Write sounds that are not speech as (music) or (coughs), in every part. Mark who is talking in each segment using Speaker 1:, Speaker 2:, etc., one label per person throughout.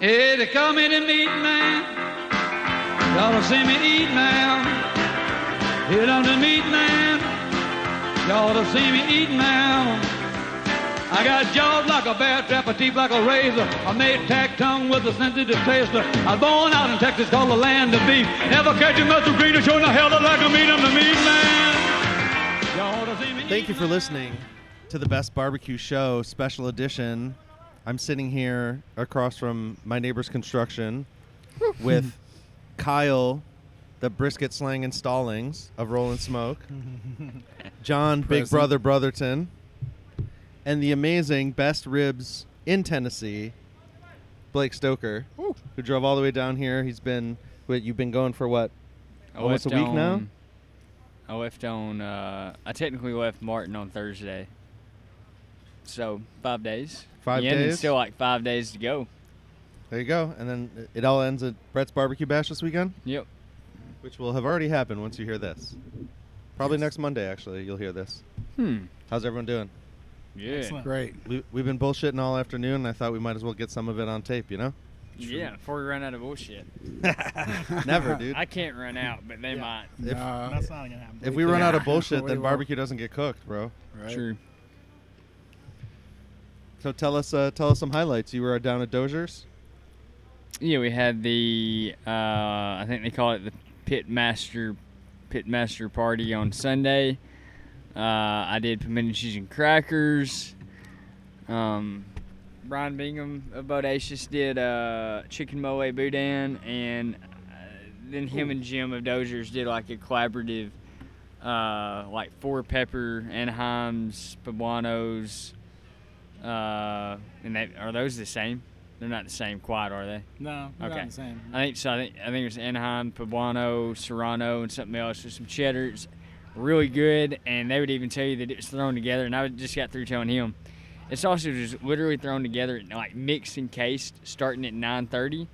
Speaker 1: Hey, they call me the meat man. Y'all don't see me eat now. Hit on the meat man. Y'all don't see me eat now. I got jaws like a bear trap, a teeth like a razor. I made tack tongue with a sensitive taster. I was born out in Texas, called the land of beef. Never catch a muscle greener, showing the hell like a meat. I'm the meat man. Y'all oughta see me eat
Speaker 2: Thank you for listening to the Best Barbecue Show Special Edition. I'm sitting here across from my neighbor's construction with Kyle, the brisket slang and stallings of Rolling Smoke, John Big
Speaker 3: Present.
Speaker 2: Brother Brotherton, and the amazing Best Ribs in Tennessee, Blake Stoker, who drove all the way down here. He's been, wait, you've been going for what?
Speaker 4: I
Speaker 2: Almost Oh, a
Speaker 4: left
Speaker 2: week now?
Speaker 4: on- I left on. Uh, I technically left Martin on Thursday, so five days.
Speaker 2: Five
Speaker 4: yeah, and there's
Speaker 2: days?
Speaker 4: Still like five days to go.
Speaker 2: There you go. And then it all ends at Brett's Barbecue Bash this weekend?
Speaker 4: Yep.
Speaker 2: which will have already happened once you hear this. Probably next Monday, actually, you'll hear this.
Speaker 4: Hmm.
Speaker 2: How's everyone doing?
Speaker 4: Yeah.
Speaker 3: Excellent. Great.
Speaker 2: We, we've been bullshitting all afternoon, and I thought we might as well get some of it on tape, you
Speaker 4: (laughs)
Speaker 2: know?
Speaker 4: Yeah. Before we run out of bullshit,
Speaker 2: Never, dude.
Speaker 4: I can't run out, but they might.
Speaker 2: If-
Speaker 3: Nah,
Speaker 5: That's not gonna happen.
Speaker 2: If we run out
Speaker 4: (laughs)
Speaker 2: of bullshit,
Speaker 3: We
Speaker 2: then
Speaker 3: won't.
Speaker 2: barbecue doesn't get cooked, bro.
Speaker 3: right.
Speaker 4: True.
Speaker 2: So tell us, uh, tell us some highlights. You were down at Dozier's.
Speaker 4: Yeah, we had the. Uh, I think they call it the pit master, pit master party on Sunday. Uh, I did pimento cheese and crackers. Um, Brian Bingham of Bodacious did uh, chicken mole boudin, and uh, then him and Jim of Dozier's did like a collaborative, uh, like four pepper Anaheim's, poblano's. Uh, and they, are those the same? They're not the same quad, are they?
Speaker 5: No, we're
Speaker 4: Okay.
Speaker 5: not the same.
Speaker 4: I think so. I think, I think it was Anaheim, Poblano, Serrano, and something else with some cheddars. Really good, and they would even tell you that it was thrown together. And I would- just got through telling him, it's also just literally thrown together and like mixed and cased, starting at 9:30,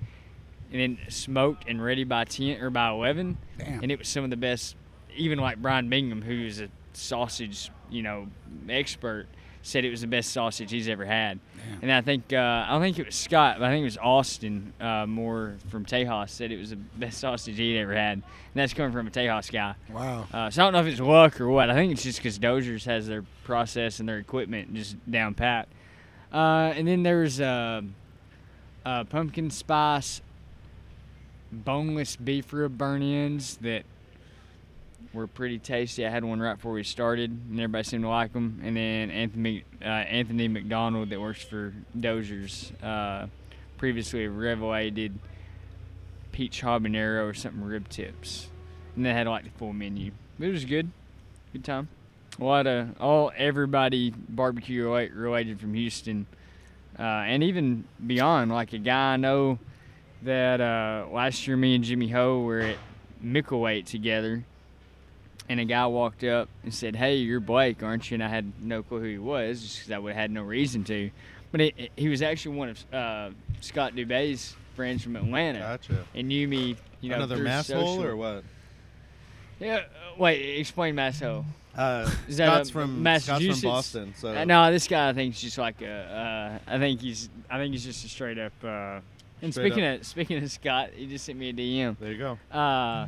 Speaker 4: and then smoked and ready by 10 or by 11.
Speaker 3: Damn.
Speaker 4: And it was some of the best. Even like Brian Bingham, who is a sausage, you know, expert, said it was the best sausage he's ever had. And I think uh, I don't think it was Scott, but I think it was Austin uh, Moore from Tejas said it was the best sausage he'd ever had, and that's coming from a Tejas guy.
Speaker 3: Wow.
Speaker 4: Uh, so I don't know if it's luck or what. I think it's just because Dozier's has their process and their equipment just down pat. Uh, and then there's uh, uh, pumpkin spice boneless beef rib burn-ins that were pretty tasty. I had one right before we started, and everybody seemed to like them. And then Anthony uh, Anthony McDonald that works for Dozier's uh, previously revelated peach habanero or something rib tips, and they had like the full menu. It was good, good time. A lot of all everybody barbecue rela- related from Houston, uh, and even beyond. Like a guy I know that uh, last year me and Jimmy Ho were at Mickleweight together, and a guy walked up and said, "Hey, you're Blake, aren't you?" And I had no clue who he was, just 'cause I would had no reason to. But he, he was actually one of uh, Scott Dubé's friends from Atlanta
Speaker 2: Gotcha.
Speaker 4: and you me, you know,
Speaker 2: Another
Speaker 4: through
Speaker 2: mass hole
Speaker 4: social-
Speaker 2: or what?
Speaker 4: Yeah, uh, wait, explain mass hole.
Speaker 2: (laughs) Uh,
Speaker 4: Is that
Speaker 2: Scott's
Speaker 4: a
Speaker 2: from Scott's
Speaker 4: Massachusetts?
Speaker 2: from Boston. So
Speaker 4: Uh, no, this guy I think is just like a, uh, I think he's, I think he's just a straight up. Uh, and
Speaker 2: Straight
Speaker 4: speaking of speaking of Scott, he just sent me a DM.
Speaker 2: there you go.
Speaker 4: Uh,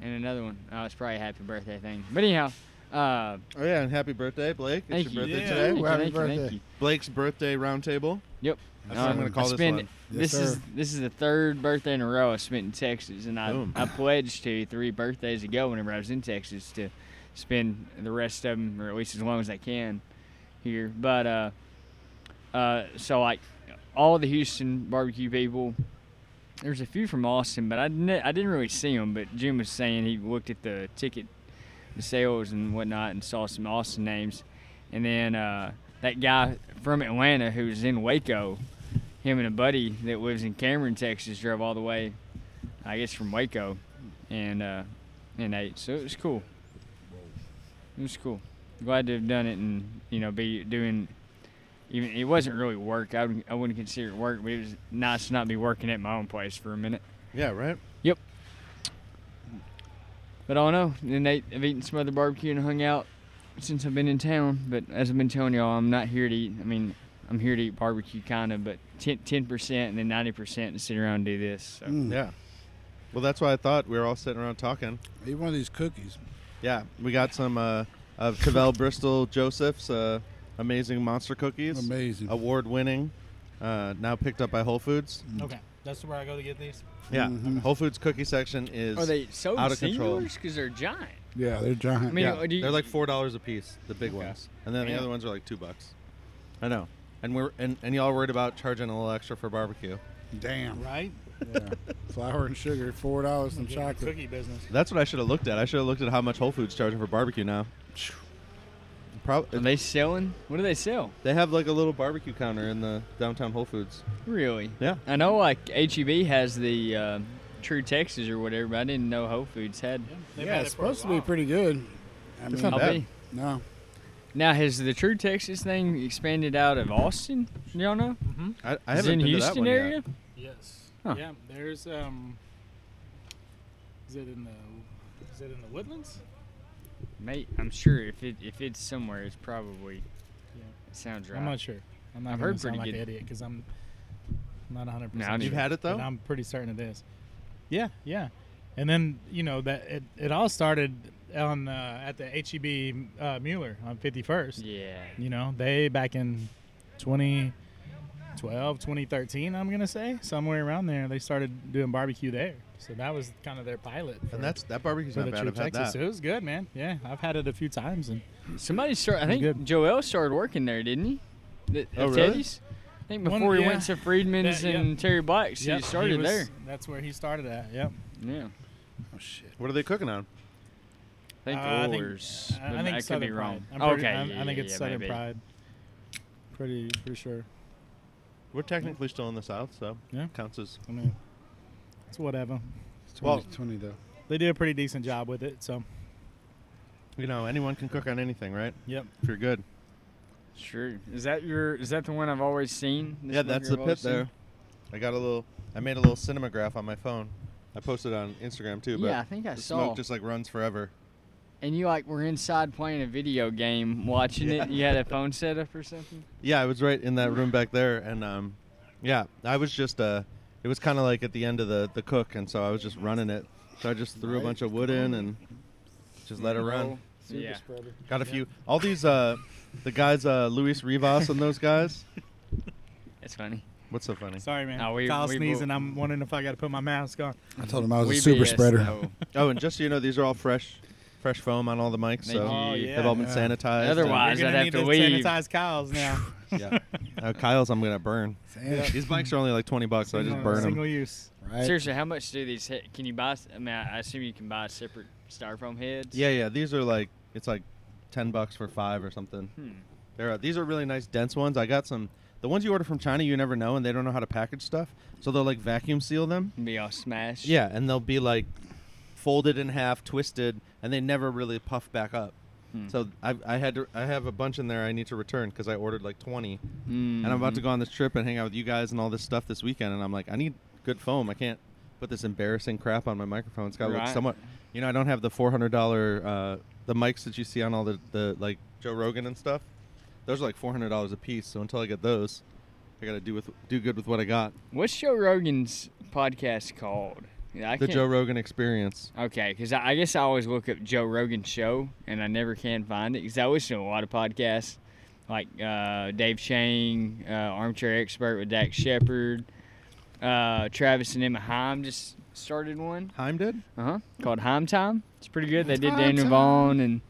Speaker 4: and another one. Oh, it's probably a happy birthday thing. But anyhow, uh,
Speaker 2: Oh yeah, and happy birthday, Blake! It's
Speaker 4: thank
Speaker 2: your
Speaker 4: you.
Speaker 2: birthday
Speaker 3: Yeah.
Speaker 2: today.
Speaker 3: Ooh, happy
Speaker 4: thank you, thank
Speaker 3: birthday.
Speaker 4: you.
Speaker 2: Blake's birthday roundtable.
Speaker 4: Yep.
Speaker 2: That's what I'm
Speaker 4: Um,
Speaker 2: gonna call
Speaker 4: I
Speaker 2: this
Speaker 4: spend-
Speaker 2: one.
Speaker 3: Yes,
Speaker 4: this is
Speaker 3: sir.
Speaker 4: this is the third birthday in a row I spent in Texas, and I,
Speaker 2: Boom.
Speaker 4: I pledged to three birthdays ago whenever I was in Texas to spend the rest of them, or at least as long as I can, here. But uh, uh, so like all the Houston barbecue people, there's a few from Austin, but I didn't I didn't really see them. But Jim was saying he looked at the ticket sales and whatnot and saw some Austin names, and then uh, that guy from Atlanta who's in Waco him and a buddy that lives in Cameron, Texas, drove all the way, I guess, from Waco, and uh, and ate. So it was cool. It was cool. Glad to have done it, and you know, be doing. Even it wasn't really work. I wouldn't, I wouldn't consider it work, but it was nice to not be working at my own place for a minute.
Speaker 2: Yeah, right.
Speaker 4: But I don't know. And they have eaten some other barbecue and hung out since I've been in town. But as I've been telling y'all, I'm not here to eat. I mean, I'm here to eat barbecue, kind of, but 10 percent and then ninety percent to sit around and do this. So.
Speaker 3: Mm.
Speaker 2: Yeah. Well, that's why I thought we were all sitting around talking.
Speaker 3: Eat one of these cookies.
Speaker 2: Yeah, we got some uh, of Cavell Bristol Joseph's uh, amazing monster cookies,
Speaker 3: Amazing.
Speaker 2: award-winning. Uh, now picked up by Whole Foods.
Speaker 5: Okay, that's where I go to get these.
Speaker 2: Yeah,
Speaker 3: Mhm.
Speaker 2: Whole Foods cookie section is.
Speaker 4: Are they so
Speaker 2: out of control.
Speaker 4: singulars? Because they're giant.
Speaker 3: Yeah, they're giant.
Speaker 4: I mean,
Speaker 2: yeah,
Speaker 4: do you-
Speaker 2: they're like four dollars a piece, the big
Speaker 4: Okay.
Speaker 2: ones, and then the
Speaker 4: Yeah.
Speaker 2: other ones are like two bucks. I know, and we're and, and y'all worried about charging a little extra for barbecue.
Speaker 3: Damn.
Speaker 5: Right?
Speaker 3: Yeah. Flour and sugar, four dollars and
Speaker 5: Get in the
Speaker 3: chocolate.
Speaker 5: Cookie business.
Speaker 2: That's what I should have looked at. I should have looked at how much Whole Foods charging for barbecue now.
Speaker 4: Are
Speaker 2: Probably
Speaker 4: they selling? What do they sell?
Speaker 2: they have like a little barbecue counter in the downtown Whole Foods.
Speaker 4: Really?
Speaker 2: Yeah.
Speaker 4: I know like HEB has the uh, True Texas or whatever, but I didn't know Whole Foods had.
Speaker 5: They've
Speaker 3: yeah,
Speaker 5: had
Speaker 3: it's
Speaker 5: it for a
Speaker 3: supposed to be
Speaker 5: while. Oh,
Speaker 3: pretty good. I mean,
Speaker 2: not
Speaker 4: I'll
Speaker 2: bad.
Speaker 4: be.
Speaker 3: no,
Speaker 4: Now has the True Texas thing expanded out of Austin? Y'all know?
Speaker 2: I, I
Speaker 4: Is it
Speaker 2: haven't
Speaker 4: in
Speaker 2: been
Speaker 4: Houston
Speaker 2: to that one
Speaker 4: area?
Speaker 2: yet.
Speaker 5: Yes.
Speaker 4: Huh.
Speaker 5: Yeah. There's um. Is it in the? Is it in the woodlands?
Speaker 4: Mate, I'm sure if it if it's somewhere, it's probably. It sounds right.
Speaker 5: I'm not sure. I'm not
Speaker 4: I've
Speaker 5: gonna
Speaker 4: heard
Speaker 5: sound
Speaker 4: pretty
Speaker 5: like
Speaker 4: good-
Speaker 5: an idiot because I'm I'm not 100.
Speaker 4: No, I
Speaker 5: percent
Speaker 4: didn't
Speaker 2: You've had it though.
Speaker 5: But I'm pretty certain it is. Yeah, yeah. And then you know that it, it all started on uh, at the HEB uh, Mueller on 51st.
Speaker 4: Yeah.
Speaker 5: You know they back in 2012, 2013. I'm gonna say somewhere around there they started doing barbecue there. So that was kind of their pilot. For,
Speaker 2: and that's that barbecue's
Speaker 5: for
Speaker 2: not
Speaker 5: the
Speaker 2: bad.
Speaker 5: True
Speaker 2: I've had
Speaker 5: Texas.
Speaker 2: that.
Speaker 5: It was good, man. Yeah, I've had it a few times and
Speaker 4: Somebody started. I think
Speaker 5: good.
Speaker 4: Joel started working there, didn't he? Th-
Speaker 2: Oh,
Speaker 4: at
Speaker 2: really?
Speaker 4: Teddy's? I think
Speaker 5: One-
Speaker 4: before he went
Speaker 5: yeah.
Speaker 4: to Friedman's
Speaker 5: That- yeah.
Speaker 4: and Terry Black's,
Speaker 5: Yep,
Speaker 4: he started
Speaker 5: was-
Speaker 4: there.
Speaker 5: That's where he started at. Yep.
Speaker 4: Yeah.
Speaker 3: oh shit.
Speaker 2: What are they cooking on?
Speaker 4: I think
Speaker 5: Uh, I think-
Speaker 4: oars.
Speaker 5: I- I
Speaker 4: but
Speaker 5: think
Speaker 4: could
Speaker 5: Southern
Speaker 4: be wrong.
Speaker 5: Pride. I'm pretty-
Speaker 4: okay.
Speaker 5: I'm-
Speaker 4: yeah,
Speaker 5: I think
Speaker 4: yeah,
Speaker 5: it's
Speaker 4: yeah,
Speaker 5: Southern
Speaker 4: maybe.
Speaker 5: Pride. Pretty, pretty sure.
Speaker 2: We're technically still in the South, so
Speaker 5: Yeah.
Speaker 2: counts as
Speaker 5: I mean, it's whatever.
Speaker 3: It's 20,
Speaker 2: Well-
Speaker 3: 20 though.
Speaker 5: They do a pretty decent job with it. So,
Speaker 2: you know anyone can cook on anything, right?
Speaker 5: yep.
Speaker 2: If you're good.
Speaker 4: Sure. Is that your? Is that the one I've always seen? This
Speaker 2: yeah, that's
Speaker 4: smoker
Speaker 2: the
Speaker 4: I've
Speaker 2: pit there.
Speaker 4: always seen?
Speaker 2: I got a little. I made a little cinematograph on my phone. I posted it on Instagram too. But
Speaker 4: Yeah, I think I
Speaker 2: the
Speaker 4: saw.
Speaker 2: smoke just like runs forever.
Speaker 4: and you like were inside playing a video game, watching
Speaker 2: Yeah.
Speaker 4: it. You had a phone set up or something.
Speaker 2: Yeah, I was right in that room back there, and um, yeah, I was just uh, it was kind of like at the end of the the cook, and so I was just running it. So I just threw a bunch of wood in and just let it run.
Speaker 3: Super
Speaker 4: Yeah.
Speaker 3: spreader.
Speaker 2: Got a few. All these uh, the guys uh, Luis Rivas and those guys.
Speaker 4: It's funny.
Speaker 2: What's so funny?
Speaker 5: Sorry, man.
Speaker 4: No, we-
Speaker 5: Kyle
Speaker 4: we
Speaker 5: sneezing.
Speaker 4: bo-
Speaker 5: I'm wondering if I got to put my mask on.
Speaker 3: I told him I was
Speaker 4: We
Speaker 3: a super
Speaker 4: BS
Speaker 2: (laughs)
Speaker 3: spreader.
Speaker 4: though.
Speaker 2: Oh, and just so you know, these are all fresh, fresh foam on all the mics,
Speaker 4: Thank
Speaker 2: so
Speaker 4: you. Oh,
Speaker 2: they've all been
Speaker 3: yeah.
Speaker 2: sanitized. and-
Speaker 4: Otherwise- Guys,
Speaker 5: You're
Speaker 4: I'd
Speaker 5: gonna
Speaker 4: have
Speaker 5: need
Speaker 4: to
Speaker 5: to
Speaker 4: leave. (laughs)
Speaker 5: sanitize Kyle's now. (laughs)
Speaker 2: yeah. Uh, Kyle's, I'm gonna burn.
Speaker 3: (laughs) Damn.
Speaker 2: These mics are only like 20 bucks, so I just
Speaker 5: Uh,
Speaker 2: burn
Speaker 5: Single
Speaker 2: them.
Speaker 5: use.
Speaker 3: Right.
Speaker 4: Seriously, how much do these? Hit? Can you buy? s- I mean, I I assume you can buy separate styrofoam heads.
Speaker 2: Yeah, yeah. These are like it's like 10 bucks for five or something.
Speaker 4: Hmm.
Speaker 2: They're uh, these are really nice dense ones. I got some. The ones you order from China, you never know, and they don't know how to package stuff, so they'll like vacuum seal them.
Speaker 4: Be all smashed.
Speaker 2: Yeah, and they'll be like folded in half, twisted, and they never really puff back up.
Speaker 4: Hmm.
Speaker 2: So I, I had to, I have a bunch in there I need to return because I ordered like 20,
Speaker 4: Mm.
Speaker 2: and I'm about to go on this trip and hang out with you guys and all this stuff this weekend, and I'm like, I need good foam. I can't put this embarrassing crap on my microphone. It's got to
Speaker 4: Right.
Speaker 2: look somewhat. You know, I don't have the $400 uh, the mics that you see on all the, the like Joe Rogan and stuff. Those are like $400 a piece. So until I get those, I got to do with do good with what I got.
Speaker 4: What's Joe Rogan's podcast called? Yeah, I
Speaker 2: The
Speaker 4: can't-
Speaker 2: Joe Rogan Experience.
Speaker 4: Okay, because I, I guess I always look up Joe Rogan show and I never can find it because I listen to a lot of podcasts like uh, Dave Chang, uh, Armchair Expert with Dax Shepard, uh, Travis and Emma Heim just started one
Speaker 2: Heim did.
Speaker 4: uh-huh, called Heim Time. It's pretty good. They did
Speaker 2: Heim
Speaker 4: Daniel
Speaker 2: Time.
Speaker 4: Vaughn and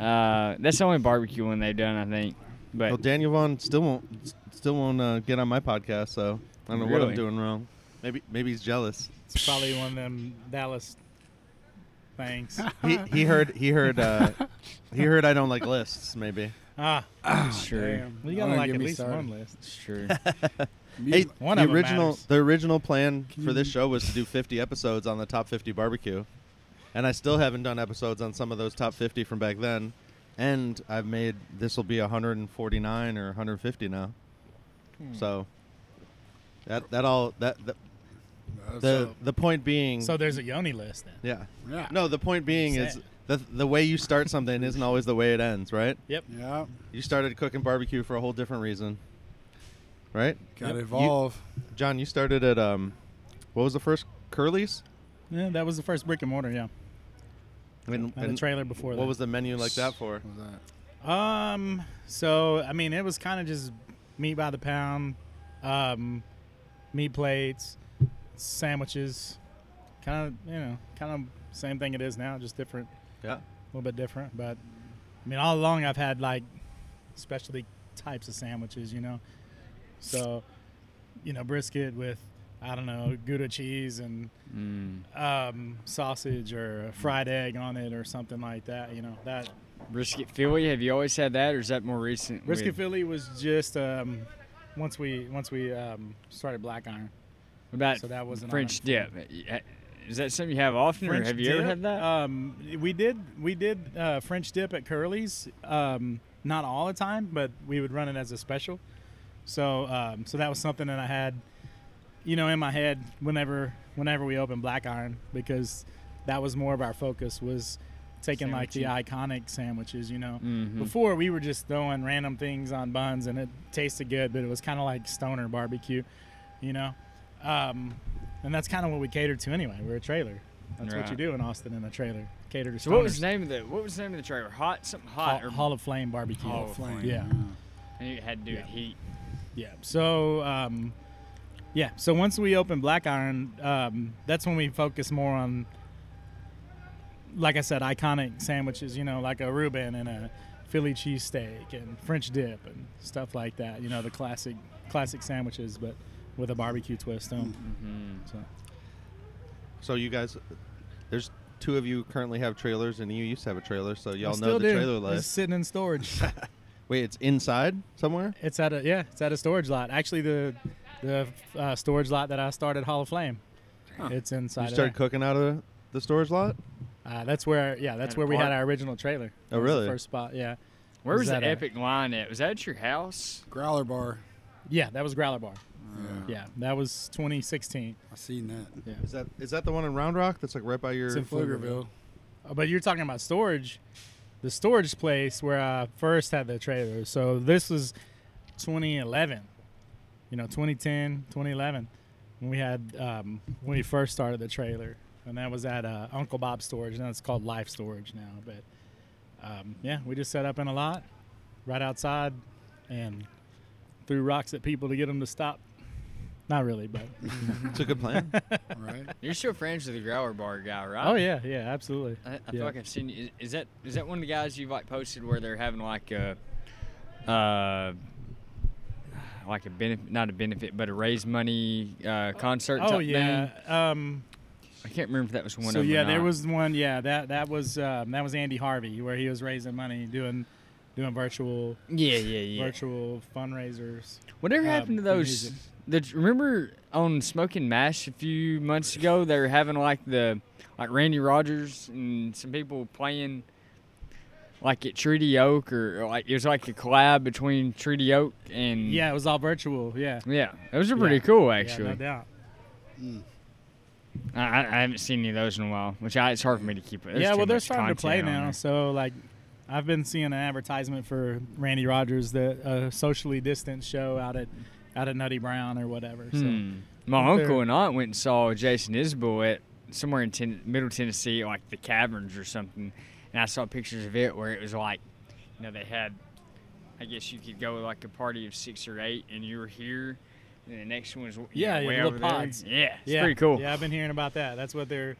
Speaker 4: uh, that's the only barbecue one they've done, I think. But
Speaker 2: Well, Daniel Vaughn still won't s- still won't uh, get on my podcast, so I don't know what I'm
Speaker 4: Really?
Speaker 2: doing wrong. Maybe maybe he's jealous.
Speaker 5: It's probably one of them Dallas
Speaker 2: (laughs)
Speaker 5: things.
Speaker 2: He, he heard he heard uh, he heard I don't like lists. Maybe
Speaker 5: ah,
Speaker 4: it's true.
Speaker 3: Damn.
Speaker 5: well, you
Speaker 3: Don't
Speaker 5: gotta
Speaker 3: even
Speaker 5: like
Speaker 3: get
Speaker 5: at
Speaker 3: me
Speaker 5: least
Speaker 3: started.
Speaker 5: one list.
Speaker 4: It's true.
Speaker 3: You-
Speaker 2: hey,
Speaker 5: One
Speaker 2: the
Speaker 5: of 'em
Speaker 2: original
Speaker 5: matters.
Speaker 2: the original plan for this show was to do 50 episodes on the top 50 barbecue, and I still haven't done episodes on some of those top 50 from back then, and I've made this will be 149 or 150 now,
Speaker 5: Hmm.
Speaker 2: so that that all that, that
Speaker 3: That's
Speaker 2: the
Speaker 3: up.
Speaker 2: the point being
Speaker 5: So there's a Yoni list then.
Speaker 2: yeah.
Speaker 3: yeah.
Speaker 2: No, the point being is
Speaker 5: Sad.
Speaker 2: the the way you start something isn't always the way it ends, right?
Speaker 5: Yep.
Speaker 3: Yeah.
Speaker 2: You started cooking barbecue for a whole different reason. right?
Speaker 3: Got to
Speaker 2: You-
Speaker 3: evolve.
Speaker 2: John, you started at um, what was the first Curly's?
Speaker 5: Yeah, that was the first brick and mortar. Yeah,
Speaker 2: And,
Speaker 5: Not the
Speaker 2: and
Speaker 5: trailer before that.
Speaker 2: what was the menu like that for?
Speaker 5: Oh,
Speaker 3: What was that?
Speaker 5: Um. So I mean, it was kind of just meat by the pound, um, meat plates, sandwiches, kind of you know, kind of same thing it is now, just different,
Speaker 2: Yeah.
Speaker 5: a little bit different. But I mean, all along I've had like specialty types of sandwiches, you know. So, you know, brisket with I don't know Gouda cheese and
Speaker 4: Mm.
Speaker 5: um, sausage or a fried egg on it or something like that. You know that
Speaker 4: Brisket Philly, have you always had that, or is that more recent?
Speaker 5: Brisket
Speaker 4: with-
Speaker 5: Philly was just um, once we once we um, started Black Iron.
Speaker 4: What about
Speaker 5: so that wasn't on
Speaker 4: French
Speaker 5: it.
Speaker 4: dip? Is that something you have often, or have you ever
Speaker 5: dip,
Speaker 4: had that?
Speaker 5: Um, we did we did uh, French dip at Curly's. Um, not all the time, but we would run it as a special. So um, so that was something that I had, you know, in my head whenever whenever we opened Black Iron because that was more of our focus was taking like the iconic sandwiches, you know.
Speaker 4: Mhm.
Speaker 5: Before we were just throwing random things on buns and it tasted good, but it was kind of like stoner barbecue, you know. Um, and that's kind of what we catered to anyway. We're a trailer. That's what you
Speaker 4: Right.
Speaker 5: do in Austin in a trailer. Cater to
Speaker 4: so what was
Speaker 5: stoners.
Speaker 4: the name of the what was the name of the trailer? Hot something hot
Speaker 5: Hall,
Speaker 4: or
Speaker 5: Hall of Flame barbecue.
Speaker 4: Hall of
Speaker 3: Flame.
Speaker 5: Yeah.
Speaker 4: and you had to do
Speaker 5: Yeah.
Speaker 4: heat.
Speaker 5: Yeah. So, um, yeah. So once we opened Black Iron, um, that's when we focus more on, like I said, iconic sandwiches. You know, like a Reuben and a Philly cheesesteak and French dip and stuff like that. You know, the classic classic sandwiches, but with a barbecue twist on. So
Speaker 2: So you guys, there's two of you currently have trailers, and you used to have a trailer, so
Speaker 5: I
Speaker 2: y'all know
Speaker 5: still
Speaker 2: the
Speaker 5: do.
Speaker 2: trailer
Speaker 5: It's
Speaker 2: life.
Speaker 5: sitting in storage.
Speaker 2: Wait, it's inside somewhere.
Speaker 5: it's at a yeah. It's at a storage lot. Actually, the the uh, storage lot that I started Hall of Flame. It's inside.
Speaker 2: You
Speaker 5: of
Speaker 2: started
Speaker 5: there.
Speaker 2: cooking out of the storage lot.
Speaker 5: Uh, that's where, yeah, that's
Speaker 4: Had a
Speaker 5: where we
Speaker 4: park?
Speaker 5: had our original trailer. That was the
Speaker 2: Oh, really?
Speaker 5: first spot, yeah,
Speaker 4: Where
Speaker 5: Was
Speaker 4: was,
Speaker 5: that
Speaker 4: the
Speaker 5: a-
Speaker 4: epic line at? Was that at your house?
Speaker 3: Growler bar.
Speaker 5: yeah, that was Growler Bar.
Speaker 3: Yeah.
Speaker 5: Yeah, that was 2016.
Speaker 3: I seen that.
Speaker 2: Is that is that the one in Round Rock that's like right by your?
Speaker 5: It's in
Speaker 3: Pflugerville.
Speaker 5: Uh, But you're talking about storage, the storage place where I first had the trailer. So this was 2011, you know, 2010, 2011, when we had um, when we first started the trailer, and that was at uh, Uncle Bob's Storage. Now it's called Life Storage now, but um, yeah, we just set up in a lot, right outside, and threw rocks at people to get them to stop. Not
Speaker 4: (laughs)
Speaker 5: really, but
Speaker 2: It's a good
Speaker 5: (laughs)
Speaker 2: plan.
Speaker 3: Right.
Speaker 4: You're still friends with the growler bar guy, right?
Speaker 5: oh yeah, yeah, absolutely.
Speaker 4: I, I feel
Speaker 5: Yeah.
Speaker 4: like I've seen. Is, is that is that one of the guys you've like posted where they're having like a, uh, like a benefit, not a benefit, but a raise money uh, concert?
Speaker 5: Oh
Speaker 4: type thing?
Speaker 5: yeah. Um,
Speaker 4: I can't remember if that was one.
Speaker 5: so
Speaker 4: of them or
Speaker 5: yeah, there
Speaker 4: not.
Speaker 5: was one. Yeah, that that was um, that was Andy Harvey, where he was raising money, doing doing virtual
Speaker 4: Yeah, yeah, yeah.
Speaker 5: virtual fundraisers.
Speaker 4: Whatever
Speaker 5: um,
Speaker 4: happened to those?
Speaker 5: music.
Speaker 4: The, remember on Smoking Mash a few months ago, they were having like the like Randy Rogers and some people playing like at Treaty Oak or, or, like it was like a collab between Treaty Oak and
Speaker 5: Yeah, it was all virtual. Yeah,
Speaker 4: yeah. Those are pretty
Speaker 5: Yeah.
Speaker 4: cool
Speaker 5: Yeah,
Speaker 4: Hmm. actually.
Speaker 5: no doubt.
Speaker 4: I, I I haven't seen any of those in a while, which I, it's hard for me to keep. There's
Speaker 5: yeah,
Speaker 4: too
Speaker 5: well, they're
Speaker 4: much
Speaker 5: starting to play
Speaker 4: content on
Speaker 5: now.
Speaker 4: there.
Speaker 5: So like, I've been seeing an advertisement for Randy Rogers, the uh, socially distanced show out at out at Nutty Brown or whatever. So
Speaker 4: Hmm. My
Speaker 5: They're-
Speaker 4: uncle and aunt went and saw Jason Isbell at somewhere in ten- Middle Tennessee, like the caverns or something. And I saw pictures of it where it was like, you know, they had, I guess you could go like a party of six or eight, and you were here, and the next one was you
Speaker 5: Yeah,
Speaker 4: know,
Speaker 5: yeah,
Speaker 4: way
Speaker 5: little
Speaker 4: over there.
Speaker 5: pods.
Speaker 4: Yeah, it's
Speaker 5: yeah,
Speaker 4: pretty cool.
Speaker 5: Yeah, I've been hearing about that. That's what they're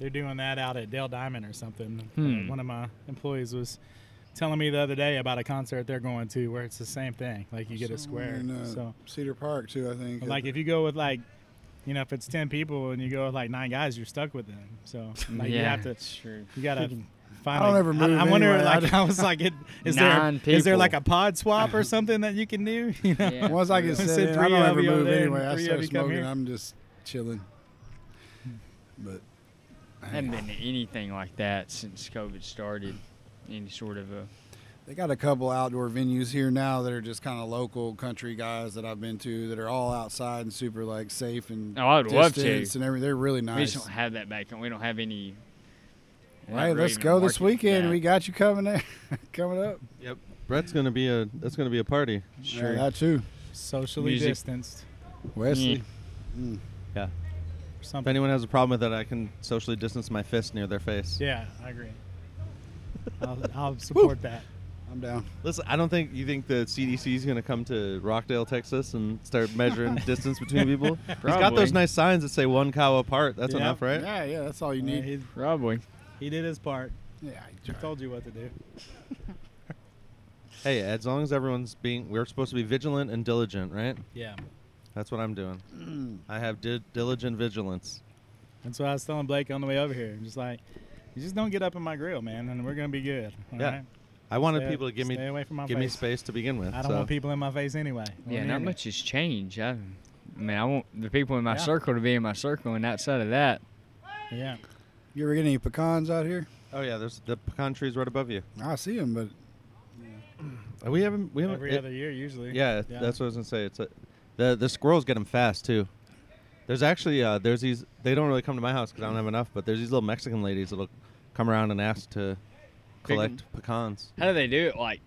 Speaker 5: they're doing that out at Dell Diamond or something. Uh,
Speaker 4: Hmm.
Speaker 5: One of my employees was telling me the other day about a concert they're going to where it's the same thing. Like you get a square.
Speaker 3: In, uh,
Speaker 5: so
Speaker 3: Cedar Park too, I think.
Speaker 5: but like if you go with like you know, if it's ten people and you go with like nine guys, you're stuck with them. So like you
Speaker 4: Yeah,
Speaker 5: have to
Speaker 4: it's
Speaker 5: (laughs)
Speaker 4: true.
Speaker 5: you gotta find
Speaker 3: (laughs) I don't
Speaker 5: a-
Speaker 3: ever move
Speaker 5: I, I wonder
Speaker 3: anyway. I
Speaker 5: like
Speaker 3: just-
Speaker 5: I was like it is there
Speaker 4: Nine
Speaker 5: is there
Speaker 4: people.
Speaker 5: like a pod
Speaker 4: (laughs)
Speaker 5: swap or something that you can do? (laughs) You know?
Speaker 4: Yeah.
Speaker 3: (laughs) once I get
Speaker 5: Sit
Speaker 3: set in,
Speaker 5: three
Speaker 3: I don't
Speaker 5: of
Speaker 3: ever
Speaker 5: you over
Speaker 3: move
Speaker 5: there and
Speaker 3: anyway. I
Speaker 5: three of
Speaker 3: start
Speaker 5: you come
Speaker 3: smoking.
Speaker 5: here.
Speaker 3: I'm just chilling. But
Speaker 4: I haven't been to anything like that since COVID started. Any sort of a
Speaker 3: They got a couple outdoor venues here now that are just kind of local country guys that I've been to that are all outside and super like safe and
Speaker 4: Oh, I would love to.
Speaker 3: distance and everything. They're really
Speaker 4: we
Speaker 3: nice.
Speaker 4: just don't have that back, and we don't have any. we're
Speaker 3: All
Speaker 4: not
Speaker 3: right,
Speaker 4: really
Speaker 3: let's
Speaker 4: in a
Speaker 3: go this
Speaker 4: market for
Speaker 3: weekend.
Speaker 4: that.
Speaker 3: We got you (laughs) coming there, coming up.
Speaker 2: yep. Brett's gonna be a that's gonna be a party.
Speaker 3: Yeah, that too.
Speaker 5: Socially
Speaker 4: Music.
Speaker 5: distanced.
Speaker 3: Wesley.
Speaker 4: Mm.
Speaker 3: Mm.
Speaker 2: Yeah.
Speaker 5: Or
Speaker 2: If
Speaker 5: something.
Speaker 2: anyone has a problem with it, I can socially distance my fist near their face.
Speaker 5: Yeah, I agree.
Speaker 2: (laughs)
Speaker 5: I'll, I'll support that.
Speaker 3: I'm down.
Speaker 2: Listen, I don't think you think the CDC is going to come to Rockdale, Texas, and start
Speaker 5: (laughs)
Speaker 2: measuring distance between people. He's got
Speaker 4: Probably.
Speaker 2: those nice signs that say one cow apart. That's
Speaker 5: Yeah.
Speaker 2: enough, right?
Speaker 3: Yeah, yeah, that's all you
Speaker 5: Yeah,
Speaker 3: need.
Speaker 5: he,
Speaker 4: Probably.
Speaker 5: he did his part.
Speaker 3: Yeah,
Speaker 5: He told you what to do.
Speaker 2: Hey, as long as everyone's being, we're supposed to be vigilant and diligent, right?
Speaker 5: Yeah.
Speaker 2: That's what I'm doing. I have di- diligent vigilance.
Speaker 5: That's what I was telling Blake on the way over here. Just like, you just don't get up in my grill, man, and we're gonna be good. all
Speaker 2: Yeah.
Speaker 5: right?
Speaker 2: I wanted
Speaker 5: Stay-
Speaker 2: people to give
Speaker 5: stay
Speaker 2: me
Speaker 5: away from my
Speaker 2: give me
Speaker 5: face.
Speaker 2: space to begin with.
Speaker 5: I don't
Speaker 2: so.
Speaker 5: want people in my face anyway. I
Speaker 4: Yeah,
Speaker 5: want
Speaker 4: not
Speaker 5: internet.
Speaker 4: much has changed. I, I mean, I want the people in my
Speaker 5: Yeah.
Speaker 4: circle to be in my circle, and outside of that,
Speaker 5: Yeah.
Speaker 3: You ever get any pecans out here?
Speaker 2: Oh yeah, there's the pecan trees right above you.
Speaker 3: I see them, but
Speaker 2: Uh, We haven't. We haven't.
Speaker 5: Every
Speaker 2: it-
Speaker 5: other year, usually.
Speaker 2: yeah, that's what I was gonna say. It's a, the the squirrels get them fast too. There's actually uh, there's these. They don't really come to my house because I don't have enough. But there's these little Mexican ladies that'll come around and ask to
Speaker 4: Pick 'em.
Speaker 2: collect pecans.
Speaker 4: how do they do it? Like,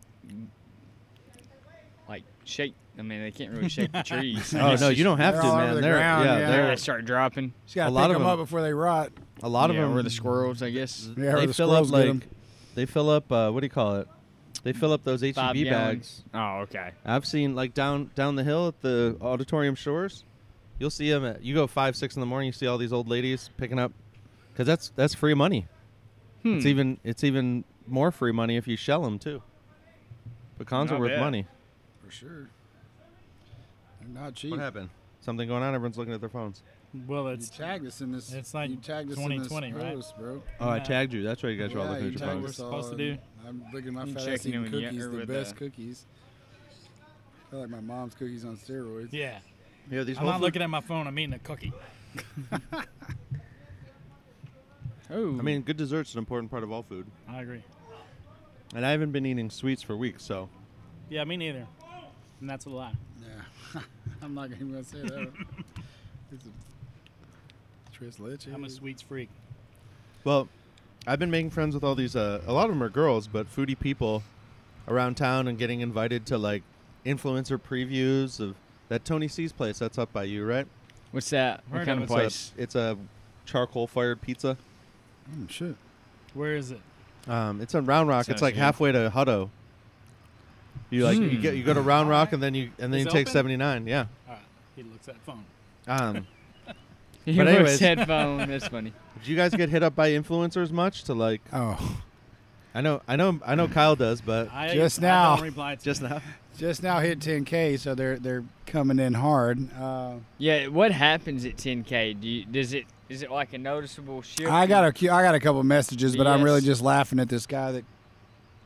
Speaker 4: like shake. I mean, they can't
Speaker 2: (laughs)
Speaker 4: really shake the trees. I
Speaker 2: Oh
Speaker 4: guess
Speaker 2: no,
Speaker 4: just-
Speaker 2: you don't have
Speaker 3: they're
Speaker 2: to,
Speaker 3: all over
Speaker 2: man.
Speaker 3: the
Speaker 2: They're
Speaker 3: ground,
Speaker 2: yeah,
Speaker 3: yeah.
Speaker 4: Yeah,
Speaker 2: they're
Speaker 4: they start dropping.
Speaker 3: just gotta
Speaker 2: A
Speaker 3: pick
Speaker 2: lot
Speaker 3: 'em
Speaker 2: of
Speaker 3: up
Speaker 2: 'em-
Speaker 3: before they rot.
Speaker 2: a lot
Speaker 4: yeah,
Speaker 2: of them
Speaker 4: or the squirrels, I guess.
Speaker 3: Yeah, or
Speaker 2: they
Speaker 3: the
Speaker 2: fill up
Speaker 3: squirrels get
Speaker 2: like
Speaker 3: 'em.
Speaker 2: they fill up uh, what do you call it? They fill up those HEB
Speaker 4: Five
Speaker 2: bags.
Speaker 4: gallons. Oh, okay.
Speaker 2: I've seen like down down the hill at the auditorium shores. You'll see them. At, you go five six in the morning. You see all these old ladies picking up, because that's that's free money. It's
Speaker 4: Hmm.
Speaker 2: even it's even more free money if you shell them too. Pecans
Speaker 4: Not
Speaker 2: are worth
Speaker 4: bad.
Speaker 2: money.
Speaker 3: For sure. They're not cheap.
Speaker 2: What happened? Something going on. Everyone's looking at their phones.
Speaker 5: Well,
Speaker 3: You
Speaker 5: it's
Speaker 3: tagged us in this.
Speaker 5: It's like
Speaker 3: you tagged us in
Speaker 5: 2020,
Speaker 3: this
Speaker 5: right?
Speaker 3: post, bro.
Speaker 2: Oh, I
Speaker 5: Yeah.
Speaker 2: tagged you. That's why you guys are all
Speaker 3: Yeah,
Speaker 2: looking at
Speaker 3: you
Speaker 2: your
Speaker 3: tagged
Speaker 5: We're
Speaker 2: phones.
Speaker 3: us
Speaker 5: supposed to
Speaker 3: all,
Speaker 5: do.
Speaker 3: and I'm looking at
Speaker 4: I'm
Speaker 3: my fast
Speaker 4: checking
Speaker 3: eating
Speaker 4: them in yet-
Speaker 3: cookies,
Speaker 4: or
Speaker 3: the
Speaker 4: with,
Speaker 3: best
Speaker 4: uh,
Speaker 3: cookies. I like my mom's cookies on steroids.
Speaker 5: Yeah.
Speaker 2: Yeah, these
Speaker 5: I'm not looking at my phone. I'm eating a cookie.
Speaker 4: Oh,
Speaker 2: I mean, good dessert's an important part of all food,
Speaker 5: I agree.
Speaker 2: and I haven't been eating sweets for weeks. So
Speaker 5: Yeah, me neither. And that's a lie.
Speaker 3: Yeah. I'm not even gonna say
Speaker 5: (laughs)
Speaker 3: that. it's a Tris Leche.
Speaker 5: I'm a sweets freak.
Speaker 2: Well, I've been making friends with all these. Uh, a lot of them are girls, but foodie people around town and getting invited to like influencer previews of that Tony C's place that's up by you, right?
Speaker 4: what's that? What
Speaker 5: Heard
Speaker 4: kind of
Speaker 5: of it.
Speaker 4: place? (laughs)
Speaker 2: It's a, it's a charcoal fired pizza.
Speaker 3: Mm, shit.
Speaker 5: Where is it?
Speaker 2: Um, it's on Round Rock.
Speaker 4: Sounds
Speaker 2: It's like
Speaker 4: good.
Speaker 2: halfway to Hutto. You like you get you go to Round Rock and then you and then
Speaker 5: Is
Speaker 2: you
Speaker 5: it
Speaker 2: take
Speaker 5: open?
Speaker 2: seventy nine. Yeah.
Speaker 5: All right. He looks at phone.
Speaker 2: (laughs) Um,
Speaker 4: He
Speaker 2: But
Speaker 4: looks
Speaker 2: anyways- (laughs)
Speaker 4: headphone. That's funny.
Speaker 2: do you guys get hit up by influencers much? To like,
Speaker 3: Oh,
Speaker 2: I know, I know, I know Kyle does, but
Speaker 5: I,
Speaker 3: Just
Speaker 5: I
Speaker 3: now.
Speaker 5: Don't reply to
Speaker 2: just
Speaker 5: it.
Speaker 2: now.
Speaker 3: just now hit 10k, so they're they're coming in hard. Uh,
Speaker 4: Yeah, what happens at 10k? Do you, does it is it like a noticeable shift?
Speaker 3: I got a cou- I got a couple messages, but I'm really
Speaker 4: Yes.
Speaker 3: just laughing at this guy that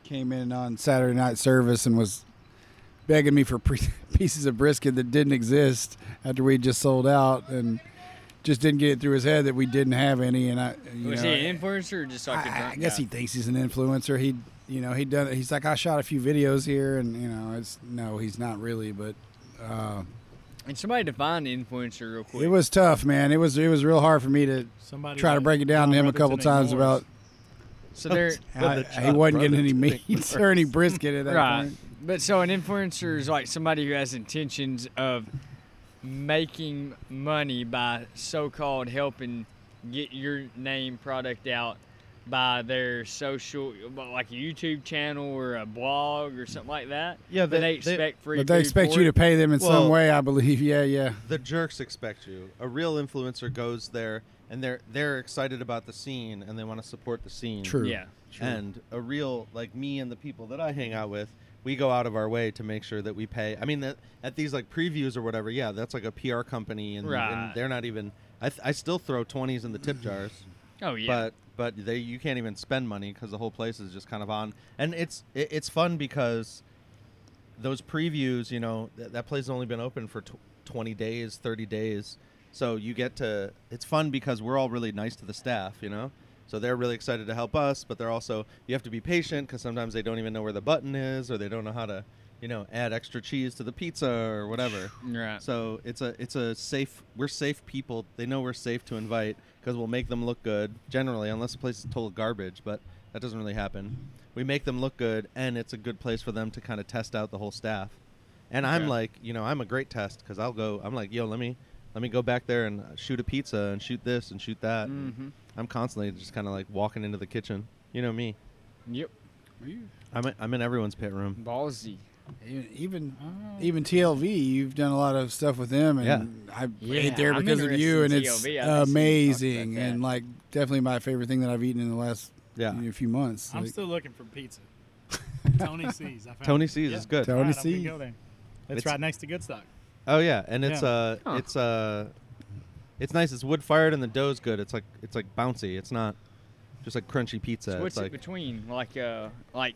Speaker 3: came in on Saturday night service and was begging me for pre- (laughs) pieces of brisket that didn't exist after we just sold out and just didn't get it through his head that we didn't have any. And I, you
Speaker 4: Was
Speaker 3: know,
Speaker 4: he an influencer or just like a
Speaker 3: I,
Speaker 4: drunk
Speaker 3: I guess
Speaker 4: guy?
Speaker 3: he thinks he's an influencer. He, you know, he done. it. He's like, I shot a few videos here, and you know, it's no, he's not really, but. Uh,
Speaker 4: And somebody define influencer real quick.
Speaker 3: it was tough, man. It was it was real hard for me to
Speaker 5: Somebody
Speaker 3: try to
Speaker 5: that
Speaker 3: break it down to
Speaker 5: John
Speaker 3: him a couple
Speaker 5: Rutherford
Speaker 3: times
Speaker 5: ignores.
Speaker 3: about
Speaker 4: so
Speaker 3: (laughs)
Speaker 4: they're
Speaker 2: Well,
Speaker 3: I-
Speaker 2: the
Speaker 3: he
Speaker 2: Chuck
Speaker 3: wasn't getting
Speaker 2: brothers
Speaker 3: any
Speaker 2: didn't
Speaker 3: meats (laughs) or any brisket at that
Speaker 4: right,
Speaker 3: point.
Speaker 4: but so an influencer is like somebody who has intentions of making money by so-called helping get your name product out by their social, like a YouTube channel or a blog or something like that.
Speaker 2: Yeah,
Speaker 4: but they
Speaker 2: they- they-
Speaker 4: expect free.
Speaker 3: But they
Speaker 4: food
Speaker 3: expect
Speaker 4: for
Speaker 3: you
Speaker 4: it?
Speaker 3: to pay them in some
Speaker 2: Well-
Speaker 3: way, I believe. Yeah, yeah.
Speaker 2: the jerks expect you. A real influencer goes there and they're they're excited about the scene and they want to support the scene.
Speaker 3: True.
Speaker 4: Yeah.
Speaker 2: And a real like me and the people that I hang out with, we go out of our way to make sure that we pay. I mean that at these like previews or whatever, yeah, that's like a PR company and, and
Speaker 4: Right.
Speaker 2: they're not even I, th- I still throw 20s in the tip jars,
Speaker 4: Oh yeah.
Speaker 2: but but they you can't even spend money cuz the whole place is just kind of on. And it's it, it's fun because those previews, you know, th- that place has only been open for tw- 20 days, 30 days. So you get to, it's fun because we're all really nice to the staff, you know? So they're really excited to help us, but they're also, you have to be patient because sometimes they don't even know where the button is or they don't know how to, you know, add extra cheese to the pizza or whatever.
Speaker 4: Right.
Speaker 2: So it's a, it's a safe, we're safe people. They know we're safe to invite because we'll make them look good generally, unless the place is total garbage, but that doesn't really happen. We make them look good and it's a good place for them to kind of test out the whole staff And I'm
Speaker 4: Okay.
Speaker 2: like, you know, I'm a great test because I'll go. I'm like, yo, let me let me go back there and shoot a pizza and shoot this and shoot that.
Speaker 4: Mm-hmm.
Speaker 2: I'm constantly just kind of like walking into the kitchen. You know me.
Speaker 4: Yep.
Speaker 2: I'm in, I'm in everyone's pit room.
Speaker 4: Ballsy. e-,
Speaker 3: Even even,
Speaker 5: Oh.
Speaker 3: even TLV, you've done a lot of stuff with them, and I
Speaker 4: Yeah,
Speaker 3: ate there
Speaker 4: I'm
Speaker 3: because of
Speaker 4: interested
Speaker 3: you,
Speaker 4: in
Speaker 3: and it's
Speaker 4: TLV. I think somebody talked
Speaker 3: amazing,
Speaker 4: about that.
Speaker 3: and like definitely my favorite thing that I've eaten in the last
Speaker 2: Yeah.
Speaker 3: you know, few months.
Speaker 5: I'm
Speaker 3: Like,
Speaker 5: still looking for
Speaker 3: (laughs)
Speaker 5: pizza. Tony C's. I found
Speaker 2: Tony
Speaker 5: it.
Speaker 2: C's
Speaker 5: Yeah.
Speaker 2: is good.
Speaker 3: Tony
Speaker 5: All right, I'm gonna
Speaker 3: C's.
Speaker 5: go there. It's,
Speaker 2: It's-
Speaker 5: right next to Good Stock.
Speaker 2: Oh yeah, and it's
Speaker 5: Yeah.
Speaker 2: uh
Speaker 4: Huh.
Speaker 2: it's uh it's nice. It's wood fired and the dough's good. It's like it's like bouncy. It's not just like crunchy pizza.
Speaker 4: So what's
Speaker 2: it's like
Speaker 4: it between? Like uh, like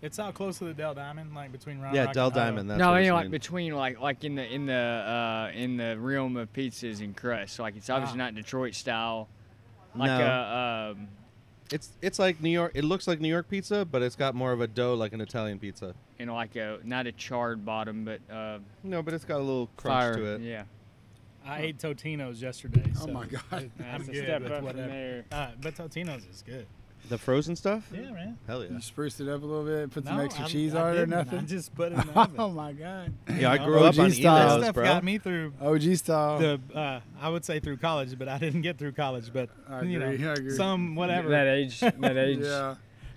Speaker 5: It's out close to the Dell Diamond, like between Round
Speaker 2: yeah,
Speaker 5: Rock
Speaker 2: Del
Speaker 5: and Otto.
Speaker 2: Diamond. That's
Speaker 4: no,
Speaker 2: what
Speaker 4: I
Speaker 2: he's
Speaker 4: mean like
Speaker 2: saying.
Speaker 4: between like like in the in the uh, in the realm of pizzas and crust. Like it's obviously
Speaker 5: Ah.
Speaker 4: not Detroit style. Like
Speaker 2: No.
Speaker 4: a um,
Speaker 2: it's it's like New York. It looks like New York pizza, but it's got more of a dough like an Italian pizza.
Speaker 4: you know like a not a charred bottom, but uh,
Speaker 2: No, but it's got a little
Speaker 4: fire.
Speaker 2: crunch to it.
Speaker 4: Yeah.
Speaker 5: I ate Totino's yesterday.
Speaker 3: Oh
Speaker 5: so
Speaker 3: my God.
Speaker 5: I'm
Speaker 4: That's a
Speaker 5: good
Speaker 4: step
Speaker 5: with
Speaker 4: up from
Speaker 5: whatever.
Speaker 4: there.
Speaker 5: Uh, but Totino's is good.
Speaker 2: The frozen stuff.
Speaker 5: Yeah, man.
Speaker 2: Hell yeah.
Speaker 3: (laughs) You spruced it up a little bit, put some
Speaker 5: No,
Speaker 3: extra
Speaker 5: I'm-
Speaker 3: cheese
Speaker 5: I
Speaker 3: on it or
Speaker 5: didn't. I
Speaker 3: nothing.
Speaker 5: just put it in
Speaker 3: (laughs)
Speaker 5: the
Speaker 3: Oh
Speaker 5: oven.
Speaker 3: my god,
Speaker 2: Yeah, I
Speaker 5: No,
Speaker 2: grew up
Speaker 3: OG
Speaker 2: on
Speaker 3: style.
Speaker 5: That
Speaker 2: emails,
Speaker 5: stuff
Speaker 2: bro.
Speaker 5: got me through
Speaker 3: OG style.
Speaker 5: the uh, I would say through college, but I didn't get through college. But
Speaker 3: I
Speaker 5: you
Speaker 3: agree, (laughs)
Speaker 5: know,
Speaker 3: I agree.
Speaker 5: some whatever.
Speaker 4: That age. That
Speaker 5: (laughs)
Speaker 4: age.
Speaker 3: yeah,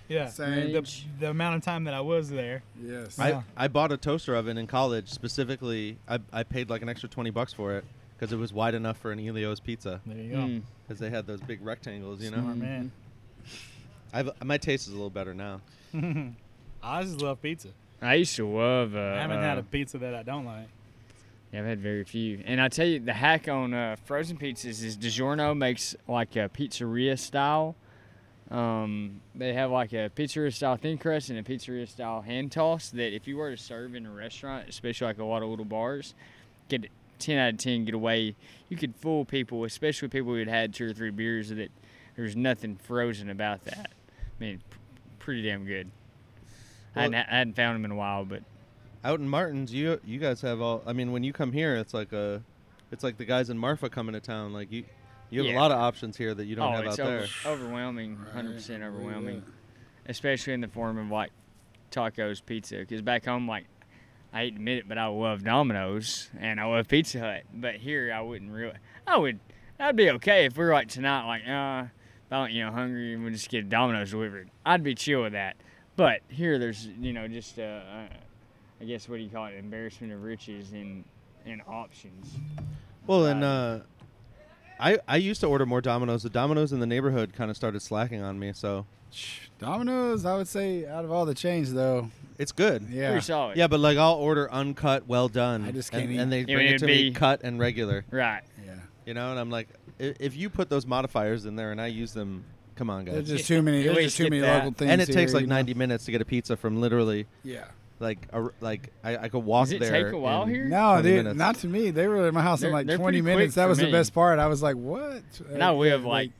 Speaker 5: yeah,
Speaker 3: same.
Speaker 5: the, the amount of time that I was there.
Speaker 3: Yes.
Speaker 2: I,
Speaker 5: Yeah.
Speaker 2: I bought a toaster oven in college specifically. I, I paid like an extra 20 bucks for it because it was wide enough for an Elio's pizza
Speaker 5: There you go.
Speaker 4: Mm.
Speaker 3: Mm-hmm.
Speaker 2: because they had those big rectangles, you
Speaker 5: Smart
Speaker 2: know?
Speaker 5: man.
Speaker 2: I've, my taste is a little better now.
Speaker 5: I just love pizza.
Speaker 4: I used to love. Uh,
Speaker 5: I haven't had a
Speaker 4: uh,
Speaker 5: pizza that I don't like.
Speaker 4: Yeah, I've had very few. And I tell you, the hack on uh, frozen pizzas is DiGiorno makes like a pizzeria style. Um, they have like a pizzeria style thin crust and a pizzeria style hand toss that if you were to serve in a restaurant, especially like a lot of little bars, get 10 out of 10, get away. You could fool people, especially people who had had two or three beers, that there's nothing frozen about that. I mean, p- pretty damn good. I,
Speaker 2: Well-
Speaker 4: hadn't, I hadn't found them in a while, but
Speaker 2: Out in Martin's, you you guys have all. I mean, when you come here, it's like a, it's like the guys in Marfa coming to town. Like you, you have
Speaker 4: Yeah.
Speaker 2: a lot of options here that you don't
Speaker 4: oh,
Speaker 2: have
Speaker 4: it's
Speaker 2: out
Speaker 4: over-
Speaker 2: there.
Speaker 4: overwhelming, hundred percent
Speaker 3: Right, right,
Speaker 4: overwhelming,
Speaker 3: right.
Speaker 4: especially in the form of like tacos, pizza. Because back home, like I hate to admit it, but I love Domino's and I love Pizza Hut. But here, I wouldn't really. I would. I'd be okay if we were like tonight, like uh, if I'm you know hungry and we just get Domino's delivered. I'd be chill with that. But here, there's you know just uh, uh, I guess what do you call it? Embarrassment of riches and and options.
Speaker 2: Well, and uh, I I used to order more Domino's. The Domino's in the neighborhood kind of started slacking on me, so
Speaker 3: Domino's, I would say, out of all the chains though,
Speaker 2: it's good.
Speaker 3: yeah,
Speaker 4: Pretty solid.
Speaker 2: Yeah, but like I'll order uncut, well done.
Speaker 3: I just
Speaker 2: and,
Speaker 3: can't eat-
Speaker 2: and they
Speaker 4: Yeah,
Speaker 2: bring it
Speaker 4: it'd
Speaker 2: to me
Speaker 4: be-
Speaker 2: cut and regular.
Speaker 4: Right.
Speaker 3: yeah.
Speaker 2: You know, and I'm like, "I- if you put those modifiers in there and I use them, come on,
Speaker 3: There's
Speaker 2: guys.
Speaker 3: just too many.
Speaker 4: At (laughs)
Speaker 3: There's
Speaker 4: least
Speaker 3: just too
Speaker 4: get
Speaker 3: many
Speaker 4: that.
Speaker 3: local things.
Speaker 2: And it takes
Speaker 3: here,
Speaker 2: like
Speaker 3: you know?
Speaker 2: 90 minutes to get a pizza from literally
Speaker 3: Yeah.
Speaker 2: like a, like I, I could walk
Speaker 4: Does it
Speaker 2: there.
Speaker 4: take a while
Speaker 2: in-
Speaker 4: here?
Speaker 3: No,
Speaker 2: 20
Speaker 3: dude,
Speaker 2: minutes.
Speaker 3: not to me. They were at my house
Speaker 4: They're-
Speaker 3: in like
Speaker 4: they're
Speaker 3: 20
Speaker 4: pretty quick
Speaker 3: minutes.
Speaker 4: for
Speaker 3: That was
Speaker 4: me.
Speaker 3: the best part. I was
Speaker 4: (laughs)
Speaker 3: like, what?
Speaker 4: And I
Speaker 3: Uh,
Speaker 4: live like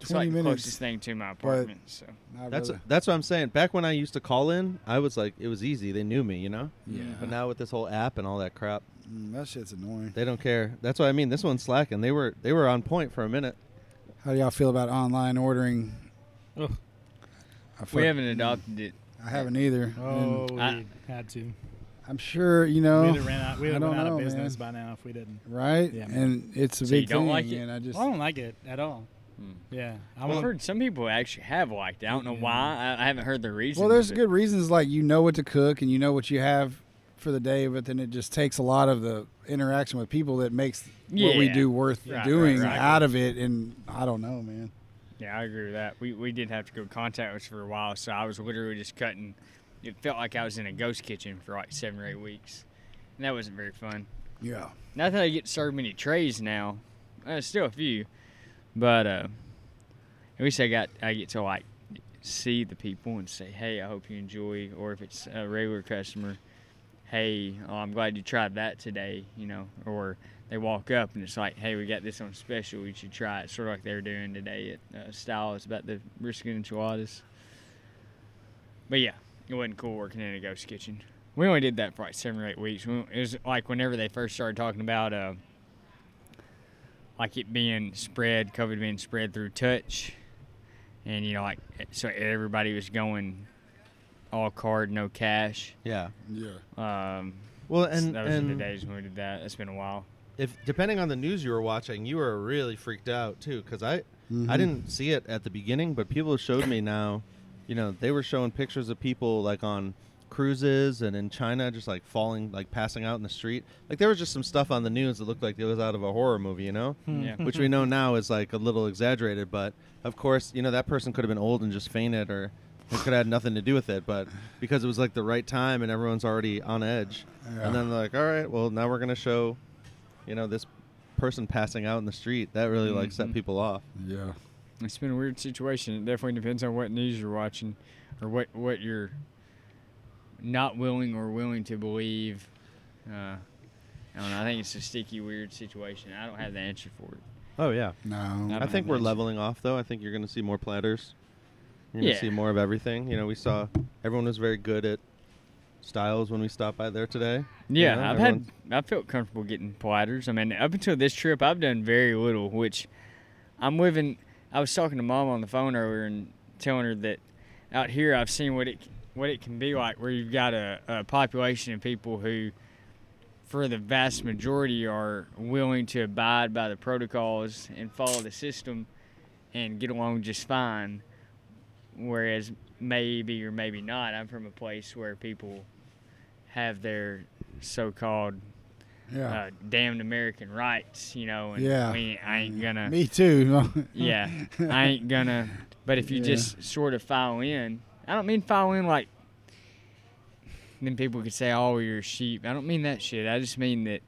Speaker 4: It's
Speaker 3: 20
Speaker 4: like the
Speaker 3: minutes.
Speaker 4: closest thing to my apartment. So
Speaker 3: nah,
Speaker 2: That's
Speaker 3: brother.
Speaker 2: that's what I'm saying. Back when I used to call in, I was like, it was easy. They knew me, you know.
Speaker 3: yeah.
Speaker 2: But now with this whole app and all that crap,
Speaker 3: Mm, that shit's annoying.
Speaker 2: they don't care. That's what I mean. This one's slacking. They were they were on point for a minute.
Speaker 3: How do y'all feel about online ordering?
Speaker 5: Ugh.
Speaker 3: I, fuck-
Speaker 4: we haven't adopted it.
Speaker 3: I haven't either.
Speaker 5: Oh,
Speaker 3: and
Speaker 5: we
Speaker 4: I-
Speaker 5: had to.
Speaker 3: I'm sure you know,
Speaker 5: We'd have ran out. We'd
Speaker 3: I
Speaker 5: have
Speaker 3: don't
Speaker 5: went out of
Speaker 3: know,
Speaker 5: business
Speaker 3: man.
Speaker 5: by now if we didn't.
Speaker 3: right?
Speaker 5: Yeah, man.
Speaker 3: and it's a
Speaker 4: So you
Speaker 3: big
Speaker 4: don't
Speaker 3: thing.
Speaker 4: like it? Oh.
Speaker 3: And I just
Speaker 5: I don't like it at all.
Speaker 4: Hmm.
Speaker 5: Yeah, I
Speaker 4: I've
Speaker 5: want.
Speaker 4: heard some people actually have liked it. I don't know why. I, I haven't heard the reason.
Speaker 3: Mm. well, there's good reasons like you know what to cook and you know what you have for the day, but then it just takes a lot of the interaction with people that makes what we
Speaker 4: Yeah.
Speaker 3: do worth
Speaker 4: Right, right,
Speaker 3: doing
Speaker 4: right.
Speaker 3: out of it. And I don't know, man.
Speaker 4: Yeah, I agree with that. We we did have to go contactless for a while, so I was literally just cutting. It felt like I was in a ghost kitchen for like seven or eight weeks, and that wasn't very fun.
Speaker 3: Yeah.
Speaker 4: Not that I get served many trays now, uh, still a few, but uh, at least I got I get to like see the people and say, hey, I hope you enjoy, or if it's a regular customer, hey, oh, I'm glad you tried that today, you know, or they walk up and it's like, hey, we got this on special, you should try it, sort of like they're doing today at uh, Styles about the brisket enchiladas. But yeah, it wasn't cool working in a ghost kitchen. We only did that for like seven or eight weeks. We- It was like whenever they first started talking about uh, like it being spread, COVID being e, spread through touch, and you know, like so everybody was going all card, no cash.
Speaker 2: Yeah.
Speaker 3: Yeah.
Speaker 4: Um,
Speaker 2: Well,
Speaker 4: s-
Speaker 2: and
Speaker 4: that was in the
Speaker 2: and
Speaker 4: days when we did that. It's been a while.
Speaker 2: if depending on the news you were watching, you were really freaked out too, because I I
Speaker 3: Mhm.
Speaker 2: didn't see it at the beginning, but people showed me now. You know, they were showing pictures of people like on cruises and in China, just like falling, like passing out in the street. Like there was just some stuff on the news that looked like it was out of a horror movie. You know,
Speaker 4: Yeah.
Speaker 2: which we know now is like a little exaggerated, but of course, you know, that person could have been old and just fainted or it could have had nothing to do with it, but because it was like the right time and everyone's already on edge.
Speaker 3: Yeah.
Speaker 2: And then they're like, all right, well, now we're going to show, you know, this person passing out in the street. That really like set
Speaker 4: Mhm.
Speaker 2: people off.
Speaker 3: Yeah.
Speaker 4: It's been a weird situation. It definitely depends on what news you're watching or what, what you're not willing or willing to believe. Uh, I don't know. I think it's a sticky, weird situation. I don't have the answer for it.
Speaker 2: Oh, yeah.
Speaker 3: No.
Speaker 4: I
Speaker 2: I
Speaker 4: don't
Speaker 2: think
Speaker 4: have
Speaker 2: we're
Speaker 4: much.
Speaker 2: leveling off, though. I think you're going to see more platters. You're going to
Speaker 4: Yeah.
Speaker 2: see more of everything. You know, we saw everyone was very good at styles when we stopped by there today. you
Speaker 4: Yeah,
Speaker 2: know,
Speaker 4: I've
Speaker 2: everyone's-
Speaker 4: had I felt comfortable getting platters. I mean, up until this trip, I've done very little. Which I'm living. I was talking to mom on the phone earlier and telling her that out here I've seen what it what it can be like, where you've got a, a population of people who, for the vast majority, are willing to abide by the protocols and follow the system, and get along just fine. Whereas maybe or maybe not, I'm from a place where people have their so-called
Speaker 3: Yeah.
Speaker 4: uh, damned American rights, you know, and
Speaker 3: Yeah.
Speaker 4: we, I ain't gonna,
Speaker 3: Me too. (laughs)
Speaker 4: yeah, I ain't gonna. But if you
Speaker 3: Yeah.
Speaker 4: just sort of file in, I don't mean file in like. Then people could say, "Oh, you're a sheep." I don't mean that shit. I just mean that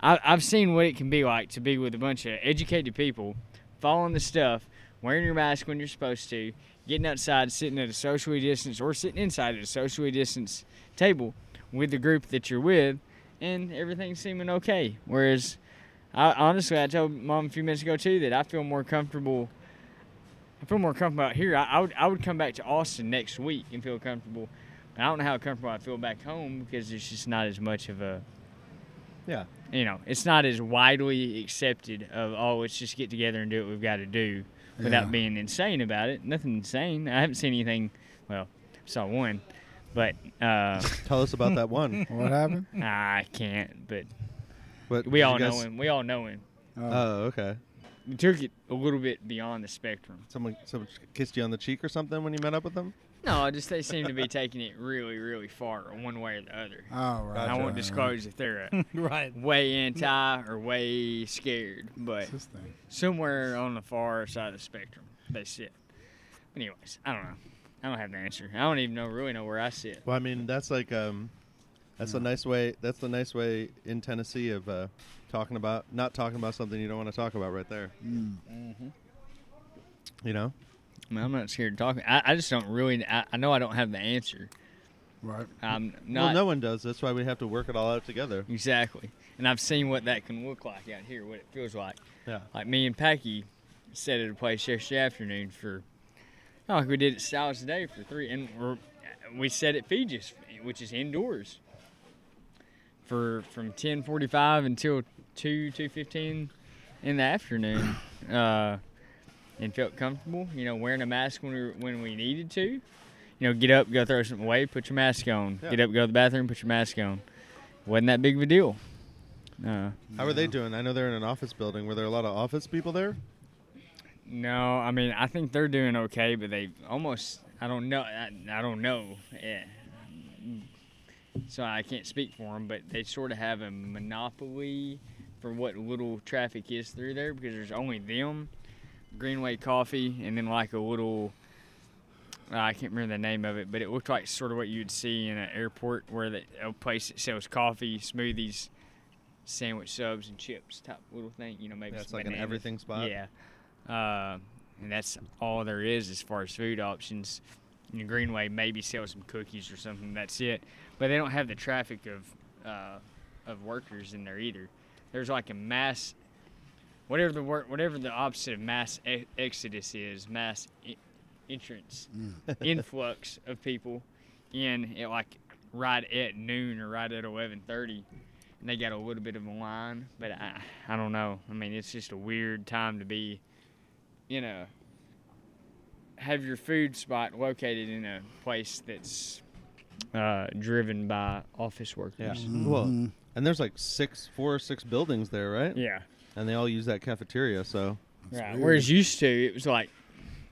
Speaker 4: I, I've seen what it can be like to be with a bunch of educated people, following the stuff, wearing your mask when you're supposed to, getting outside, sitting at a socially distanced or sitting inside at a socially distanced table with the group that you're with, and everything's seeming okay. Whereas, I honestly, I told mom a few minutes ago too that I feel more comfortable. I feel more comfortable out here. I, I would I would come back to Austin next week and feel comfortable. But I don't know how comfortable I feel back home because it's just not as much of a
Speaker 2: Yeah.
Speaker 4: you know, it's not as widely accepted of oh, let's just get together and do what we've got to do without
Speaker 3: Yeah.
Speaker 4: being insane about it. Nothing insane. I haven't seen anything. Well, saw one, but (laughs) uh,
Speaker 2: Tell us about that one.
Speaker 3: (laughs) what happened?
Speaker 4: I can't. But
Speaker 2: But
Speaker 4: we
Speaker 2: did
Speaker 4: all
Speaker 2: you guys-
Speaker 4: know him. We all know him.
Speaker 3: Oh.
Speaker 2: Oh, okay.
Speaker 4: We took it a little bit beyond the spectrum.
Speaker 2: Someone, someone kissed you on the cheek or something when you met up with them?
Speaker 4: No, I just they seem to be taking it really, really far, one way or the other. (laughs)
Speaker 3: oh, right.
Speaker 4: I
Speaker 3: right,
Speaker 4: won't disclose if they're (laughs) uh,
Speaker 5: (laughs) right.
Speaker 4: way anti or way scared, but (laughs)
Speaker 3: Right. This thing.
Speaker 4: somewhere on the far side of the spectrum they sit. Anyways, I don't know. I don't have the answer. I don't even know really know where I sit.
Speaker 2: Well, I mean, that's like um, that's a nice way. That's the nice way in Tennessee of uh, talking about not talking about something you don't want to talk about right there.
Speaker 3: Mm.
Speaker 4: Mm-hmm.
Speaker 2: You know,
Speaker 4: I mean, I'm not scared to talk. I, I just don't really. I, I know I don't have the answer.
Speaker 3: Right.
Speaker 4: I'm
Speaker 2: well,
Speaker 4: not
Speaker 2: no one does. That's why we have to work it all out together.
Speaker 4: (laughs) exactly. And I've seen what that can look like out here, what it feels like.
Speaker 2: Yeah,
Speaker 4: Like me and Packy sat at a place yesterday afternoon for, oh, like we did at Styles today for three, and we're, we sat at Fiji's, which is indoors, for from 10:45 until 2 2:15 in the afternoon,
Speaker 2: (coughs)
Speaker 4: uh, and felt comfortable. You know, wearing a mask when we were- when we needed to. You know, get up, go throw something away, put your mask on.
Speaker 2: Yeah.
Speaker 4: Get up, go to the bathroom, put your mask on. Wasn't that big of a deal. Uh,
Speaker 2: how are they doing? I know they're in an office building. Were there a lot of office people there?
Speaker 4: No, I mean I think they're doing okay, but they almost I don't know I, I don't know, yeah. so I can't speak for them. But they sort of have a monopoly for what little traffic is through there because there's only them, Greenway Coffee, and then like a little uh, I can't remember the name of it, but it looked like sort of what you'd see in an airport where the, a place that sells coffee, smoothies, sandwich subs, and chips type little thing. You know, maybe
Speaker 2: Yeah,
Speaker 4: some
Speaker 2: it's like an
Speaker 4: bananas.
Speaker 2: everything spot.
Speaker 4: Yeah. Uh, and that's all there is as far as food options. In the Greenway, maybe sell some cookies or something. That's it. But they don't have the traffic of uh, of workers in there either. There's like a mass, whatever the work, whatever the opposite of mass e- exodus is, mass I- entrance, (laughs) influx of people in at like right at noon or right at eleven thirty and they got a little bit of a line, but I, I don't know. I mean, it's just a weird time to be, you know, have your food spot located in a place that's uh, driven by office workers.
Speaker 3: Mm-hmm.
Speaker 2: Well, and there's like six, four or six buildings there, right?
Speaker 4: Yeah.
Speaker 2: And they all use that cafeteria. So
Speaker 4: Right.
Speaker 3: weird.
Speaker 4: Whereas used to, it was like,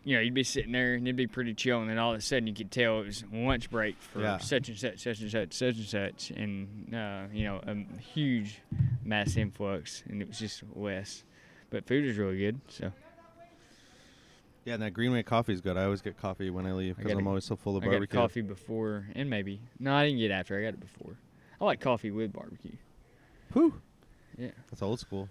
Speaker 4: you know, you'd be sitting there and it'd be pretty chill, and then all of a sudden you could tell it was lunch break for
Speaker 2: Yeah.
Speaker 4: such and such, such and such, such and such, and uh, you know, a huge mass influx, and it was just less. But food is really good, so
Speaker 2: yeah, and that Greenway coffee's good. I always get coffee when I leave
Speaker 4: I
Speaker 2: because
Speaker 4: got
Speaker 2: I'm
Speaker 4: a-
Speaker 2: always so full of
Speaker 4: I got
Speaker 2: barbecue.
Speaker 4: coffee before, and maybe no, I didn't get after. I got it before. I like coffee with barbecue.
Speaker 2: Whew.
Speaker 4: Yeah.
Speaker 2: That's old school.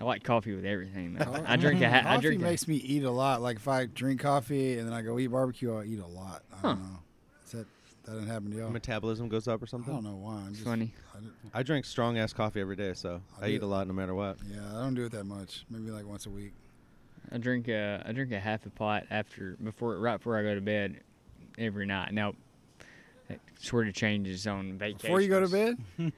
Speaker 4: I like coffee with everything. Though. I drink a ha- I
Speaker 3: coffee
Speaker 4: drink a-
Speaker 3: makes me eat a lot. Like if I drink coffee and then I go eat barbecue, I eat a lot. I don't
Speaker 4: Huh.
Speaker 3: know. Is that that didn't happen to y'all?
Speaker 2: Metabolism goes up or
Speaker 3: Oh. I don't
Speaker 2: something.
Speaker 3: know why. I'm
Speaker 4: It's
Speaker 3: just,
Speaker 4: funny.
Speaker 3: I don't-
Speaker 2: I drink strong ass coffee every day, so
Speaker 3: I
Speaker 2: I eat
Speaker 3: do-
Speaker 2: a lot no matter what.
Speaker 3: yeah, I don't do it that much. Maybe like once a week.
Speaker 4: I drink a I drink a half a pot after before right before I go to bed every night. Now that sort of changes on vacation.
Speaker 3: Before you go to bed,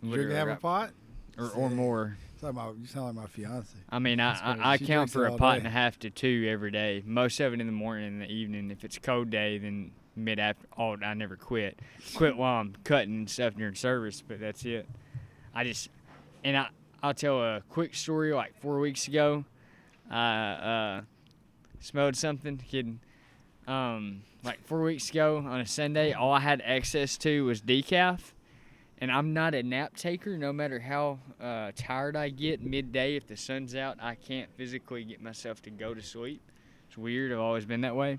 Speaker 3: drink
Speaker 4: Literally
Speaker 3: have a
Speaker 4: right-
Speaker 3: pot.
Speaker 4: or, or more.
Speaker 3: You sound like my, you sound like my fiance.
Speaker 4: I mean, I,
Speaker 3: That's funny.
Speaker 4: I, I
Speaker 3: She
Speaker 4: count
Speaker 3: drinks
Speaker 4: for
Speaker 3: it
Speaker 4: a
Speaker 3: all
Speaker 4: pot
Speaker 3: day.
Speaker 4: and a half to two every day. Most of it in the morning and the evening. If it's a cold day, then mid after. Oh, I never quit. Quit while I'm cutting and stuff during service, but that's it. I just and I I'll tell a quick story. Like four weeks ago, I uh, smelled something. Kidding. Um, like four weeks ago on a Sunday, all I had access to was decaf and I'm not a nap taker. No matter how uh, tired I get midday, if the sun's out, I can't physically get myself to go to sleep. It's weird. I've always been that way.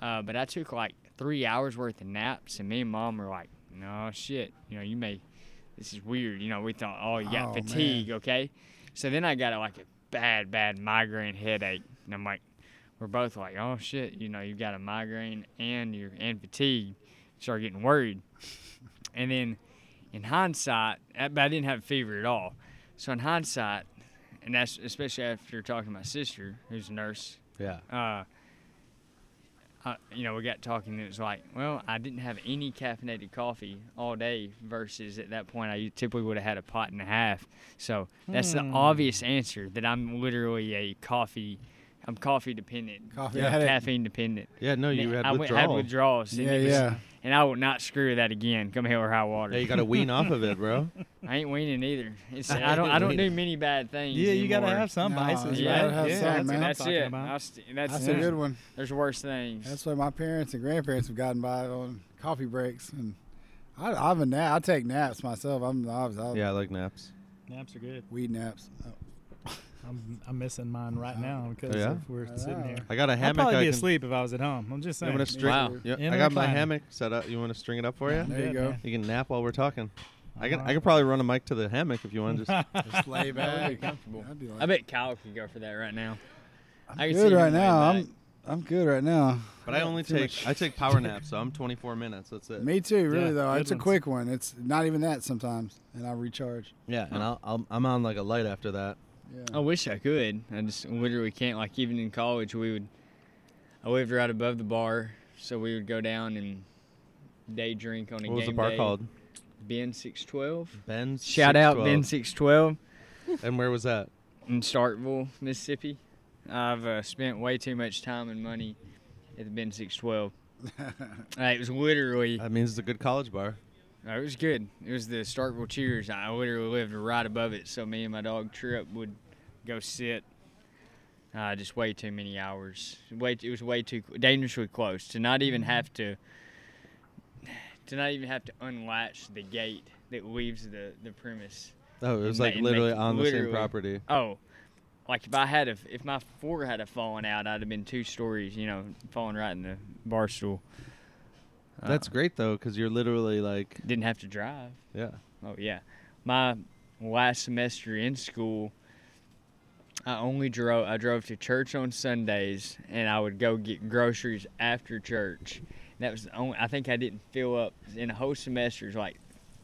Speaker 4: Uh, but I took like three hours worth of naps, and me and mom were like, "No shit, you know, you may. This is weird. You know, we thought, oh, you got
Speaker 3: Oh, man.
Speaker 4: fatigue, okay? So then I got like a bad, bad migraine headache, and I'm like, we're both like, oh shit, you know, you've got a migraine and you're and fatigue. Start getting worried, and then in hindsight, I- but I didn't have a fever at all. So in hindsight, and that's especially after talking to my sister, who's a nurse,
Speaker 2: Yeah.
Speaker 4: uh, I, you know, we got talking, and it was like, well, I didn't have any caffeinated coffee all day versus at that point, I typically would have had a pot and a half. So that's the obvious answer that I'm literally a coffee, I'm coffee dependent,
Speaker 3: Coffee
Speaker 4: I'm
Speaker 3: addict.
Speaker 4: caffeine dependent.
Speaker 2: Yeah. No, you
Speaker 4: Man,
Speaker 2: had
Speaker 4: I went-
Speaker 2: withdrawal.
Speaker 4: had withdrawals. And
Speaker 3: Yeah,
Speaker 4: it was-
Speaker 3: yeah.
Speaker 4: And I will not screw that again, come hell or high water.
Speaker 2: yeah, you got to wean off of it, (laughs) bro.
Speaker 4: I ain't weaning either. It's, I don't. I don't do many bad things.
Speaker 5: Yeah, you gotta
Speaker 4: anymore.
Speaker 5: have some
Speaker 3: No,
Speaker 5: vices,
Speaker 3: you
Speaker 5: right?
Speaker 4: gotta
Speaker 3: have
Speaker 5: yeah,
Speaker 3: some,
Speaker 5: that's
Speaker 3: man.
Speaker 5: what I'm
Speaker 4: That's
Speaker 5: talking
Speaker 4: it.
Speaker 5: about.
Speaker 4: I'll st- (laughs) that's
Speaker 3: That's a good one.
Speaker 4: There's worse things.
Speaker 3: That's why my parents and grandparents have gotten by on coffee breaks, and I, I'm a nap. I take naps myself. I'm I, I,
Speaker 2: Yeah, I like naps.
Speaker 5: Naps are good.
Speaker 3: weed naps. Oh,
Speaker 5: I'm, I'm missing mine right now because
Speaker 2: Oh, yeah?
Speaker 5: if we're
Speaker 3: I
Speaker 5: sitting
Speaker 3: know.
Speaker 5: here.
Speaker 2: I got a
Speaker 5: I'd
Speaker 2: hammock.
Speaker 5: probably
Speaker 2: I
Speaker 5: be
Speaker 2: can-
Speaker 5: asleep if I was at home. I'm just
Speaker 2: You
Speaker 5: saying.
Speaker 2: want to string?
Speaker 4: Wow.
Speaker 2: Yeah,
Speaker 5: In
Speaker 2: I
Speaker 5: the
Speaker 2: got my
Speaker 5: recliner.
Speaker 2: hammock set up. You want to string it up for you?
Speaker 5: I'm
Speaker 3: There you
Speaker 5: good,
Speaker 3: go.
Speaker 5: man.
Speaker 2: You can nap while we're talking. I can. I
Speaker 5: Uh-huh.
Speaker 2: could probably run a mic to the hammock if you want. Just (laughs)
Speaker 4: (laughs)
Speaker 3: Just lay back.
Speaker 4: comfortable.
Speaker 3: I'd be like,
Speaker 4: I bet Kyle could go for that right now.
Speaker 3: I'm
Speaker 4: I can see
Speaker 3: good
Speaker 4: him
Speaker 3: right
Speaker 4: laying
Speaker 3: now.
Speaker 4: back.
Speaker 3: I'm I'm good right now.
Speaker 2: But I only
Speaker 3: Too
Speaker 2: take
Speaker 3: much-
Speaker 2: I take power naps, so I'm 24 minutes. That's
Speaker 4: Uh,
Speaker 2: it.
Speaker 3: Me too, really
Speaker 5: Yeah,
Speaker 3: though.
Speaker 5: good
Speaker 3: It's a
Speaker 5: ones.
Speaker 3: quick one. It's not even that sometimes, and I recharge.
Speaker 2: (laughs)
Speaker 3: (laughs)
Speaker 2: Yeah, and I'll, I'll I'm on like a light after that.
Speaker 3: Yeah.
Speaker 4: I wish I could. I just literally can't. Like even in college, we would. I lived right above the bar, so we would go down and day drink on a
Speaker 2: What was
Speaker 4: game
Speaker 2: the bar
Speaker 4: day.
Speaker 2: called?
Speaker 4: Ben Six Twelve.
Speaker 2: Ben.
Speaker 4: Shout out Ben
Speaker 2: 612.
Speaker 4: Six Twelve.
Speaker 2: And where was that?
Speaker 4: in Starkville, Mississippi. I've uh, spent way too much time and money at the Ben 612. Uh, it was literally,
Speaker 2: That means it's a good college bar.
Speaker 4: uh, it was good. It was the Starkville Cheers. I literally lived right above it, so me and my dog Trip would go sit. Uh, just way too many hours. Way it was way too dangerously close to not even have to to not even have to unlatch the gate that leaves the the premise.
Speaker 2: Oh, it was
Speaker 4: And
Speaker 2: like
Speaker 4: ma- and
Speaker 2: literally
Speaker 4: make-
Speaker 2: on the same
Speaker 4: literally.
Speaker 2: property.
Speaker 4: Oh, like if I had a, if my floor had a fallen out, I'd have been two stories, you know, falling right in the bar stool. Uh,
Speaker 2: That's great though, because you're literally like
Speaker 4: Didn't have to drive.
Speaker 2: yeah.
Speaker 4: Oh yeah, my last semester in school, I only drove. I drove to church on Sundays, and I would go get groceries after church. And that was the only. I think I didn't fill up in a whole semester. It's like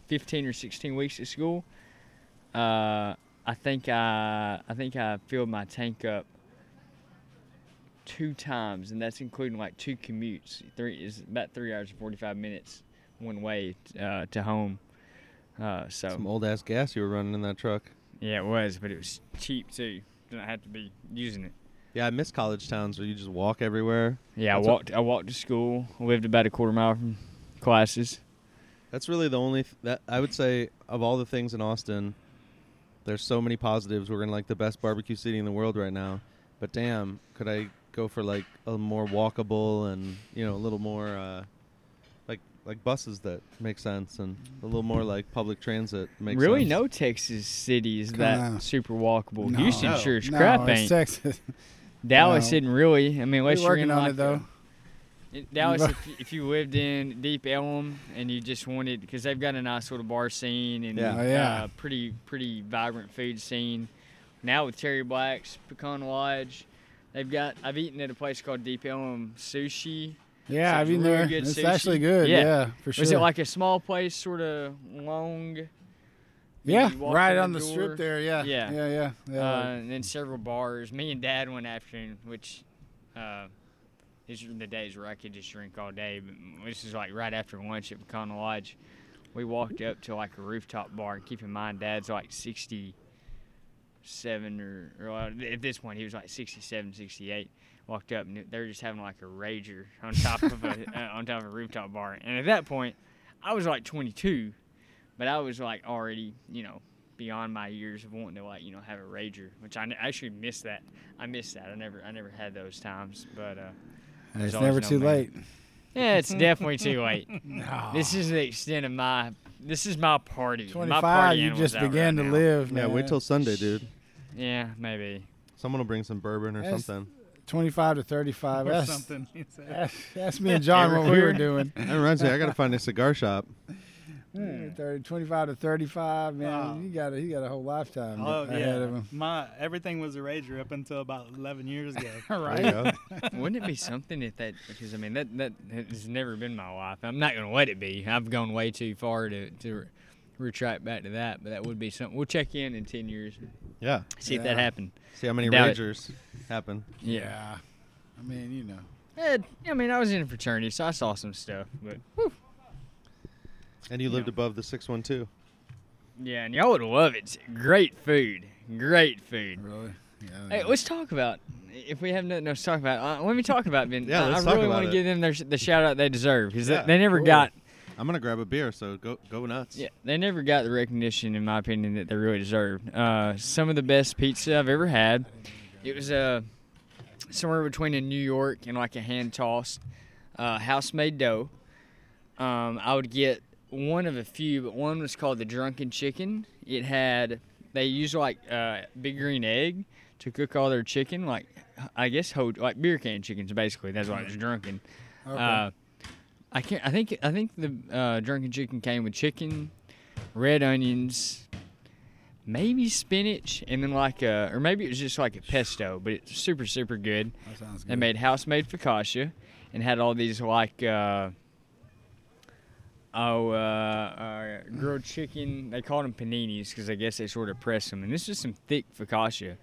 Speaker 4: fifteen or sixteen weeks at school. Uh, I think I I think I filled my tank up two times, and that's including like two commutes. Three is about three hours and forty five minutes one way uh, to home. Uh, so
Speaker 2: Some old ass gas you were running in that truck.
Speaker 4: yeah, it was, but it was cheap too. Didn't have to be using it.
Speaker 2: Yeah, I miss college towns where you just walk everywhere.
Speaker 4: Yeah,
Speaker 2: That's
Speaker 4: I
Speaker 2: what-
Speaker 4: walked. I walked to school. Lived about a quarter mile from classes.
Speaker 2: That's really the only th- that I would say of all the things in Austin. There's so many positives. We're in like the best barbecue city in the world right now. But damn, could I go for like a more walkable and you know a little more uh, like like buses that make sense and a little more like public transit makes
Speaker 4: really,
Speaker 2: sense.
Speaker 4: no Texas city is
Speaker 3: Kinda.
Speaker 4: that super walkable.
Speaker 3: No.
Speaker 4: Houston
Speaker 2: No.
Speaker 4: sure as
Speaker 3: no,
Speaker 4: crap
Speaker 3: it's
Speaker 4: ain't.
Speaker 3: Texas.
Speaker 4: Dallas
Speaker 3: no.
Speaker 4: isn't really. I mean, unless
Speaker 3: We're
Speaker 4: you're in
Speaker 3: working on
Speaker 4: like
Speaker 3: it though.
Speaker 4: In Dallas,
Speaker 3: Right.
Speaker 4: if, you- if you lived in Deep Elm and you just wanted, because they've got a nice little bar scene and
Speaker 2: Yeah.
Speaker 3: Oh, yeah.
Speaker 4: Uh, pretty pretty vibrant food scene. Now with Terry Black's Pecan Lodge, they've got. I've eaten at a place called Deep Elm Sushi.
Speaker 3: Yeah,
Speaker 4: So
Speaker 3: I've
Speaker 4: it's
Speaker 3: been
Speaker 4: really
Speaker 3: there.
Speaker 4: good
Speaker 3: It's
Speaker 4: sushi.
Speaker 3: actually good.
Speaker 4: Yeah.
Speaker 3: Yeah, for sure.
Speaker 4: Was it like a small place, sort of long?
Speaker 3: yeah,
Speaker 4: you walk
Speaker 3: right
Speaker 4: in the
Speaker 3: on the,
Speaker 4: door?
Speaker 3: strip there. Yeah,
Speaker 4: Yeah.
Speaker 3: yeah, yeah. yeah.
Speaker 4: Uh, and then several bars. Me and Dad one afternoon, which uh, these are the days where I could just drink all day. But this is like right after lunch at Pecan Lodge. We walked up to like a rooftop bar, and keep in mind, Dad's like 67 or, or uh, at this point, he was like 67, 68. Walked up, and they were just having like a rager on top of a uh, on top of a rooftop bar. And at that point, I was like 22, but I was like already, you know, beyond my years of wanting to like you know have a rager, which I n- actually miss that. I miss that. I never I never had those times, but uh,
Speaker 3: And it's
Speaker 4: there's always
Speaker 3: never
Speaker 4: no
Speaker 3: too
Speaker 4: man.
Speaker 3: late. Ah,
Speaker 4: yeah, it's definitely too late.
Speaker 3: No.
Speaker 4: This is the extent of my this is my party. my
Speaker 3: 25,
Speaker 4: party
Speaker 3: you
Speaker 4: animal's
Speaker 3: just
Speaker 4: out
Speaker 3: began
Speaker 4: right
Speaker 3: to
Speaker 4: now.
Speaker 3: live.
Speaker 2: Yeah,
Speaker 3: man.
Speaker 2: wait till Sunday, dude.
Speaker 4: Yeah,
Speaker 3: (laughs)
Speaker 4: maybe.
Speaker 2: Someone will bring some bourbon or
Speaker 3: That's-
Speaker 2: something.
Speaker 3: 25 to 35.
Speaker 5: (laughs) or
Speaker 3: That's,
Speaker 5: something. he said.
Speaker 3: That's, that's me and John what we
Speaker 2: (laughs)
Speaker 3: were doing.
Speaker 2: That reminds me, I gotta find a cigar shop.
Speaker 3: Mm, 30, 25 to 35,
Speaker 5: Wow.
Speaker 3: man. You got a, he got a whole lifetime
Speaker 5: Oh
Speaker 3: ahead of
Speaker 5: yeah,
Speaker 3: him.
Speaker 5: my everything was a rager up until about eleven years ago.
Speaker 2: There you go.
Speaker 4: Wouldn't it be something if that? Because I mean that that has never been my life. I'm not gonna let it be. I've gone way too far to to re- retract back to that. But that would be something. We'll check in in ten years, and
Speaker 2: Yeah.
Speaker 4: see if that
Speaker 3: Yeah.
Speaker 4: happened.
Speaker 2: See how many
Speaker 4: Doubt it.
Speaker 2: ragers happen.
Speaker 3: I mean, you know.
Speaker 4: Eh, I mean, I was in a fraternity, so I saw some stuff. But
Speaker 2: And you lived above the six one two.
Speaker 4: yeah, and y'all would love it. Great food. Great food.
Speaker 3: Really? Yeah.
Speaker 4: Hey, let's talk about if we have nothing else to talk about. Uh, let me talk about Ben.
Speaker 2: (laughs) Yeah,
Speaker 4: I-
Speaker 2: let's
Speaker 4: I
Speaker 2: talk
Speaker 4: really
Speaker 2: about
Speaker 4: want
Speaker 2: it.
Speaker 4: to give them their, sh- the shout out they deserve because
Speaker 2: Yeah,
Speaker 4: they, never
Speaker 2: cool.
Speaker 4: got
Speaker 2: I'm gonna grab a beer, so go go nuts.
Speaker 4: Yeah, they never got the recognition, in my opinion, that they really deserved. Uh, some of the best pizza I've ever had. It was uh, somewhere between a New York and like a hand tossed uh, house made dough. Um, I would get one of a few, but one was called the Drunken Chicken. It had, they used like uh, big green egg to cook all their chicken, like, I guess, whole, like beer can chickens, basically. That's why it was drunken.
Speaker 3: Okay.
Speaker 4: Uh, I can't. I think. I think the uh, drunken chicken came with chicken, red onions, maybe spinach, and then like a, or maybe it was just like a pesto. But it's super, super good.
Speaker 3: that sounds
Speaker 4: They
Speaker 3: good.
Speaker 4: made house made focaccia, and had all these like, uh, oh, uh, uh, grilled chicken. They called them paninis because I guess they sort of press them. And this is some thick focaccia,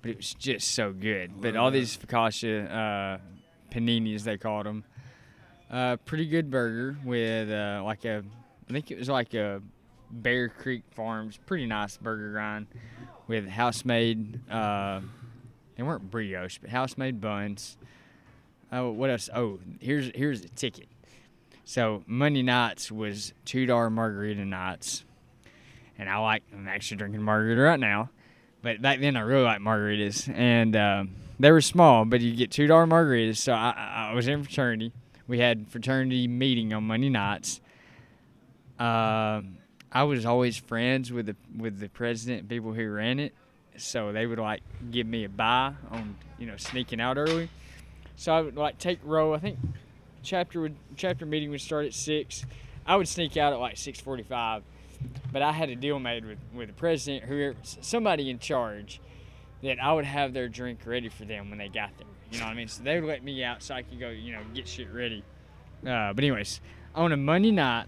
Speaker 4: but it was just so good. But all these focaccia uh, paninis they called them. Uh, pretty good burger with uh, like a, I think it was like a Bear Creek Farms, pretty nice burger rind with house made. Uh, they weren't brioche, but house made buns. Oh, what else? Oh, here's here's the ticket. So Monday nights was two dollar margarita nights, and I like I'm actually drinking margarita right now, but back then I really liked margaritas, and um they were small, but you get two dollar margaritas. So I- I, I was in fraternity. We had fraternity meeting on Monday nights. Um I was always friends with the with the president, and people who ran it, so they would like give me a buy on you know sneaking out early. So I would like take row. I think chapter would chapter meeting would start at six. I would sneak out at like six forty-five, but I had a deal made with with the president, whoever, s- somebody in charge, that I would have their drink ready for them when they got there. You know what I mean? So they would let me out so I could go, you know, get shit ready. Uh, but anyways, on a Monday night,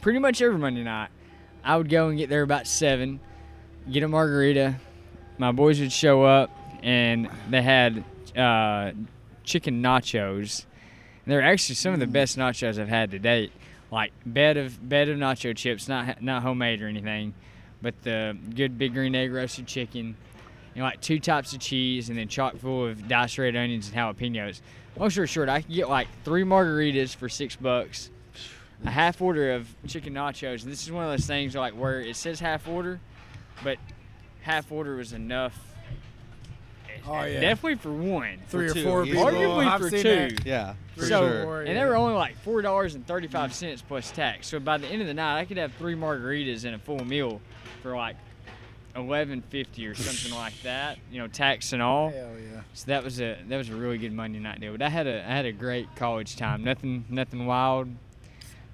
Speaker 4: pretty much every Monday night, I would go and get there about seven, get a margarita. My boys would show up, and they had uh, chicken nachos. And they're actually some
Speaker 3: Mm.
Speaker 4: of the best nachos I've had to date. Like bed of bed of nacho chips, not not homemade or anything, but the good big green egg roasted chicken, and like two types of cheese, and then chock full of diced red onions and jalapenos. Long story short, I could get like three margaritas for six bucks, a half order of chicken nachos. And this is one of those things like where it says half order, but half order was enough.
Speaker 3: Oh, yeah.
Speaker 4: Definitely for one.
Speaker 3: Three
Speaker 2: For
Speaker 3: or
Speaker 2: two,
Speaker 3: four
Speaker 2: yeah.
Speaker 3: people.
Speaker 4: Arguably
Speaker 3: I've
Speaker 4: for
Speaker 3: seen
Speaker 4: two.
Speaker 3: that.
Speaker 2: Yeah, for
Speaker 4: so,
Speaker 2: sure.
Speaker 4: and they were only like four dollars and thirty-five cents plus tax. So by the end of the night, I could have three margaritas and a full meal for like eleven fifty or something like that. You know, tax and all.
Speaker 3: Hell yeah.
Speaker 4: So that was a that was a really good Monday night deal. But I had a I had a great college time. Nothing nothing wild.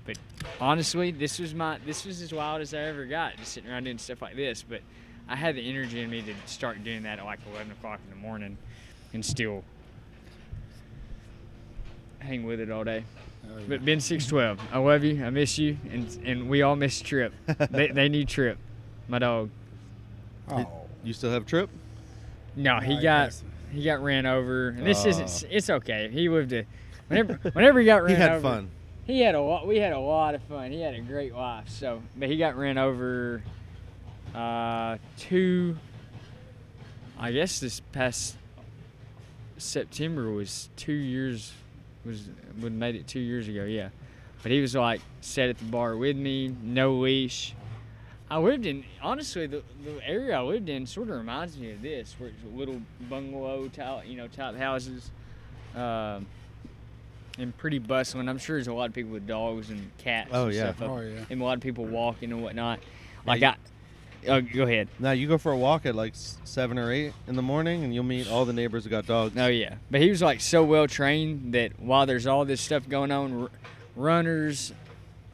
Speaker 4: But honestly, this was my this was as wild as I ever got, just sitting around doing stuff like this. But I had the energy in me to start doing that at like eleven o'clock in the morning and still hang with it all day. But Ben six twelve, I love you, I miss you, and and we all miss Trip. they, they need Trip, my dog.
Speaker 3: Oh.
Speaker 2: You still have a trip?
Speaker 4: No, he
Speaker 3: I
Speaker 4: got
Speaker 3: guess.
Speaker 4: he got ran over. And this isn't.
Speaker 2: Oh.
Speaker 4: It's okay. He lived a. Whenever whenever he got ran
Speaker 2: (laughs) He had
Speaker 4: over,
Speaker 2: fun.
Speaker 4: He had a lot. We had a lot of fun. He had a great life. So, but he got ran over. Uh, two. I guess this past September was two years. Was would made it two years ago. Yeah, but he was like sat at the bar with me, no leash. I lived in honestly the, the area I lived in sort of reminds me of this, where it's little bungalow type, you know, type houses, um, and pretty bustling. I'm sure there's a lot of people with dogs and cats.
Speaker 2: Oh,
Speaker 4: and
Speaker 2: yeah.
Speaker 4: stuff up-
Speaker 3: Oh, yeah.
Speaker 4: and a lot of people walking and whatnot. Like I, oh, go ahead.
Speaker 2: Now you go for a walk at like s- seven or eight in the morning, and you'll meet all the neighbors who got dogs.
Speaker 4: No, Oh, yeah, but he was like so well trained that while there's all this stuff going on, r- runners,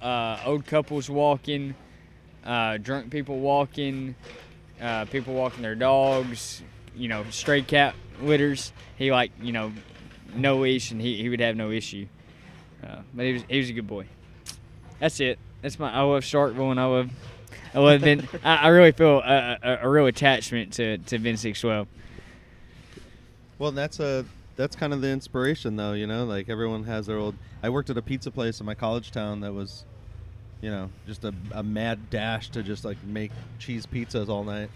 Speaker 4: uh, old couples walking, uh, drunk people walking, uh, people walking their dogs, you know, stray cat litters. He like you know, no leash, and he, he would have no issue. Uh, but he was he was a good boy. That's it. That's my I love Starkville, and I love I love (laughs) Ben. I, I really feel a, a, a real attachment to to Ben Six Twelve.
Speaker 2: Well, that's a that's kind of the inspiration, though. You know, like everyone has their old. I worked at a pizza place in my college town that was, you know, just a, a mad dash to just like make cheese pizzas all night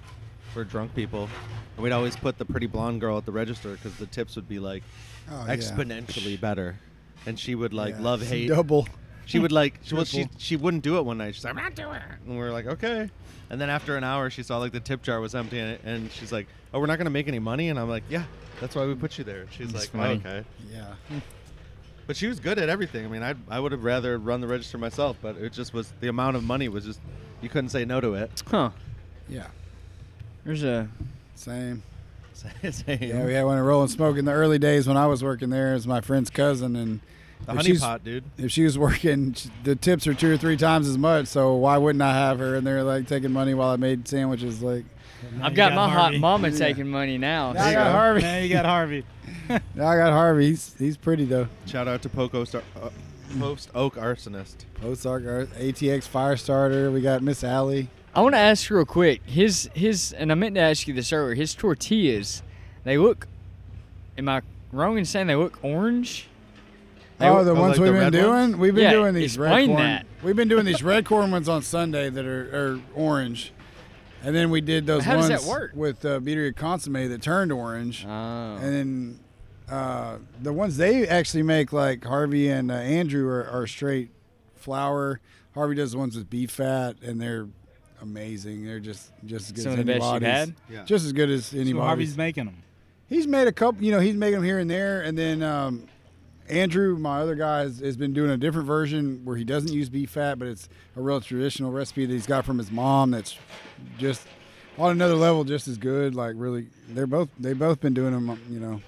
Speaker 2: for drunk people. And we'd always put the pretty blonde girl at the register because the tips would be like
Speaker 3: Oh, yeah.
Speaker 2: exponentially better, and she would like
Speaker 3: Yeah.
Speaker 2: love hate.
Speaker 3: Double.
Speaker 2: She would like. She, well, she
Speaker 3: Triple.
Speaker 2: she wouldn't do it one night. She's like, I'm not doing it. And we are like, okay. And then after an hour, she saw like the tip jar was empty, and, and she's like, oh, we're not gonna make any money. And I'm like, yeah, that's why we put you there. And she's
Speaker 4: That's
Speaker 2: like,
Speaker 4: funny.
Speaker 2: "Oh, okay.
Speaker 3: Yeah. (laughs)
Speaker 2: But she was good at everything. I mean, I I would have rather run the register myself, but it just was the amount of money was just you couldn't say no to it. (laughs)
Speaker 4: Huh.
Speaker 3: Yeah.
Speaker 4: There's a
Speaker 3: Same.
Speaker 2: So it's a-
Speaker 3: Yeah, we had one at Rolling Smoke in the early days when I was working there. It was my friend's cousin, and
Speaker 2: the
Speaker 3: if
Speaker 2: honey
Speaker 3: she's-
Speaker 2: pot, dude.
Speaker 3: If she was (laughs) working, sh- the tips are two or three times as much. So why wouldn't I have her in there, like taking money while I made sandwiches? Like
Speaker 4: I've got, my hot
Speaker 5: Harvey.
Speaker 4: mama taking money now.
Speaker 3: Now I
Speaker 4: so-
Speaker 3: got Harvey. (laughs)
Speaker 5: Now you
Speaker 2: (laughs)
Speaker 5: got Harvey.
Speaker 3: now I got Harvey. He's, he's pretty though.
Speaker 2: Shout out to Poco Star, uh, Post Oak Arsonist.
Speaker 3: Ozark, our ATX Firestarter. We got Miss Allie.
Speaker 4: I want to ask real quick. His his and I meant to ask you this earlier. His tortillas, they look. Am I wrong in saying they look orange? They
Speaker 3: oh,
Speaker 4: look-
Speaker 3: the
Speaker 2: oh,
Speaker 3: ones
Speaker 2: like
Speaker 3: we've
Speaker 2: the
Speaker 3: been
Speaker 2: red
Speaker 3: doing.
Speaker 2: ones?
Speaker 3: We've been
Speaker 4: Yeah,
Speaker 3: doing these red
Speaker 4: explain
Speaker 3: corn.
Speaker 4: that.
Speaker 3: We've been doing these red corn ones on Sunday that are, are orange, and then we did those
Speaker 4: How does
Speaker 3: ones
Speaker 4: that work?
Speaker 3: with uh, beateria consomme that turned orange.
Speaker 4: Oh.
Speaker 3: And then uh, the ones they actually make, like Harvey and uh, Andrew, are, are straight flour. Harvey does the ones with beef fat, and they're amazing. They're just just as good
Speaker 4: Some
Speaker 3: as
Speaker 4: of the best you've
Speaker 3: anybody's.
Speaker 4: had?
Speaker 2: Yeah.
Speaker 3: Just as good as
Speaker 5: So
Speaker 3: anybody's.
Speaker 5: Harvey's making them.
Speaker 3: he's made a couple. You know, he's making them here and there, and then. Um, Andrew, my other guy, has, has been doing a different version where he doesn't use beef fat, but it's a real traditional recipe that he's got from his mom. That's just on another level, just as good. Like really, they're both they both been doing them, you know,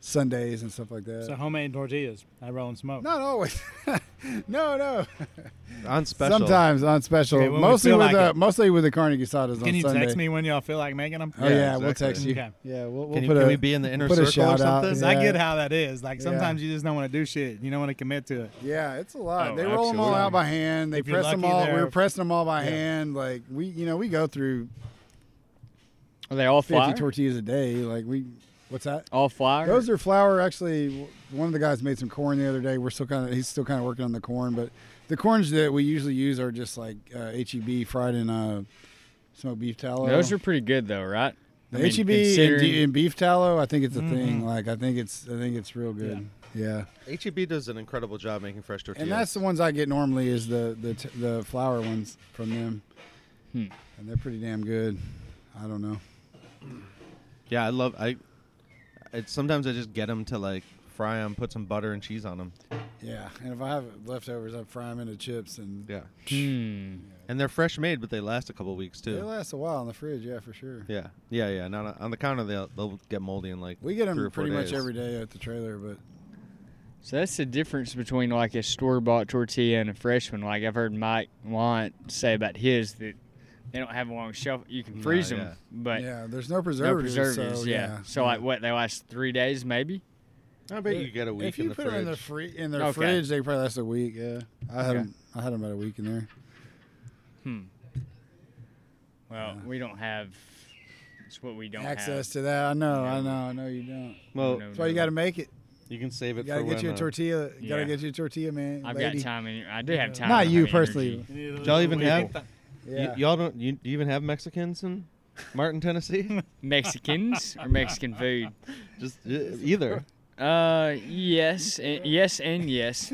Speaker 3: Sundays and stuff like that.
Speaker 5: So homemade tortillas. I roll and smoke.
Speaker 3: Not always. (laughs) no, no.
Speaker 2: On special.
Speaker 3: Sometimes on special,
Speaker 5: Okay, when we
Speaker 3: mostly
Speaker 5: feel
Speaker 3: with
Speaker 5: like
Speaker 3: uh,
Speaker 5: it.
Speaker 3: mostly with the carne asadas
Speaker 5: Can
Speaker 3: on
Speaker 5: you
Speaker 3: Sunday.
Speaker 5: text me when y'all feel like making them?
Speaker 3: Oh yeah,
Speaker 2: Yeah,
Speaker 3: we'll
Speaker 2: exactly.
Speaker 3: text you.
Speaker 5: Okay.
Speaker 3: Yeah, we'll, we'll
Speaker 2: Can, you-
Speaker 3: put
Speaker 2: can
Speaker 3: a,
Speaker 2: we be in the inner
Speaker 3: put a
Speaker 2: circle or
Speaker 3: shout out.
Speaker 2: something?
Speaker 5: Because
Speaker 3: Yeah.
Speaker 5: I get how that is. Like
Speaker 3: Yeah.
Speaker 5: sometimes you just don't want to do shit. You don't want to commit to it.
Speaker 3: Yeah, it's a lot.
Speaker 4: Oh,
Speaker 3: they roll them all
Speaker 4: absolutely.
Speaker 3: out by hand. They
Speaker 5: If you're
Speaker 3: press them
Speaker 5: lucky,
Speaker 3: all.
Speaker 5: they're-
Speaker 3: We're pressing them all by
Speaker 5: Yeah.
Speaker 3: hand. Like we, you know, we go through
Speaker 4: Are they all
Speaker 3: fifty
Speaker 4: flour?
Speaker 3: tortillas a day. Like we, what's that?
Speaker 4: all flour.
Speaker 3: Those are flour. Actually, w- one of the guys made some corn the other day. We're still kind of he's still kind of working on the corn, but the corns that we usually use are just like uh, HEB fried in uh, smoked beef tallow.
Speaker 4: Those are pretty good though, right? I
Speaker 3: the E
Speaker 4: mean,
Speaker 3: HEB and,
Speaker 4: considering- Mm-hmm.
Speaker 3: d- and beef tallow. I think it's a thing. Like I think it's I think it's real good. Yeah.
Speaker 2: HEB E does an incredible job making fresh tortillas.
Speaker 3: And that's the ones I get normally is the the t- the flour ones from them,
Speaker 4: Hmm.
Speaker 3: and they're pretty damn good. I don't know.
Speaker 2: yeah, I love. I it, sometimes I just get them to like fry them, put some butter and cheese on them.
Speaker 3: Yeah, and if I have leftovers, I fry them into chips, and
Speaker 2: Yeah,
Speaker 4: Hmm.
Speaker 2: and they're fresh made, but they last a couple weeks
Speaker 3: they
Speaker 2: too.
Speaker 3: last a while in the fridge. Yeah, for sure.
Speaker 2: yeah, yeah, yeah. Not on- on the counter, they'll they'll get moldy in like
Speaker 3: We get
Speaker 2: three or
Speaker 3: them
Speaker 2: four
Speaker 3: pretty much
Speaker 2: days.
Speaker 3: every day at the trailer, but
Speaker 4: So that's the difference between like a store bought tortilla and a fresh one. Like I've heard Mike Want say about his that they don't have a long shelf. You can
Speaker 2: No,
Speaker 4: freeze
Speaker 2: yeah.
Speaker 4: them, but
Speaker 3: yeah, there's no
Speaker 4: no
Speaker 3: preservatives.
Speaker 4: preservatives.
Speaker 3: so,
Speaker 4: yeah.
Speaker 3: yeah.
Speaker 4: So like what they last three days maybe.
Speaker 2: I bet you get a week
Speaker 3: if you
Speaker 2: in the
Speaker 3: put
Speaker 2: fridge.
Speaker 3: them in the free in their
Speaker 4: Okay.
Speaker 3: fridge, they probably last a week. Yeah, I had
Speaker 4: Okay.
Speaker 3: them. I had them about a week in there.
Speaker 4: Hmm. Well,
Speaker 3: Yeah.
Speaker 4: we don't have. It's what we don't
Speaker 3: Access
Speaker 4: have.
Speaker 3: to that, I know, I know, I know you don't.
Speaker 2: well,
Speaker 4: No,
Speaker 3: That's why you
Speaker 4: no.
Speaker 3: got to make it.
Speaker 2: you can save it.
Speaker 3: You got to
Speaker 2: for
Speaker 3: get you a
Speaker 2: when, uh,
Speaker 3: tortilla. You Got
Speaker 4: yeah.
Speaker 3: to get you a tortilla, man.
Speaker 4: I've
Speaker 3: lady.
Speaker 4: got time in. I do have time.
Speaker 3: Not
Speaker 4: and I
Speaker 3: you
Speaker 4: have
Speaker 3: personally.
Speaker 4: energy.
Speaker 2: Y'all even have
Speaker 3: Yeah.
Speaker 2: y- y'all don't you, do you even have Mexicans in Martin, (laughs) Tennessee?
Speaker 4: Mexicans or Mexican food.
Speaker 2: just uh, either.
Speaker 4: Uh, yes, and, yes, and yes.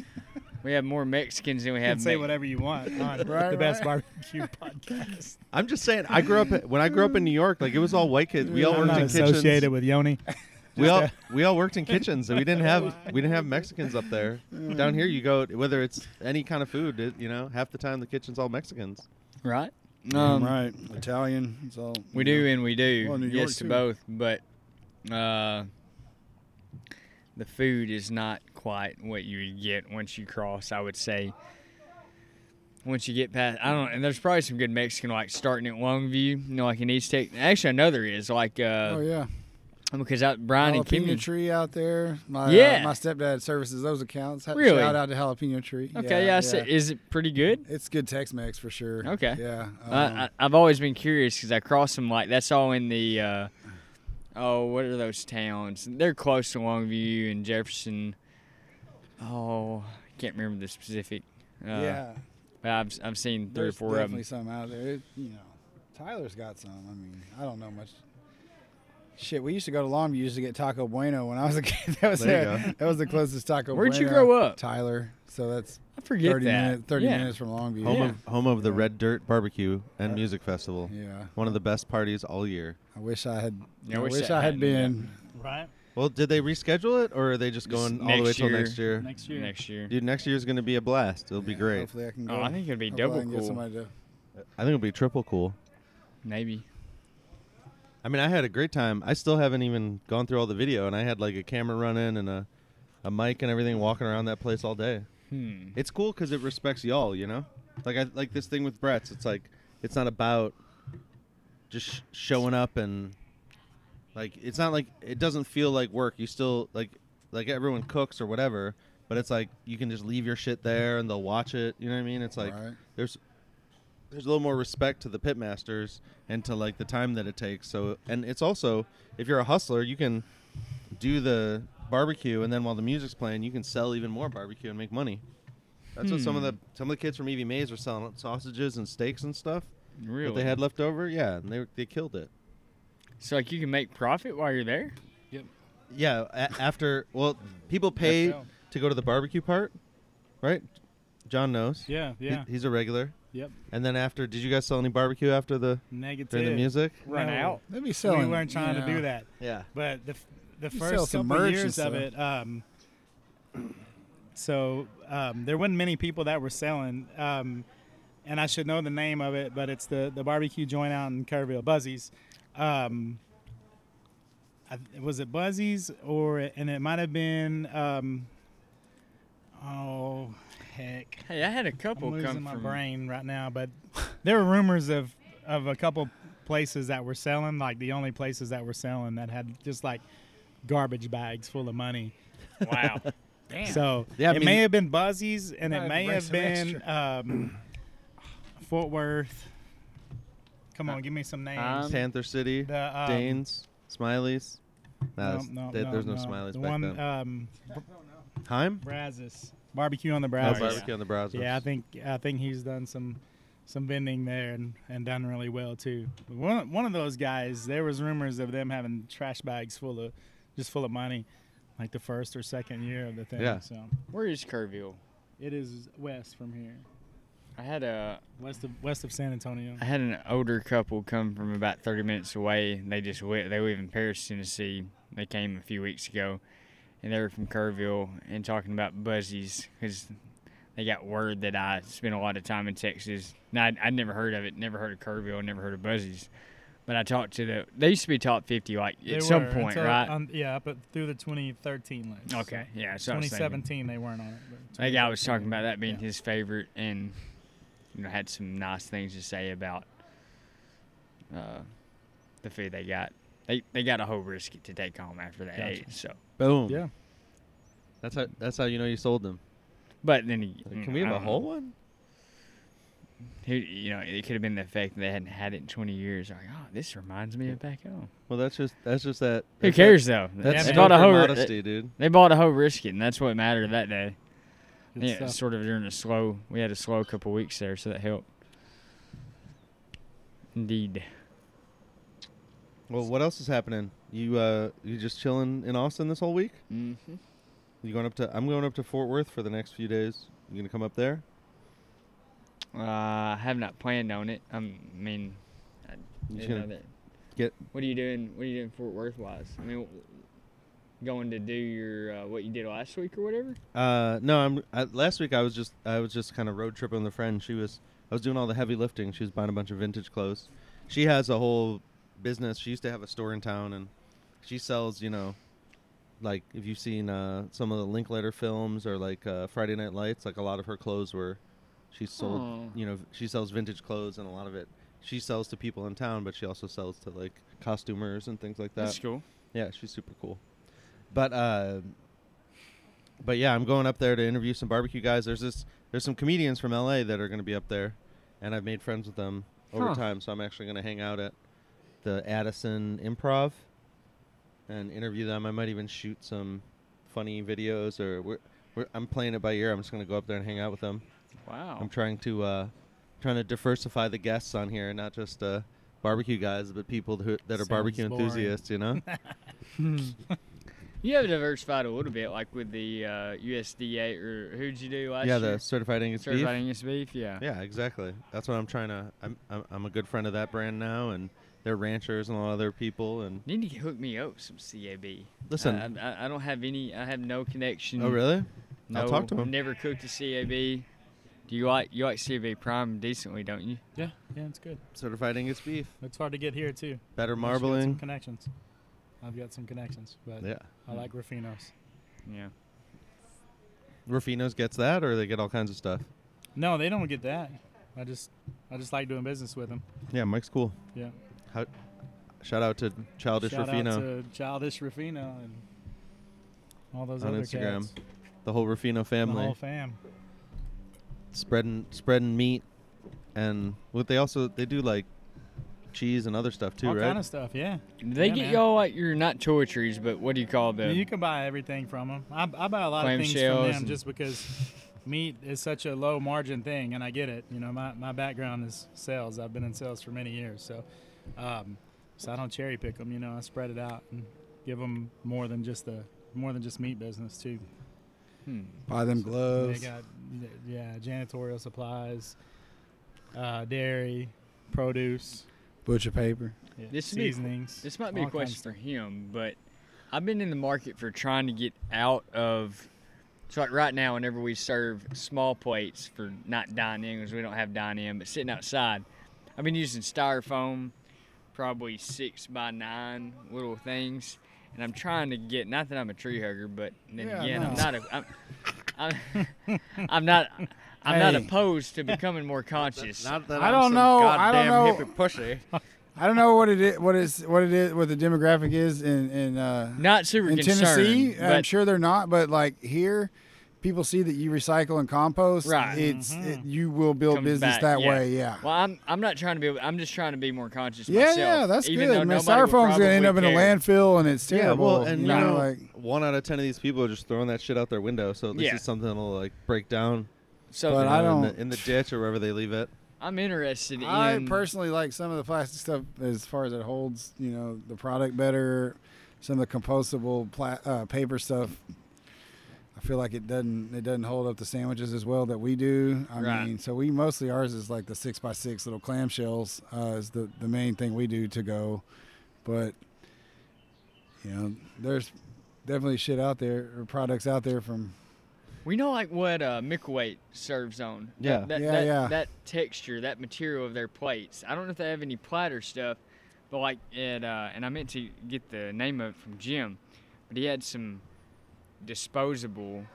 Speaker 4: We have more Mexicans than we
Speaker 5: You
Speaker 4: have.
Speaker 5: can say
Speaker 4: Mex-
Speaker 5: whatever you want
Speaker 2: (laughs)
Speaker 5: on
Speaker 3: Right,
Speaker 5: the best
Speaker 3: right.
Speaker 5: barbecue (laughs) podcast.
Speaker 2: I'm just saying. I grew up when I grew up in New York. Like it was all white kids. We all
Speaker 5: I'm
Speaker 2: worked
Speaker 5: not
Speaker 2: in
Speaker 5: associated
Speaker 2: kitchens. (laughs)
Speaker 5: with Yoni.
Speaker 2: We all we all worked in kitchens, and we didn't
Speaker 4: (laughs)
Speaker 2: have we didn't have Mexicans up there. Down here, you go whether it's any kind of food. It, you know, half the time the kitchen's all Mexicans.
Speaker 4: right? Um,
Speaker 3: Damn right, Italian. It's all
Speaker 4: We do and we do.
Speaker 3: Well, New York,
Speaker 4: yes
Speaker 3: too.
Speaker 4: to both, but uh, the food is not quite what you would get once you cross. I would say once you get past, I don't. And there's probably some good Mexican like starting at Longview, you know, like in East Texas. Actually, I know there is like uh,
Speaker 3: Oh yeah,
Speaker 4: because I, Brian and Kimmy.
Speaker 3: jalapeno tree out there. My, uh,
Speaker 4: Yeah.
Speaker 3: my stepdad services those accounts. Ha-
Speaker 4: Really?
Speaker 3: Shout out to jalapeno tree.
Speaker 4: Okay, yeah, I see- is it pretty good?
Speaker 3: It's good Tex-Mex for sure.
Speaker 4: Okay. Uh,
Speaker 3: Yeah. um,
Speaker 4: I, I, I've always been curious because I cross them like that's all in the. Uh, oh, what are those towns? They're close to Longview and Jefferson. Oh, I can't remember the specific. Uh,
Speaker 3: yeah.
Speaker 4: but I've I've seen three
Speaker 3: There's
Speaker 4: or four of
Speaker 3: definitely
Speaker 4: them.
Speaker 3: some out there. It, you know, Tyler's got some. I mean, I don't know much. Shit, we used to go to Longview used to get Taco Bueno when I was a (laughs) kid. That was
Speaker 2: There you
Speaker 3: the, that was the closest Taco.
Speaker 4: Where'd you
Speaker 3: Bueno.
Speaker 4: grow up?
Speaker 3: Tyler? So that's
Speaker 4: I forget
Speaker 3: thirty
Speaker 4: that.
Speaker 3: minutes. Thirty
Speaker 4: Yeah.
Speaker 3: minutes from Longview.
Speaker 2: Home
Speaker 4: Yeah.
Speaker 2: of home of the
Speaker 3: Yeah.
Speaker 2: Red Dirt Barbecue and Music Festival.
Speaker 3: Yeah.
Speaker 2: One of the best parties all year.
Speaker 3: I wish I had.
Speaker 4: Yeah,
Speaker 3: I wish, I had
Speaker 4: hadn't,
Speaker 3: been.
Speaker 5: Right?
Speaker 2: Well, did they reschedule it, or are they just
Speaker 4: Just
Speaker 2: going all the way
Speaker 4: next
Speaker 2: till
Speaker 4: year.
Speaker 2: next year?
Speaker 5: Next
Speaker 4: yeah,
Speaker 5: year.
Speaker 4: Next year.
Speaker 2: Dude, next year's going to be a blast. It'll be
Speaker 3: Yeah,
Speaker 2: great.
Speaker 3: Hopefully, I can go.
Speaker 4: Oh, I think it'd be
Speaker 3: hopefully I
Speaker 4: double
Speaker 3: can get
Speaker 4: cool.
Speaker 3: somebody to-
Speaker 2: I think it'll be triple cool.
Speaker 4: Maybe.
Speaker 2: I mean, I had a great time. I still haven't even gone through all the video, and I had like a camera running and a, a mic and everything, walking around that place all day.
Speaker 4: Hmm.
Speaker 2: It's cool because it respects y'all, you know. Like I like this thing with Brett's. It's like it's not about just sh- showing up and like it's not like it doesn't feel like work. You still like like everyone cooks or whatever, but it's like you can just leave your shit there and they'll watch it. You know what I mean? It's like
Speaker 3: Right.
Speaker 2: there's there's a little more respect to the pitmasters and to like the time that it takes. So and it's also if you're a hustler, you can do the barbecue and then while the music's playing, you can sell even more barbecue and make money. That's what
Speaker 5: Hmm.
Speaker 2: some of the some of the kids from Evie Mays were selling sausages and steaks and stuff.
Speaker 4: Really.
Speaker 2: What they had left over, yeah, and they they killed it.
Speaker 4: so like you can make profit while you're there.
Speaker 2: Yeah, a- after well, people pay
Speaker 5: That's
Speaker 2: to go to the barbecue part, right? John knows.
Speaker 5: Yeah,
Speaker 2: He-
Speaker 5: yeah.
Speaker 2: he's a regular.
Speaker 5: Yep.
Speaker 2: And then after, did you guys sell any barbecue after the
Speaker 5: Negative.
Speaker 2: during the music?
Speaker 4: Run
Speaker 5: No.
Speaker 4: out.
Speaker 3: They'd be
Speaker 5: So
Speaker 3: selling.
Speaker 5: we weren't trying
Speaker 3: you
Speaker 5: to do
Speaker 3: know,
Speaker 5: that.
Speaker 2: Yeah.
Speaker 5: But the f- the
Speaker 3: You sell
Speaker 5: first
Speaker 3: some
Speaker 5: couple
Speaker 3: merch and
Speaker 5: years
Speaker 3: stuff.
Speaker 5: of it, um, so um, there wasn't many people that were selling, um, and I should know the name of it, but it's the the barbecue joint out in Kerrville, Buzzies. Um, I, was it Buzzies or and it might have been um, oh heck
Speaker 4: Hey, I had a
Speaker 5: I'm
Speaker 4: couple
Speaker 5: losing
Speaker 4: come
Speaker 5: my
Speaker 4: from.
Speaker 5: brain right now, but there were rumors of of a couple places that were selling, like the only places that were selling that had just like garbage bags full of money. (laughs)
Speaker 4: Wow. Damn.
Speaker 5: So
Speaker 2: Yeah, I
Speaker 5: it
Speaker 2: mean-
Speaker 5: may have been Buzzies, and
Speaker 3: Might
Speaker 5: it may
Speaker 3: bring
Speaker 5: have
Speaker 3: some
Speaker 5: been um, Fort Worth. Come on, give me some names.
Speaker 4: um,
Speaker 2: Panther City,
Speaker 5: the, um,
Speaker 2: Danes, Smileys.
Speaker 5: no,
Speaker 2: Nah, there's-
Speaker 5: no,
Speaker 2: there-
Speaker 5: no,
Speaker 2: uh, there's no,
Speaker 5: no.
Speaker 2: Smileys
Speaker 5: The
Speaker 2: back
Speaker 5: one,
Speaker 2: then.
Speaker 5: Um,
Speaker 2: Heim?
Speaker 5: Brazos barbecue on the
Speaker 2: Oh,
Speaker 5: Brazos.
Speaker 2: barbecue on the Brazos.
Speaker 5: Yeah, I think I think he's done some some vending there and, and done really well too. But one one of those guys, there was rumors of them having trash bags full of just full of money. like the first or second year of the thing.
Speaker 2: Yeah.
Speaker 5: So
Speaker 4: Where is Kerrville?
Speaker 5: it is west from here,
Speaker 4: I had a
Speaker 5: west of west of San Antonio.
Speaker 4: I had an older couple come from about 30 minutes away. And they just went, they live in Paris, Tennessee. They came a few weeks ago, and they were from Kerrville and talking about buzzies because they got word that I spent a lot of time in Texas. Now I'd, I'd never heard of it, never heard of Kerrville, never heard of buzzies. But I talked to the they used to be top 50 like
Speaker 5: They
Speaker 4: at some
Speaker 5: were
Speaker 4: point,
Speaker 5: until-
Speaker 4: right?
Speaker 5: um, yeah, but through the 2013 list.
Speaker 4: okay, yeah. So I was thinking.
Speaker 5: 2017 they weren't on it. but
Speaker 4: That guy was talking
Speaker 5: 2013
Speaker 4: about that being
Speaker 5: yeah.
Speaker 4: his favorite, and you know had some nice things to say about uh, the food they got. They they got a whole brisket to take home after they
Speaker 5: Gotcha.
Speaker 4: ate. So,
Speaker 2: Boom.
Speaker 5: Yeah.
Speaker 2: That's how. That's how you know you sold them.
Speaker 4: but then he,
Speaker 2: Like, can we
Speaker 5: Mm-hmm.
Speaker 2: have a whole one?
Speaker 4: He, you know, it could have been the fact that they hadn't had it in 20 years. Like, oh, this reminds me of back home.
Speaker 2: Well, that's just. That's just that.
Speaker 4: Who
Speaker 2: that's
Speaker 4: cares though?
Speaker 2: That,
Speaker 5: Yeah,
Speaker 2: that's
Speaker 4: they
Speaker 5: man.
Speaker 4: bought a
Speaker 2: stalker
Speaker 4: whole.
Speaker 2: modesty,
Speaker 4: They,
Speaker 2: dude.
Speaker 4: they bought a whole brisket, and that's what mattered that day.
Speaker 5: Good
Speaker 4: yeah,
Speaker 5: stuff.
Speaker 4: it's sort of during a slow. We had a slow couple weeks there, so that helped. Indeed.
Speaker 2: Well, what else is happening? You uh, you just chilling in Austin this whole week?
Speaker 4: Mm-hmm.
Speaker 2: You going up to? I'm going up to Fort Worth for the next few days. You gonna come up there?
Speaker 4: Uh, I have not planned on it. Um, I mean, I
Speaker 2: You
Speaker 4: didn't
Speaker 2: should
Speaker 4: know that.
Speaker 2: get-
Speaker 4: What are you doing? What are you doing Fort Worth wise? I mean, wh- going to do your uh, what you did last week or whatever.
Speaker 2: Uh, no, I'm. I, last week I was just I was just kind of road tripping with a friend. She was I was doing all the heavy lifting. She was buying a bunch of vintage clothes. She has a whole business. She used to have a store in town, and she sells you know, like if you've seen uh, some of the Linklater films or like uh, Friday Night Lights, like a lot of her clothes were she sold.
Speaker 4: Oh.
Speaker 2: You know, she sells vintage clothes, and a lot of it she sells to people in town, but she also sells to like costumers and things like that.
Speaker 4: cool.
Speaker 2: Yeah, she's super cool. But uh, but yeah, I'm going up there to interview some barbecue guys. There's this there's some comedians from LA that are going to be up there, and I've made friends with them over
Speaker 4: Huh.
Speaker 2: time. So I'm actually going to hang out at the Addison Improv and interview them. I might even shoot some funny videos or we're, we're, I'm playing it by ear. I'm just going to go up there and hang out with them.
Speaker 4: Wow.
Speaker 5: Oh.
Speaker 2: I'm trying to uh, trying to diversify the guests on here, not just uh, barbecue guys, but people who, that are
Speaker 5: Sounds
Speaker 2: barbecue
Speaker 5: boring.
Speaker 2: enthusiasts. You know.
Speaker 4: You have diversified a little bit, like with the uh, USDA or who'd you do last
Speaker 2: yeah,
Speaker 4: year?
Speaker 2: the certified Angus beef.
Speaker 4: certified Angus beef. Yeah.
Speaker 2: Yeah, exactly. That's what I'm trying to. I'm, I'm I'm a good friend of that brand now, and they're ranchers and a lot of other people. And
Speaker 4: Need to hook me up with some CAB.
Speaker 2: Listen.
Speaker 4: I, I, I don't have any. I have no connection.
Speaker 5: Mm-hmm.
Speaker 2: oh, really?
Speaker 4: No,
Speaker 2: I'll talk to him.
Speaker 4: Never cooked a CAB. Do you like you like CAB prime decently, don't you?
Speaker 5: Yeah, yeah, it's good.
Speaker 2: Certified Angus beef,
Speaker 5: It's hard to get here too.
Speaker 2: better
Speaker 5: I've just got Some
Speaker 2: marbling.
Speaker 5: connections. I've got some connections, but
Speaker 2: Yeah,
Speaker 5: I like Rufino's.
Speaker 4: Yeah.
Speaker 2: Rufino's gets that, or they get all kinds of stuff.
Speaker 5: No, they don't get that. I just, I just like doing business with them.
Speaker 2: Yeah, Mike's cool.
Speaker 5: Yeah.
Speaker 2: How, shout out to Childish
Speaker 5: Shout
Speaker 2: Rufino,
Speaker 5: out to Childish Rufino and all those
Speaker 2: On
Speaker 5: other
Speaker 2: Instagram.
Speaker 5: cats.
Speaker 2: the whole Rufino
Speaker 5: The
Speaker 2: family,
Speaker 5: whole fam.
Speaker 2: spreading spreading meat, and what they also they do like cheese and other stuff too,
Speaker 5: all
Speaker 2: right?
Speaker 5: kind of stuff. Yeah.
Speaker 4: Do they
Speaker 5: Yeah,
Speaker 4: get
Speaker 5: man.
Speaker 4: y'all like your not toiletries, but what do you call
Speaker 5: I mean, you
Speaker 4: them?
Speaker 5: can buy everything from them. I, I buy a lot
Speaker 4: Clam
Speaker 5: of things
Speaker 4: shells
Speaker 5: from them
Speaker 4: and-
Speaker 5: just because meat is such a low margin thing, and I get it. You know, my, my background is sales. I've been in sales for many years, so um, so I don't cherry pick them. You know, I spread it out and give them more than just the more than just meat business too.
Speaker 4: Hmm.
Speaker 3: Buy them
Speaker 5: They
Speaker 3: gloves.
Speaker 5: got yeah, janitorial supplies, uh, dairy, produce,
Speaker 3: Butcher paper.
Speaker 5: yeah,
Speaker 4: This would be-
Speaker 5: seasonings.
Speaker 4: This might be
Speaker 5: all
Speaker 4: a
Speaker 5: kinds
Speaker 4: question for him, but I've been in the market for trying to get out of. So like right now, whenever we serve small plates for not dine in, because we don't have dine in, but sitting outside, I've been using styrofoam, probably six by nine little things, and I'm trying to get. Not that I'm a tree hugger, but then
Speaker 5: Yeah,
Speaker 4: again, I'm
Speaker 5: no.
Speaker 4: not a. I'm, I'm, I'm (laughs) not. I'm not
Speaker 3: Hey.
Speaker 4: opposed to becoming more conscious.
Speaker 2: Not that
Speaker 3: I
Speaker 2: I'm
Speaker 3: don't
Speaker 2: some
Speaker 3: know, I don't
Speaker 2: Goddamn
Speaker 3: know.
Speaker 2: hippie pushy.
Speaker 3: I don't know what it is, what is what it is what the demographic is in in uh,
Speaker 4: Not super
Speaker 3: in
Speaker 4: concerned.
Speaker 3: Tennessee. I'm
Speaker 4: but-
Speaker 3: sure they're not, but like here, people see that you recycle and compost.
Speaker 4: Right. Mm-hmm.
Speaker 3: It's it, you will build
Speaker 4: comes
Speaker 3: business
Speaker 4: back,
Speaker 3: that
Speaker 4: yeah.
Speaker 3: way. Yeah.
Speaker 4: Well, I'm I'm not trying to be. I'm just trying to be more conscious
Speaker 3: yeah,
Speaker 4: myself.
Speaker 3: yeah, that's
Speaker 4: even
Speaker 3: good.
Speaker 4: though
Speaker 3: I mean,
Speaker 4: nobody will
Speaker 3: styrofoam's gonna end up in
Speaker 4: probably
Speaker 3: a
Speaker 4: care.
Speaker 3: landfill, and it's
Speaker 2: Yeah,
Speaker 3: terrible.
Speaker 2: well, and
Speaker 3: you
Speaker 2: you
Speaker 3: know,
Speaker 2: know,
Speaker 3: like
Speaker 2: one out of ten of these people are just throwing that shit out their window. So at least
Speaker 4: Yeah.
Speaker 2: it's something that'll like break down
Speaker 4: So
Speaker 3: But
Speaker 2: you
Speaker 3: I
Speaker 2: know, in,
Speaker 3: don't-
Speaker 2: the, in the ditch or wherever they leave it.
Speaker 4: I'm interested in.
Speaker 3: I personally like some of the plastic stuff as far as it holds, you know, the product better. some of the compostable pla- uh, paper stuff. I feel like it doesn't it doesn't hold up the sandwiches as well that we do. I
Speaker 4: Right.
Speaker 3: mean, so we mostly ours is like the six by six little clamshells uh, is the the main thing we do to go, but you know, there's definitely shit out there or products out there from
Speaker 4: We know like what uh, Microwave serves on.
Speaker 2: Yeah.
Speaker 4: That- that,
Speaker 3: Yeah,
Speaker 4: that,
Speaker 3: yeah.
Speaker 4: That texture, that material of their plates. I don't know if they have any platter stuff, but like it. Uh, and I meant to get the name of it from Jim, but he had some disposable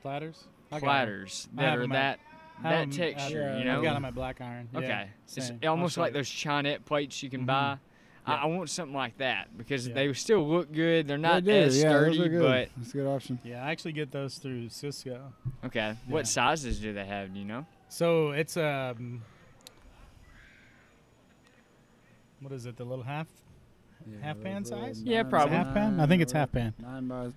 Speaker 5: Platters. I got 'em.
Speaker 4: platters
Speaker 5: I have
Speaker 4: that are
Speaker 5: 'em
Speaker 4: that
Speaker 5: at- I have
Speaker 4: that
Speaker 5: 'em at-
Speaker 4: texture.
Speaker 5: yeah,
Speaker 4: you
Speaker 5: I've got them
Speaker 4: know.
Speaker 5: at Black Iron. Yeah,
Speaker 4: Okay. it's
Speaker 5: same. I'll
Speaker 4: almost
Speaker 5: show
Speaker 4: like
Speaker 5: you.
Speaker 4: those Chinette plates you can buy. I, I want something like that because
Speaker 5: Yeah.
Speaker 4: they still look good. They're not
Speaker 3: They do,
Speaker 4: as
Speaker 3: yeah, those
Speaker 4: sturdy,
Speaker 3: are good.
Speaker 4: but
Speaker 3: that's a good option.
Speaker 5: Yeah, I actually get those through Cisco.
Speaker 4: okay. What
Speaker 5: Yeah.
Speaker 4: sizes do they have? Do you know?
Speaker 5: So it's um, what is it? The little half Half
Speaker 3: those
Speaker 5: pan
Speaker 3: little
Speaker 5: size?
Speaker 4: Yeah,
Speaker 3: nine-
Speaker 4: probably.
Speaker 5: Half pan? I think it's half pan.
Speaker 3: Nine by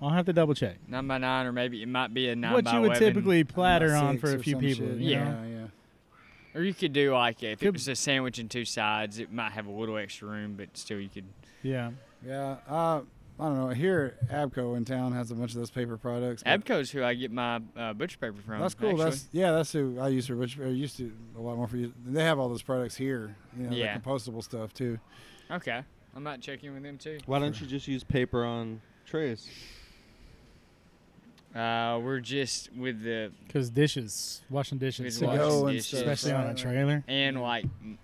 Speaker 5: I'll have to double check.
Speaker 4: Nine by nine, or maybe it might be a nine
Speaker 5: what
Speaker 4: by
Speaker 5: you would
Speaker 4: 11.
Speaker 5: typically platter
Speaker 3: by
Speaker 5: on
Speaker 3: six
Speaker 5: for a
Speaker 3: or
Speaker 5: few
Speaker 3: some
Speaker 5: people.
Speaker 3: shit.
Speaker 5: you
Speaker 4: Yeah.
Speaker 5: know?
Speaker 3: yeah, yeah.
Speaker 4: Or you could do like if it
Speaker 5: Could-
Speaker 4: was a sandwich and two sides, it might have a little extra room, but still you could.
Speaker 5: yeah.
Speaker 3: Yeah, uh, I don't know. Here, Abco in town has a bunch of those paper products. but
Speaker 4: Abco's who I get my uh, butcher paper from.
Speaker 3: That's cool.
Speaker 4: actually.
Speaker 3: That's yeah. That's who I use for which I used to a lot more for you. They have all those products here. You know,
Speaker 4: Yeah.
Speaker 3: the compostable stuff too.
Speaker 4: okay. I might check in with them too.
Speaker 2: Why don't you just use paper on trays?
Speaker 4: Uh, we're just with the
Speaker 5: Because dishes, washing dishes,
Speaker 4: Good
Speaker 5: sucks.
Speaker 4: Washing
Speaker 3: go and
Speaker 4: dishes.
Speaker 3: stuff.
Speaker 5: especially on a
Speaker 3: Right,
Speaker 5: trailer.
Speaker 4: and like m-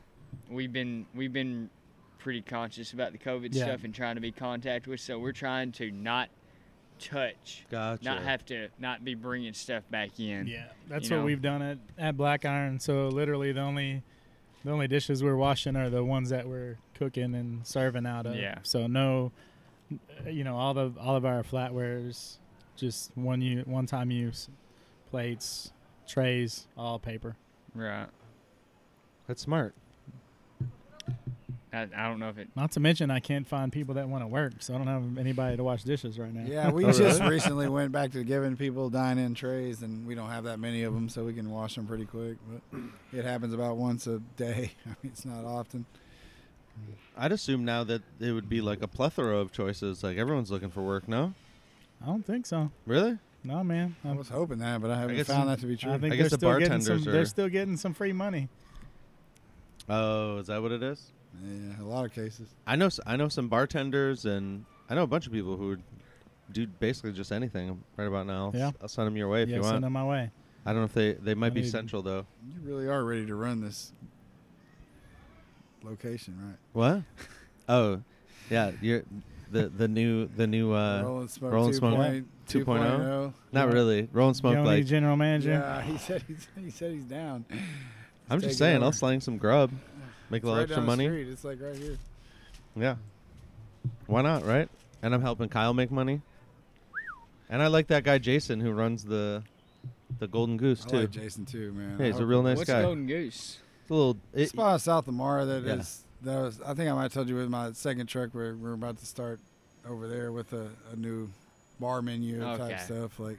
Speaker 4: we've been we've been pretty conscious about the COVID
Speaker 5: Yeah.
Speaker 4: stuff and trying to be contact with, so we're trying to not touch,
Speaker 2: Gotcha.
Speaker 4: not have to not be bringing stuff back in.
Speaker 5: Yeah, that's
Speaker 4: You
Speaker 5: what
Speaker 4: know.
Speaker 5: we've done at, at Black Iron. So literally the only the only dishes we're washing are the ones that we're cooking and serving out of.
Speaker 4: Yeah.
Speaker 5: So no, you know all the all of our flatwares, just one u one time use, plates, trays, all paper.
Speaker 4: Right.
Speaker 2: That's smart.
Speaker 4: I, I don't know if it.
Speaker 5: Not to mention I can't find people that want to work, so I don't have anybody to wash dishes right now.
Speaker 3: Yeah, we
Speaker 5: (laughs)
Speaker 2: Oh,
Speaker 3: just
Speaker 2: really?
Speaker 3: recently went back to giving people dine-in trays, and we don't have that many of them, so we can wash them pretty quick. But it happens about once a day. (laughs) I mean, it's not often.
Speaker 2: I'd assume now that it would be like a plethora of choices. Like everyone's looking for work. No,
Speaker 5: I don't think so.
Speaker 2: really?
Speaker 5: No, man.
Speaker 3: I
Speaker 5: I'm-
Speaker 3: was hoping that, but I haven't
Speaker 2: guess
Speaker 3: found
Speaker 2: some-
Speaker 3: that to be true.
Speaker 5: I think
Speaker 2: I
Speaker 5: they're
Speaker 2: guess the
Speaker 5: still getting some.
Speaker 2: bartenders are-
Speaker 5: They're still getting some free money.
Speaker 2: Oh, is that what it is?
Speaker 3: yeah, a lot of cases.
Speaker 2: I know. s- I know some bartenders, and I know a bunch of people who would do basically just anything right about now.
Speaker 5: Yeah.
Speaker 2: I'll send them your way if
Speaker 5: yeah,
Speaker 2: you
Speaker 5: send
Speaker 2: want.
Speaker 5: them my way.
Speaker 2: I don't know if they they might
Speaker 5: I
Speaker 2: be
Speaker 5: need-
Speaker 2: central though.
Speaker 3: You really are ready to run this location, right?
Speaker 2: What? oh, yeah. You're the the new the new. uh
Speaker 3: Rolling Smoke
Speaker 2: Rolling Smoke oh?
Speaker 3: 2.0.
Speaker 2: 2.0. Not really. Rolling smoke.
Speaker 5: Yoni,
Speaker 2: like
Speaker 5: general manager.
Speaker 3: oh. Yeah, he said he's, he said he's down.
Speaker 2: I'm
Speaker 3: Take it
Speaker 2: just saying, I'll
Speaker 3: over.
Speaker 2: slang some grub, make a
Speaker 3: It's
Speaker 2: little
Speaker 3: right
Speaker 2: extra
Speaker 3: down the
Speaker 2: money.
Speaker 3: street. It's like right here.
Speaker 2: Yeah. Why not, right? And I'm helping Kyle make money. And I like that guy Jason who runs the the Golden Goose
Speaker 3: I
Speaker 2: too.
Speaker 3: like Jason too, man.
Speaker 2: hey, he's
Speaker 3: I-
Speaker 2: a real nice
Speaker 4: What's
Speaker 2: guy.
Speaker 4: Golden Goose?
Speaker 2: It's a little
Speaker 3: the
Speaker 2: it,
Speaker 3: spot south of Mara that is
Speaker 2: Yeah.
Speaker 3: that was I think I might have told you with my second truck where we're about to start over there with a, a new bar menu
Speaker 4: Okay.
Speaker 3: type stuff like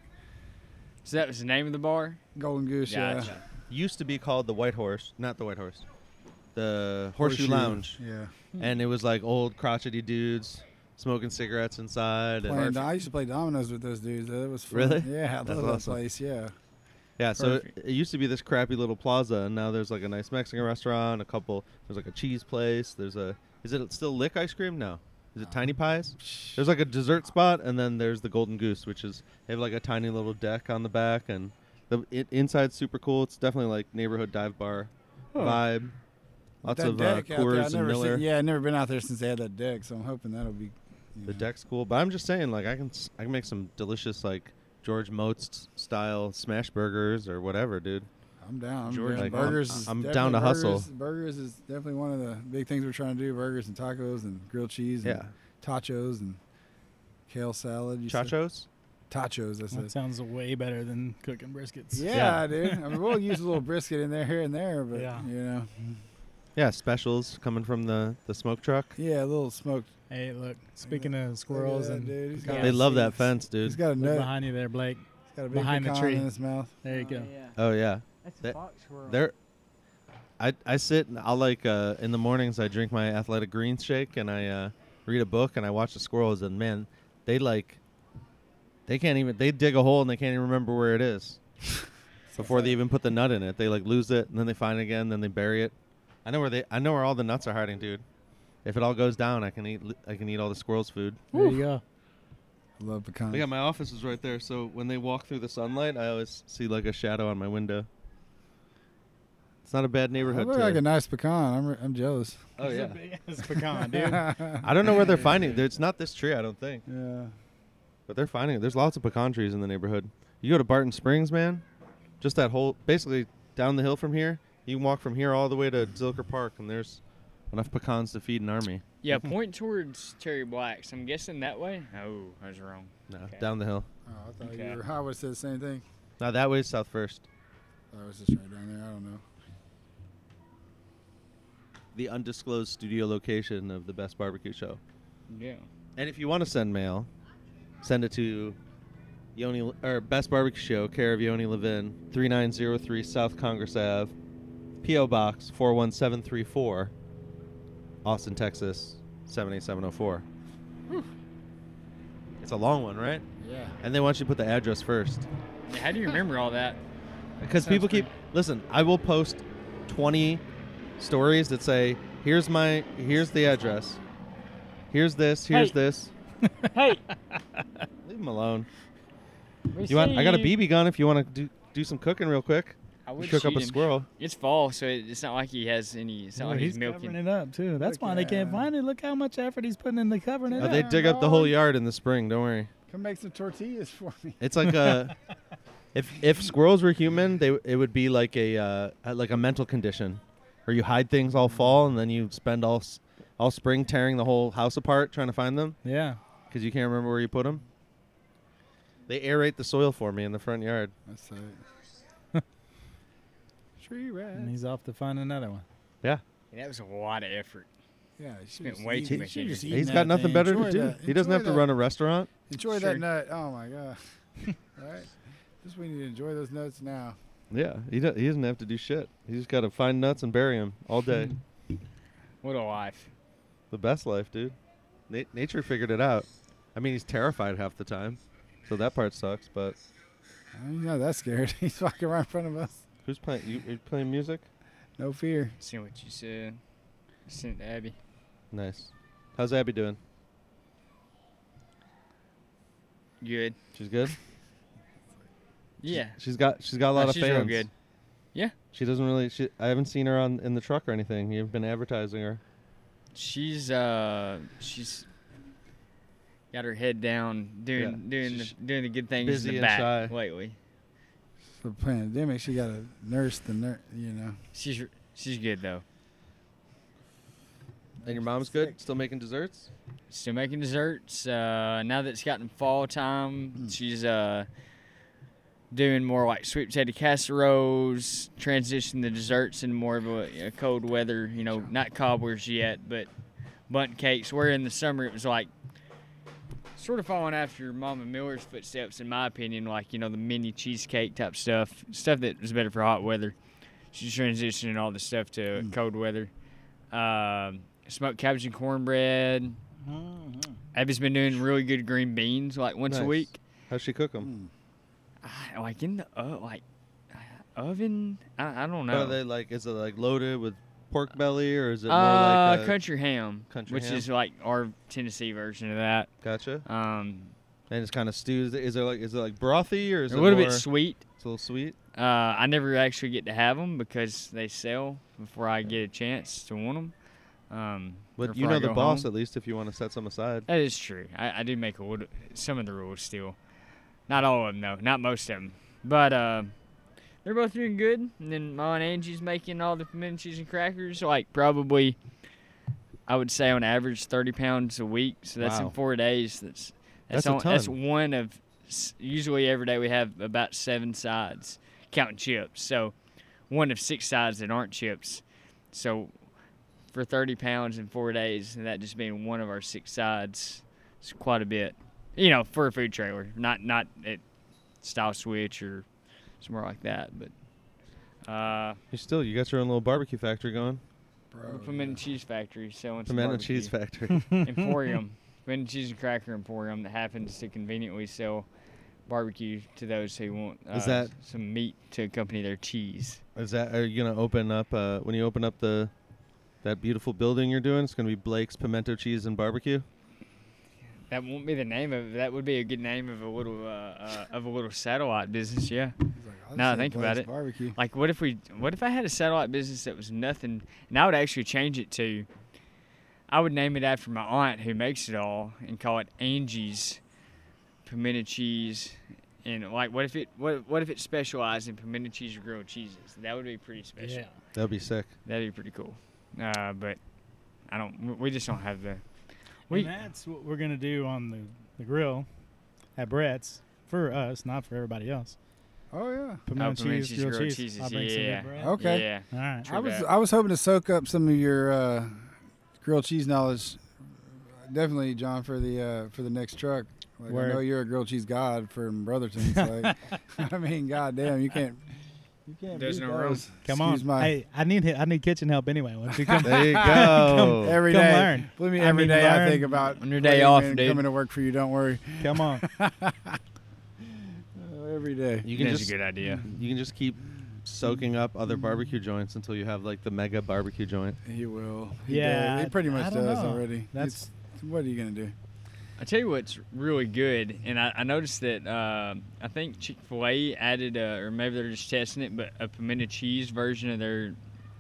Speaker 4: So that was the name of the bar.
Speaker 3: Golden Goose. Yeah.
Speaker 4: Gotcha.
Speaker 2: used to be called the White Horse, not the White Horse. The Horseshoe, Lounge.
Speaker 3: Yeah.
Speaker 2: And it was like old crotchety dudes smoking cigarettes inside
Speaker 3: Playing,
Speaker 2: and
Speaker 3: I used to play dominoes with those dudes. That was fun.
Speaker 2: Really?
Speaker 3: Yeah, I
Speaker 2: That's
Speaker 3: love that
Speaker 2: awesome.
Speaker 3: place. Yeah.
Speaker 2: Yeah, so it,
Speaker 4: Perfect.
Speaker 2: it used to be this crappy little plaza and now there's like a nice Mexican restaurant, a couple there's like a cheese place, there's a is it still lick ice cream? No. Is it tiny pies? There's like a dessert spot, and then there's the Golden Goose, which is they have like a tiny little deck on the back, and the it, inside's super cool. It's definitely like neighborhood dive bar vibe. Lots
Speaker 3: That
Speaker 2: of uh,
Speaker 3: deck out there, I've
Speaker 2: Coors and
Speaker 3: never seen-
Speaker 2: Miller.
Speaker 3: yeah, I've never been out there since they had that deck, so I'm hoping that'll be. you
Speaker 2: The
Speaker 3: know.
Speaker 2: deck's cool, but I'm just saying, like I can s- I can make some delicious like George Moats style smash burgers or whatever, dude.
Speaker 3: I'm down. I'm
Speaker 2: George,
Speaker 3: down.
Speaker 2: like,
Speaker 3: burgers.
Speaker 2: I'm-
Speaker 3: is
Speaker 2: I'm down
Speaker 3: definitely-
Speaker 2: to hustle.
Speaker 3: Burgers, burgers is definitely one of the big things we're trying to do. Burgers and tacos and grilled cheese. And
Speaker 2: Yeah.
Speaker 3: Tachos and kale salad. you said?
Speaker 2: Chachos.
Speaker 3: Tachos. That's
Speaker 5: That
Speaker 3: it.
Speaker 5: sounds way better than cooking briskets.
Speaker 3: Yeah, dude. I mean, we'll use a little brisket in there here and there, but
Speaker 5: Yeah.
Speaker 3: you know,
Speaker 2: Yeah, specials coming from the the smoke truck.
Speaker 3: yeah, a little smoked.
Speaker 5: Hey, look. Speaking of (laughs) squirrels
Speaker 3: that
Speaker 5: and
Speaker 3: dude. He's
Speaker 5: pecans,
Speaker 3: got-
Speaker 2: They love that
Speaker 3: Jeez.
Speaker 2: fence, dude.
Speaker 3: He's got a
Speaker 5: look
Speaker 3: nut.
Speaker 5: behind you there, Blake.
Speaker 3: He's got a big
Speaker 5: behind the
Speaker 3: pecan
Speaker 5: tree.
Speaker 3: in his mouth.
Speaker 5: There you go.
Speaker 2: Oh yeah.
Speaker 6: That's
Speaker 2: That-
Speaker 6: a fox squirrel.
Speaker 2: There, I I sit and I'll like uh, in the mornings I drink my athletic greens shake and I uh, read a book and I watch the squirrels, and man, they like, they can't even they dig a hole and they can't even remember where it is
Speaker 3: (laughs)
Speaker 2: before they even put the nut in it. They like lose it and then they find it again, then they bury it. I know where they I know where all the nuts are hiding, dude. If it all goes down, I can eat li- I can eat all the squirrels' food.
Speaker 3: There you go. Love pecans.
Speaker 2: Yeah, my office is right there, so when they walk through the sunlight, I always see like a shadow on my window. It's not a bad
Speaker 3: I
Speaker 2: neighborhood.
Speaker 3: really
Speaker 2: to-
Speaker 3: like a nice pecan. I'm, re- I'm jealous.
Speaker 2: (laughs)
Speaker 3: (laughs)
Speaker 2: oh yeah.
Speaker 5: it's pecan,
Speaker 2: (laughs)
Speaker 5: dude.
Speaker 2: I don't know where they're finding. it. It's not this tree, I don't think.
Speaker 3: Yeah.
Speaker 2: But they're finding it. There's lots of pecan trees in the neighborhood. You go to Barton Springs, man. Just that whole basically down the hill from here. You can walk from here all the way to Zilker Park, and there's enough pecans to feed an army.
Speaker 4: Yeah, point towards Cherry Blacks. I'm guessing that way. Oh, I was wrong.
Speaker 2: No,
Speaker 4: Okay.
Speaker 2: down the hill.
Speaker 3: Oh, I thought
Speaker 4: Okay.
Speaker 3: you were. I would have said the same thing.
Speaker 2: Now that way is South First.
Speaker 3: I was just right down there. I don't know.
Speaker 2: The undisclosed studio location of the best barbecue show.
Speaker 4: Yeah.
Speaker 2: And if you want to send mail, send it to Yoni or Best Barbecue Show, care of Yoni Levin, 3903 South Congress Ave, PO Box 41734, Austin, Texas 78704. It's a long one, right?
Speaker 3: Yeah.
Speaker 2: And they want you to put the address first.
Speaker 4: Yeah, How do you remember all that?
Speaker 2: Because
Speaker 4: Sounds
Speaker 2: people keep
Speaker 4: pretty-
Speaker 2: listen. I will post twenty stories that say, "Here's my, here's the address, here's this, here's
Speaker 4: Hey.
Speaker 2: this."
Speaker 4: (laughs) hey,
Speaker 2: Leave them alone. You want? I got a BB gun. If you want to do do some cooking real quick,
Speaker 4: I
Speaker 2: you
Speaker 4: would
Speaker 2: cook up
Speaker 4: shoot
Speaker 2: a
Speaker 4: him.
Speaker 2: squirrel.
Speaker 4: It's fall, so it- it's not like he has any. It's not
Speaker 5: Well,
Speaker 4: like he's,
Speaker 5: he's covering
Speaker 4: milking.
Speaker 5: it up too.
Speaker 3: Look
Speaker 5: That's why they can't
Speaker 3: at-
Speaker 5: find it. Look how much effort he's putting into covering it
Speaker 2: Oh,
Speaker 5: up.
Speaker 2: they
Speaker 3: Yeah,
Speaker 2: dig up the whole
Speaker 3: dog.
Speaker 2: yard in the spring. Don't worry.
Speaker 3: Come make some tortillas for me.
Speaker 2: It's like a if if squirrels were human, they it would be like a uh, like a mental condition, where you hide things all fall and then you spend all s- all spring tearing the whole house apart trying to find them.
Speaker 5: Yeah.
Speaker 2: because you can't remember where you put them. They aerate the soil for me in the front yard.
Speaker 3: That's tight.
Speaker 4: (laughs)
Speaker 3: Tree rat.
Speaker 4: Mm-hmm.
Speaker 5: And he's off to find another one.
Speaker 4: That was a lot of effort.
Speaker 3: Yeah, you should
Speaker 4: Spent
Speaker 3: just
Speaker 4: way
Speaker 3: eat-
Speaker 4: too
Speaker 3: you
Speaker 4: much
Speaker 3: should just
Speaker 4: energy.
Speaker 3: eat
Speaker 2: He's
Speaker 3: that
Speaker 2: got nothing
Speaker 3: thing.
Speaker 2: better
Speaker 3: Enjoy
Speaker 2: to do.
Speaker 3: that-
Speaker 2: He doesn't
Speaker 3: enjoy
Speaker 2: have to
Speaker 3: that-
Speaker 2: run a restaurant.
Speaker 3: Enjoy
Speaker 4: Sure.
Speaker 3: that nut. Oh my god. (laughs) right? Just we need to enjoy those nuts now.
Speaker 2: Yeah, he, do, he doesn't have to do shit. He just got to find nuts and bury them all day.
Speaker 3: Hmm.
Speaker 4: What a life.
Speaker 2: the best life, dude. Na- nature figured it out. I mean, he's terrified half the time, so that part sucks. But
Speaker 3: I don't know that scared. (laughs) He's walking right in front of us.
Speaker 2: who's playing? You, you playing music?
Speaker 3: No fear.
Speaker 4: See what you said. Sent to Abby.
Speaker 2: Nice. How's Abby doing?
Speaker 4: Good.
Speaker 2: She's good.
Speaker 4: Yeah.
Speaker 2: She's got she's got a
Speaker 4: No,
Speaker 2: lot of
Speaker 4: she's
Speaker 2: fans.
Speaker 4: real good.
Speaker 2: She doesn't really. She, I haven't seen her on in the truck or anything. You've been advertising her.
Speaker 4: She's uh she's got her head down doing
Speaker 2: Yeah.
Speaker 4: doing
Speaker 2: She's
Speaker 4: the, doing the good things
Speaker 2: busy
Speaker 4: in the
Speaker 2: and
Speaker 4: back
Speaker 2: shy.
Speaker 4: lately.
Speaker 3: The pandemic, she got to nurse the nurse. You know.
Speaker 4: She's r- she's good though.
Speaker 2: And your mom's good. Still making desserts.
Speaker 4: Still making desserts. Uh, now that it's gotten fall time, she's uh doing more like sweet potato casseroles. Transition the desserts into more of a, a cold weather. You know, not cobblers yet, but bundt cakes. Where in the summer it was like sort of following after Mama Miller's footsteps, in my opinion. Like you know the mini cheesecake type stuff, stuff that was better for hot weather. She's transitioning all the stuff to cold weather. Um, smoked cabbage and cornbread.
Speaker 5: Mm-hmm.
Speaker 4: Abby's been doing really good green beans like once a
Speaker 2: Nice.
Speaker 4: week.
Speaker 2: How's she cook them?
Speaker 4: I- like in the o like uh, oven. I, I don't
Speaker 2: Are
Speaker 4: know.
Speaker 2: they like? Is it like loaded with pork belly, or is it more
Speaker 4: Mm. uh,
Speaker 2: like a,
Speaker 4: country ham,
Speaker 2: country
Speaker 4: which
Speaker 2: ham?
Speaker 4: is like our Tennessee version of that.
Speaker 2: gotcha?
Speaker 4: Um,
Speaker 2: And it's kind of stews. Is there like? Is it like brothy, or is
Speaker 4: a
Speaker 2: it
Speaker 4: little bit
Speaker 2: more-
Speaker 4: sweet.
Speaker 2: It's a little sweet.
Speaker 4: Uh, I never actually get to have them because they sell before I get a chance to want them. Um, or
Speaker 2: But you
Speaker 4: before I
Speaker 2: know the
Speaker 4: go
Speaker 2: boss
Speaker 4: home.
Speaker 2: at least if you want to set some aside.
Speaker 4: That is true. I, I do make a little, some of the rules still. Not all of them, though. Not most of them. But uh, they're both doing good. And then Ma and Angie's making all the pimento cheese and crackers, like probably, I would say on average, 30 pounds a week. So that's
Speaker 2: Wow.
Speaker 4: in four days. That's that's,
Speaker 2: That's a
Speaker 4: on, that's
Speaker 2: ton.
Speaker 4: one of, s- usually every day we have about seven sides, counting chips. So one of six sides that aren't chips. So for 30 pounds in four days, and that just being one of our six sides, it's quite a bit. You know, for a food trailer, not not at Style Switch or somewhere like that, but uh,
Speaker 2: You still, you got your own little barbecue factory going.
Speaker 3: Pro.
Speaker 4: Pimento Cheese Factory. So it's a
Speaker 2: Oh, Pimento
Speaker 4: barbecue.
Speaker 2: Cheese
Speaker 4: (laughs)
Speaker 2: Factory. (laughs)
Speaker 4: Emporium, Been Cheese and Cracker Emporium that happens to conveniently sell barbecue to those who want uh,
Speaker 2: Is that-
Speaker 4: s- some meat to accompany their cheese.
Speaker 2: Is that are you gonna open up uh, when you open up the that beautiful building you're doing? It's gonna be Blake's Pimento Cheese and Barbecue.
Speaker 4: That won't be the name of. That would be a good name of a little uh, uh, of a little satellite business. Yeah.
Speaker 3: He's like,
Speaker 4: Now
Speaker 3: I'll just
Speaker 4: that I think
Speaker 3: say
Speaker 4: about
Speaker 3: Blake's
Speaker 4: it,
Speaker 3: Barbecue.
Speaker 4: Like, what if we? What if I had a satellite business that was nothing, and I would actually change it to? I would name it after my aunt who makes it all, and call it Angie's pimento cheese. And like, what if it? What What if it specialized in pimento cheese or grilled cheeses? That would be pretty special.
Speaker 5: Yeah.
Speaker 2: That'd be sick.
Speaker 4: That'd be pretty cool. Uh, but I don't. we- We just don't have the. We
Speaker 5: And that's what we're gonna do on the, the grill at Brett's for us, not for everybody else.
Speaker 3: Oh yeah.
Speaker 5: Pimento
Speaker 4: pimento cheese,
Speaker 5: grilled
Speaker 4: grilled
Speaker 5: cheese.
Speaker 4: cheeses,
Speaker 5: I'll bring some
Speaker 4: yeah.
Speaker 5: good bread.
Speaker 3: Okay.
Speaker 4: yeah.
Speaker 5: All right.
Speaker 4: True
Speaker 3: I was
Speaker 4: that.
Speaker 3: I was hoping to soak up some of your uh, grilled cheese knowledge. Definitely, John, for the uh, for the next truck. Like, I
Speaker 5: Word.
Speaker 3: know you're a grilled cheese god from Brotherton. so,
Speaker 5: (laughs)
Speaker 3: Like, (laughs) I mean, goddamn, you can't. You can't.
Speaker 4: There's
Speaker 3: beat
Speaker 4: no room.
Speaker 3: those.
Speaker 5: Come
Speaker 3: Excuse
Speaker 5: on.
Speaker 3: My,
Speaker 5: Hey, I need he- I need kitchen help anyway. Once
Speaker 3: (laughs)
Speaker 5: you
Speaker 4: (laughs)
Speaker 5: come,
Speaker 2: There you go.
Speaker 3: every
Speaker 5: come
Speaker 3: day.
Speaker 5: learn.
Speaker 3: Believe me,
Speaker 5: I
Speaker 3: every
Speaker 5: mean,
Speaker 3: day I
Speaker 5: learn.
Speaker 3: think about
Speaker 4: On your day
Speaker 3: Raymond
Speaker 4: off, dude.
Speaker 3: coming to work for you. Don't
Speaker 5: (laughs)
Speaker 3: worry.
Speaker 5: come on.
Speaker 3: Uh, every day.
Speaker 2: you can
Speaker 4: That's
Speaker 2: just
Speaker 4: a good idea.
Speaker 2: you can just keep soaking up other barbecue joints until you have like the mega barbecue joint.
Speaker 3: He will. He
Speaker 5: Yeah,
Speaker 3: does.
Speaker 5: I-
Speaker 3: He pretty
Speaker 5: I
Speaker 3: much
Speaker 5: don't
Speaker 3: does
Speaker 5: know.
Speaker 3: already.
Speaker 5: That's-
Speaker 3: It's- what are you gonna do?
Speaker 4: I tell you what's really good, and I, I noticed that uh, I think Chick Fil A added, uh, or maybe they're just testing it, but a pimento cheese version of their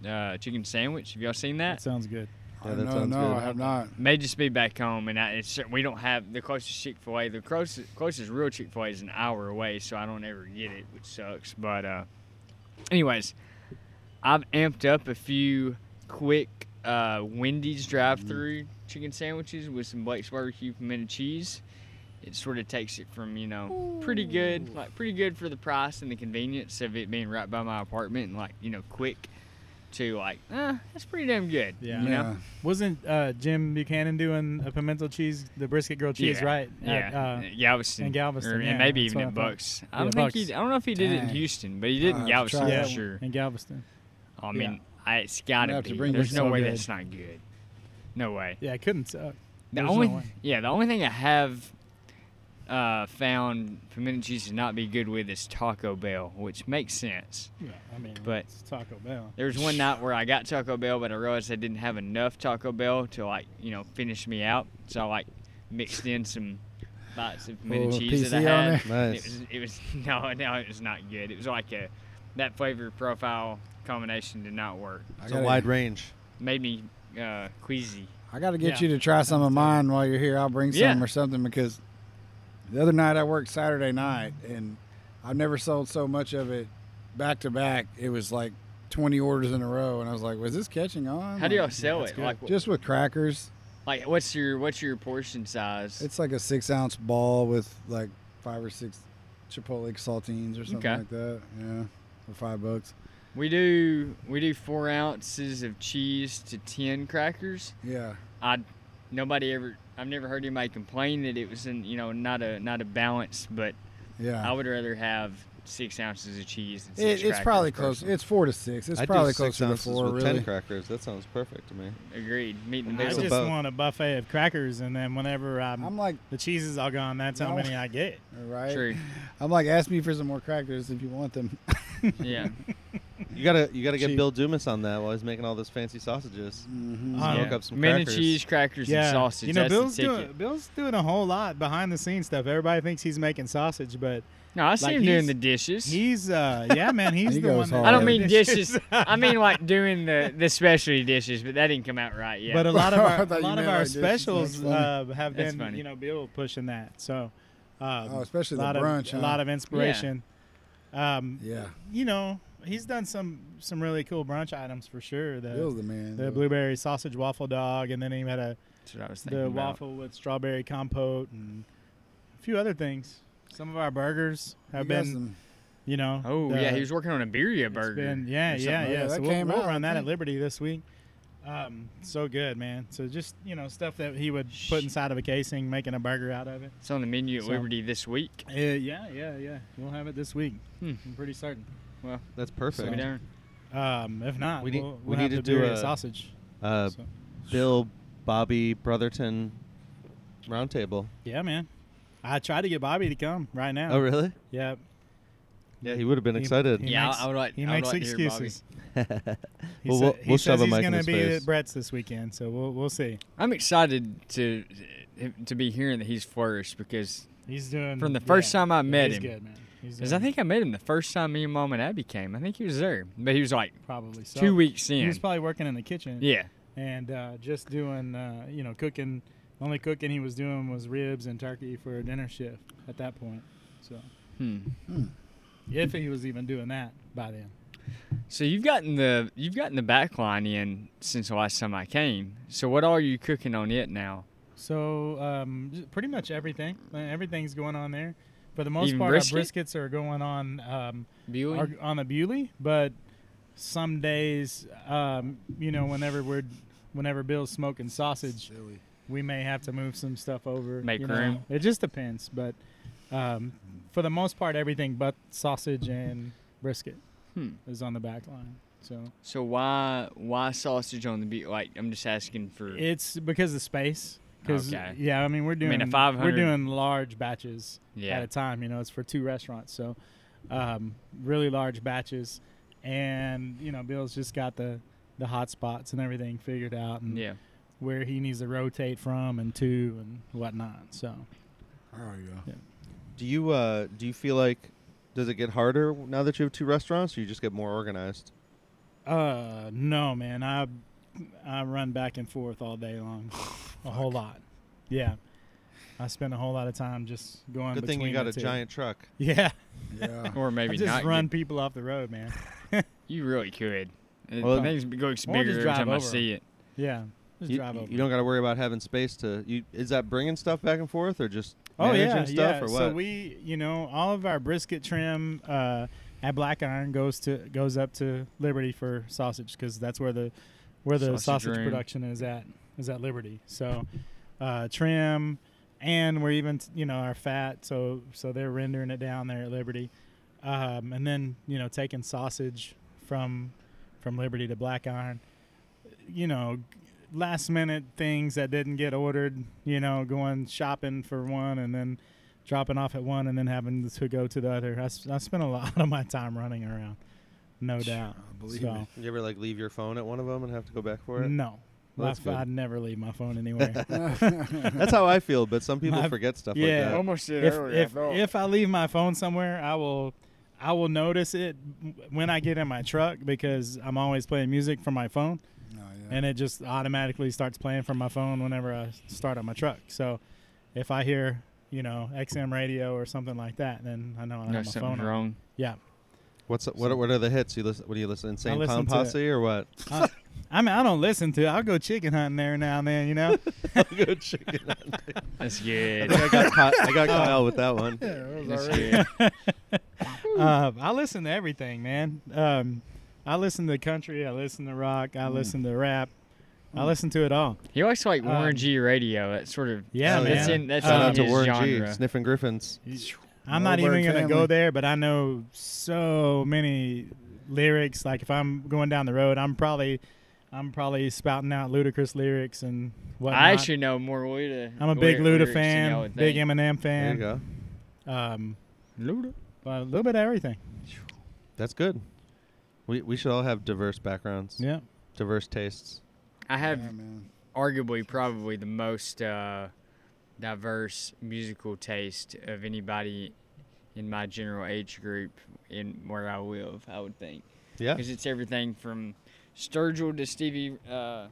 Speaker 4: uh, chicken sandwich. Have y'all seen
Speaker 5: That
Speaker 4: that?
Speaker 5: sounds good.
Speaker 2: Yeah, that
Speaker 3: no,
Speaker 2: sounds
Speaker 3: no,
Speaker 2: good.
Speaker 3: I have not.
Speaker 4: May just be back home, and I, it's we don't have the closest Chick Fil A. The closest closest real Chick Fil A is an hour away, so I don't ever get it, which sucks. But uh, anyways, I've amped up a few quick uh, Wendy's drive-through chicken sandwiches with some Blake's barbecue pimento cheese. It sort of takes it from you know pretty good, like pretty good for the price and the convenience of it being right by my apartment and like you know quick, to like uh, that's pretty damn good.
Speaker 5: Yeah.
Speaker 4: you know?
Speaker 3: yeah.
Speaker 5: Wasn't uh, Jim Buchanan doing a pimento cheese, the brisket grilled cheese,
Speaker 4: Yeah.
Speaker 5: right? at,
Speaker 4: Yeah,
Speaker 5: uh,
Speaker 4: in Galveston,
Speaker 5: in Galveston,
Speaker 4: or,
Speaker 5: yeah,
Speaker 4: and maybe
Speaker 5: that's
Speaker 4: even
Speaker 5: what
Speaker 4: at
Speaker 5: I thought.
Speaker 4: Bucks. I
Speaker 5: Yeah,
Speaker 4: don't think
Speaker 5: Bucks.
Speaker 4: he. I don't know if he did it in
Speaker 3: Dang.
Speaker 4: Houston, but he did
Speaker 3: I'll
Speaker 4: in
Speaker 3: have to
Speaker 4: Galveston
Speaker 3: try
Speaker 5: uh, yeah,
Speaker 4: for
Speaker 3: that.
Speaker 4: sure.
Speaker 5: in Galveston.
Speaker 4: I
Speaker 5: Yeah.
Speaker 4: mean, I, it's gotta
Speaker 3: I'll have to
Speaker 4: be.
Speaker 3: bring
Speaker 4: There's
Speaker 3: this
Speaker 4: no
Speaker 5: up
Speaker 4: way
Speaker 5: here.
Speaker 4: that's not good. No way.
Speaker 5: Yeah, it couldn't suck.
Speaker 4: The
Speaker 5: There's no
Speaker 4: only,
Speaker 5: way.
Speaker 4: yeah, the only thing I have uh, found pimento cheese to not be good with is Taco Bell, which makes sense.
Speaker 5: Yeah, I mean,
Speaker 4: But-
Speaker 5: it's Taco Bell.
Speaker 4: There was one night where I got Taco Bell, but I realized I didn't have enough Taco Bell to like, you know, finish me out. So I like mixed in some bites of pimento
Speaker 3: Little
Speaker 4: cheese that
Speaker 3: PC
Speaker 4: I
Speaker 3: on
Speaker 4: had.
Speaker 2: there?
Speaker 4: And
Speaker 2: Nice.
Speaker 4: It was, (laughs) it was no, no, it was not good. It was like a that flavor profile combination did not work.
Speaker 3: I
Speaker 2: It's a
Speaker 3: gotta-
Speaker 2: wide range.
Speaker 4: Made me uh, queasy.
Speaker 3: I got to get you
Speaker 5: Yeah.
Speaker 3: to try some of mine while you're here. I'll bring some
Speaker 4: Yeah.
Speaker 3: or something because the other night I worked Saturday night and I've never sold so much of it back to back. It was like 20 orders in a row, and I was like, "Was this catching on?"
Speaker 4: How do y'all
Speaker 3: Like,
Speaker 4: sell
Speaker 5: that's
Speaker 4: it?
Speaker 5: good.
Speaker 4: Like,
Speaker 3: Just with crackers.
Speaker 4: like what's your what's your portion size?
Speaker 3: It's like a six ounce ball with like five or six chipotle saltines or something
Speaker 4: Okay.
Speaker 3: like that. Yeah, for five bucks.
Speaker 4: we do we do four ounces of cheese to ten crackers.
Speaker 3: Yeah,
Speaker 4: I nobody ever I've never heard anybody complain that it was in you know not a not a balance, but I
Speaker 3: yeah.
Speaker 4: would rather have six ounces of cheese. And six
Speaker 3: It, it's
Speaker 4: crackers
Speaker 3: probably close.
Speaker 4: personally.
Speaker 3: It's four to six. It's
Speaker 2: I'd do
Speaker 3: probably
Speaker 2: six
Speaker 3: closer to
Speaker 2: ounces
Speaker 3: four,
Speaker 2: with
Speaker 3: really.
Speaker 2: ten crackers. That sounds perfect to me.
Speaker 4: agreed. Meet in the
Speaker 5: I
Speaker 2: There's
Speaker 4: middle.
Speaker 5: just
Speaker 2: boat.
Speaker 5: want a buffet of crackers, and then whenever I,
Speaker 3: I'm like,
Speaker 5: the cheese is all gone, that's how
Speaker 3: No.
Speaker 5: many I get.
Speaker 3: (laughs)
Speaker 4: (laughs)
Speaker 3: right?
Speaker 4: True.
Speaker 3: I'm like, ask me for some more crackers if you want them.
Speaker 5: (laughs)
Speaker 4: Yeah.
Speaker 2: You gotta you gotta get
Speaker 3: Cheap.
Speaker 2: Bill Dumas on that while he's making all those fancy sausages.
Speaker 3: Mhm.
Speaker 5: Uh,
Speaker 2: Smoke
Speaker 4: yeah.
Speaker 2: up some
Speaker 4: Men and
Speaker 2: crackers.
Speaker 4: cheese, crackers, and sausage.
Speaker 5: You know,
Speaker 4: That's
Speaker 5: Bill's
Speaker 4: the ticket.
Speaker 5: doing Bill's doing a whole lot behind the scenes stuff. Everybody thinks he's making sausage, but
Speaker 4: no, I see
Speaker 5: like
Speaker 4: him doing
Speaker 5: he's-
Speaker 4: the dishes.
Speaker 5: he's uh yeah,
Speaker 4: (laughs)
Speaker 5: man, he's
Speaker 3: He
Speaker 5: the
Speaker 3: goes
Speaker 5: one. that-
Speaker 3: hard.
Speaker 4: I don't
Speaker 5: (laughs)
Speaker 4: mean dishes. (laughs) I mean like doing the the specialty dishes, but that didn't come out right yet.
Speaker 5: But uh, a lot
Speaker 3: (laughs)
Speaker 5: of
Speaker 3: I
Speaker 5: our,
Speaker 3: thought
Speaker 5: a
Speaker 3: you
Speaker 5: lot of
Speaker 3: meant
Speaker 5: our
Speaker 3: like dishes. That's
Speaker 5: specials
Speaker 3: funny.
Speaker 5: uh, have
Speaker 4: That's
Speaker 5: been,
Speaker 4: funny.
Speaker 5: you know, Bill pushing that. So, um,
Speaker 3: (laughs) Oh, especially the
Speaker 5: lot of-
Speaker 3: brunch,
Speaker 5: a
Speaker 3: huh?
Speaker 5: lot of inspiration. Um,
Speaker 3: yeah,
Speaker 5: you know, he's done some some really cool brunch items for sure.
Speaker 3: Bill's
Speaker 5: The
Speaker 3: the man.
Speaker 5: the blueberry sausage waffle dog, and then he had a
Speaker 4: That's what I was thinking
Speaker 5: the
Speaker 4: about.
Speaker 5: waffle with strawberry compote and a few other things. Some of our burgers
Speaker 3: You
Speaker 5: have
Speaker 3: got
Speaker 5: been,
Speaker 3: some-
Speaker 5: you know.
Speaker 4: Oh
Speaker 5: the-
Speaker 4: yeah, he was working on a birria
Speaker 5: it's
Speaker 4: burger.
Speaker 5: been- yeah,
Speaker 4: or something
Speaker 5: yeah,
Speaker 3: like
Speaker 5: yeah.
Speaker 3: that.
Speaker 5: So
Speaker 3: That
Speaker 5: we'll,
Speaker 3: came
Speaker 5: we'll
Speaker 3: out,
Speaker 5: run
Speaker 3: I
Speaker 5: that at
Speaker 3: think.
Speaker 5: Liberty this week. Um, so good, man. So just you know stuff that he would put inside of a casing, making a burger out of it.
Speaker 4: It's on the menu at
Speaker 5: So-
Speaker 4: Liberty this week.
Speaker 5: Uh, yeah, yeah, yeah. We'll have it this week.
Speaker 4: Hmm.
Speaker 5: I'm pretty certain.
Speaker 2: That's
Speaker 4: So
Speaker 2: perfect.
Speaker 4: darn.
Speaker 5: Um, if not,
Speaker 2: We
Speaker 5: we
Speaker 2: need-
Speaker 5: will
Speaker 2: we
Speaker 5: we'll
Speaker 2: need
Speaker 5: have
Speaker 2: to do
Speaker 5: the birria
Speaker 2: a-
Speaker 5: sausage.
Speaker 2: Uh,
Speaker 5: So,
Speaker 2: Bill, Bobby, Brotherton, roundtable.
Speaker 5: yeah, man. I tried to get Bobby to come right now.
Speaker 2: Oh, really?
Speaker 5: Yeah.
Speaker 2: Yeah, he would have been
Speaker 5: He-
Speaker 2: excited.
Speaker 5: he
Speaker 4: Yeah, I-
Speaker 5: makes-
Speaker 4: I would like-
Speaker 5: He
Speaker 4: I would
Speaker 5: makes
Speaker 4: like to hear Bobby.
Speaker 5: excuses.
Speaker 2: (laughs)
Speaker 5: He
Speaker 2: Well,
Speaker 5: said-
Speaker 2: we'll-
Speaker 5: he
Speaker 2: we'll
Speaker 5: says
Speaker 2: shove a
Speaker 5: he's
Speaker 2: mic in
Speaker 5: gonna
Speaker 2: his
Speaker 5: be
Speaker 2: face.
Speaker 5: at Brett's this weekend, so we'll we'll see.
Speaker 4: I'm excited to to be hearing that he's first because
Speaker 5: He's doing
Speaker 4: From the first time I
Speaker 5: yeah,
Speaker 4: met
Speaker 5: he's
Speaker 4: him.
Speaker 5: Good man. He's
Speaker 4: because
Speaker 5: doing
Speaker 4: I think I met him the first time me and Mom and Abby came. I think he was there, but he was like
Speaker 5: probably so.
Speaker 4: two weeks
Speaker 5: He
Speaker 4: in.
Speaker 5: was probably working in the kitchen.
Speaker 4: yeah,
Speaker 5: and uh, just doing uh, you know cooking. The only cooking he was doing was ribs and turkey for a dinner shift at that point. So
Speaker 4: hmm.
Speaker 5: if he was even doing that by then,
Speaker 4: So you've gotten the you've gotten the back line in since the last time I came. So what are you cooking on it now?
Speaker 5: so um, j- pretty much everything uh, everything's going on there. For the most
Speaker 4: Even
Speaker 5: part, our
Speaker 4: brisket?
Speaker 5: briskets are going on um,
Speaker 4: Buey?
Speaker 5: are on the Bewley, but some days, um, you know, whenever we're whenever Bill's smoking sausage, we may have to move some stuff over.
Speaker 4: Make
Speaker 5: you know.
Speaker 4: room.
Speaker 5: It just depends, but um, for the most part, everything but sausage and brisket
Speaker 4: Hmm.
Speaker 5: is on the back line. So
Speaker 4: So why why sausage on the beat? Like I'm just asking for.
Speaker 5: it's because of space. 'cause,
Speaker 4: Okay.
Speaker 5: yeah, I mean we're
Speaker 4: mean,
Speaker 5: doing
Speaker 4: a 500
Speaker 5: we're doing large batches at
Speaker 4: yeah.
Speaker 5: a time. You know, it's for two restaurants, so um, really large batches. And you know, Bill's just got the the hot spots and everything figured out, and
Speaker 4: Yeah.
Speaker 5: where he needs to rotate from and to and whatnot. So
Speaker 3: There you go.
Speaker 2: Do you uh, do you feel like does it get harder now that you have two restaurants? Or you just get more organized.
Speaker 5: Uh, no, man. I I run back and forth all
Speaker 4: (laughs)
Speaker 5: day long, a whole lot. Yeah, I spend a whole lot of time just going.
Speaker 2: Good thing you
Speaker 5: between
Speaker 2: got
Speaker 5: the
Speaker 2: a
Speaker 5: two.
Speaker 2: giant truck.
Speaker 5: (laughs) Yeah,
Speaker 3: Yeah.
Speaker 4: Or
Speaker 5: I
Speaker 4: maybe
Speaker 5: just
Speaker 4: not.
Speaker 5: run
Speaker 4: get-
Speaker 5: people off the road, man.
Speaker 4: you really could. It
Speaker 2: Well,
Speaker 4: things goes
Speaker 5: Or just
Speaker 4: bigger every
Speaker 5: drive
Speaker 4: time I
Speaker 5: over 'em.
Speaker 4: see it.
Speaker 5: Yeah, just
Speaker 2: you,
Speaker 5: drive
Speaker 2: you
Speaker 5: over.
Speaker 2: don't got to worry about having space to. You, is that bringing stuff back and forth or just
Speaker 5: oh
Speaker 2: managing
Speaker 5: yeah,
Speaker 2: stuff
Speaker 5: yeah.
Speaker 2: or what?
Speaker 5: So we, you know, all of our brisket trim uh, at Black Iron goes to goes up to Liberty for sausage because that's where the where the
Speaker 4: Sausage
Speaker 5: sausage,
Speaker 4: room.
Speaker 5: production is at is at Liberty. So uh, trim, and we're even you know our fat. So so they're rendering it down there at Liberty, um, and then you know taking sausage from from Liberty to Black Iron. You know, last minute things that didn't get ordered. You know, going shopping for one and then dropping off at one and then having to go to the other. I, s- I spent a (laughs) lot of my time running around, no doubt.
Speaker 3: I Oh, believe
Speaker 5: so,
Speaker 3: it.
Speaker 2: you ever like leave your phone at one of them and have to go back for it?
Speaker 5: No,
Speaker 2: Well,
Speaker 5: My
Speaker 2: that's
Speaker 5: ph-
Speaker 2: good.
Speaker 5: I'd never leave my phone anywhere.
Speaker 2: (laughs) That's how I feel, but some
Speaker 5: (laughs)
Speaker 2: people
Speaker 5: My-
Speaker 2: forget stuff
Speaker 5: yeah. Um,
Speaker 2: like that.
Speaker 4: Almost
Speaker 5: if if, if I leave my phone somewhere, I will I will notice it when I get in my truck because I'm always playing music from my phone,
Speaker 3: No, Oh, yeah.
Speaker 5: and it just automatically starts playing from my phone whenever I start on my truck. So if I hear you know XM radio or something like that, then I know I have my
Speaker 4: no,
Speaker 5: phone.
Speaker 4: something's
Speaker 5: on.
Speaker 4: wrong.
Speaker 5: Yeah,
Speaker 2: What's what? Are, what are the hits? You listen? What do you listen? Insane
Speaker 5: listen
Speaker 2: Clown
Speaker 5: to-
Speaker 2: Posse or
Speaker 5: (laughs)
Speaker 2: what?
Speaker 5: I mean I don't listen to. it. I'll go chicken hunting every now and then. You
Speaker 4: (laughs)
Speaker 5: know.
Speaker 2: Good chicken. (laughs)
Speaker 5: (laughs)
Speaker 4: That's
Speaker 2: I
Speaker 4: good.
Speaker 2: think I got Ky- I got Kyle with that one.
Speaker 4: That's good.
Speaker 5: um, I listen to everything, man. Um, I listen to country. I listen to rock.
Speaker 4: Mm.
Speaker 5: I listen to rap. I listen to it all.
Speaker 4: (laughs) He likes like Warren
Speaker 5: Um,
Speaker 4: G radio. That sort of
Speaker 5: Yeah,
Speaker 4: Oh, that's
Speaker 5: man.
Speaker 4: in that's
Speaker 5: Shout
Speaker 4: in
Speaker 5: out to
Speaker 4: his genre.
Speaker 2: Sniffing Griffins.
Speaker 5: I'm not
Speaker 3: Goldberg
Speaker 5: even gonna go
Speaker 3: family.
Speaker 5: there, but I know so many lyrics. Like if I'm going down the road, I'm probably, I'm probably spouting out ludicrous lyrics and whatnot.
Speaker 4: I actually know more Luda.
Speaker 5: I'm a big
Speaker 4: lyri- lyrics
Speaker 5: Luda
Speaker 4: than y'all
Speaker 5: fan,
Speaker 4: would
Speaker 5: big
Speaker 4: think.
Speaker 5: Eminem
Speaker 2: There you
Speaker 5: fan.
Speaker 2: go.
Speaker 5: Um,
Speaker 4: Luda.
Speaker 5: a little bit of everything.
Speaker 2: That's good. We we should all have diverse backgrounds,
Speaker 5: Yeah.
Speaker 2: diverse tastes.
Speaker 4: I have
Speaker 3: Yeah, man.
Speaker 4: arguably probably the most uh, diverse musical taste of anybody in my general age group in where I live. I would think
Speaker 2: Yeah.
Speaker 4: because it's everything from Sturgill to Stevie, uh,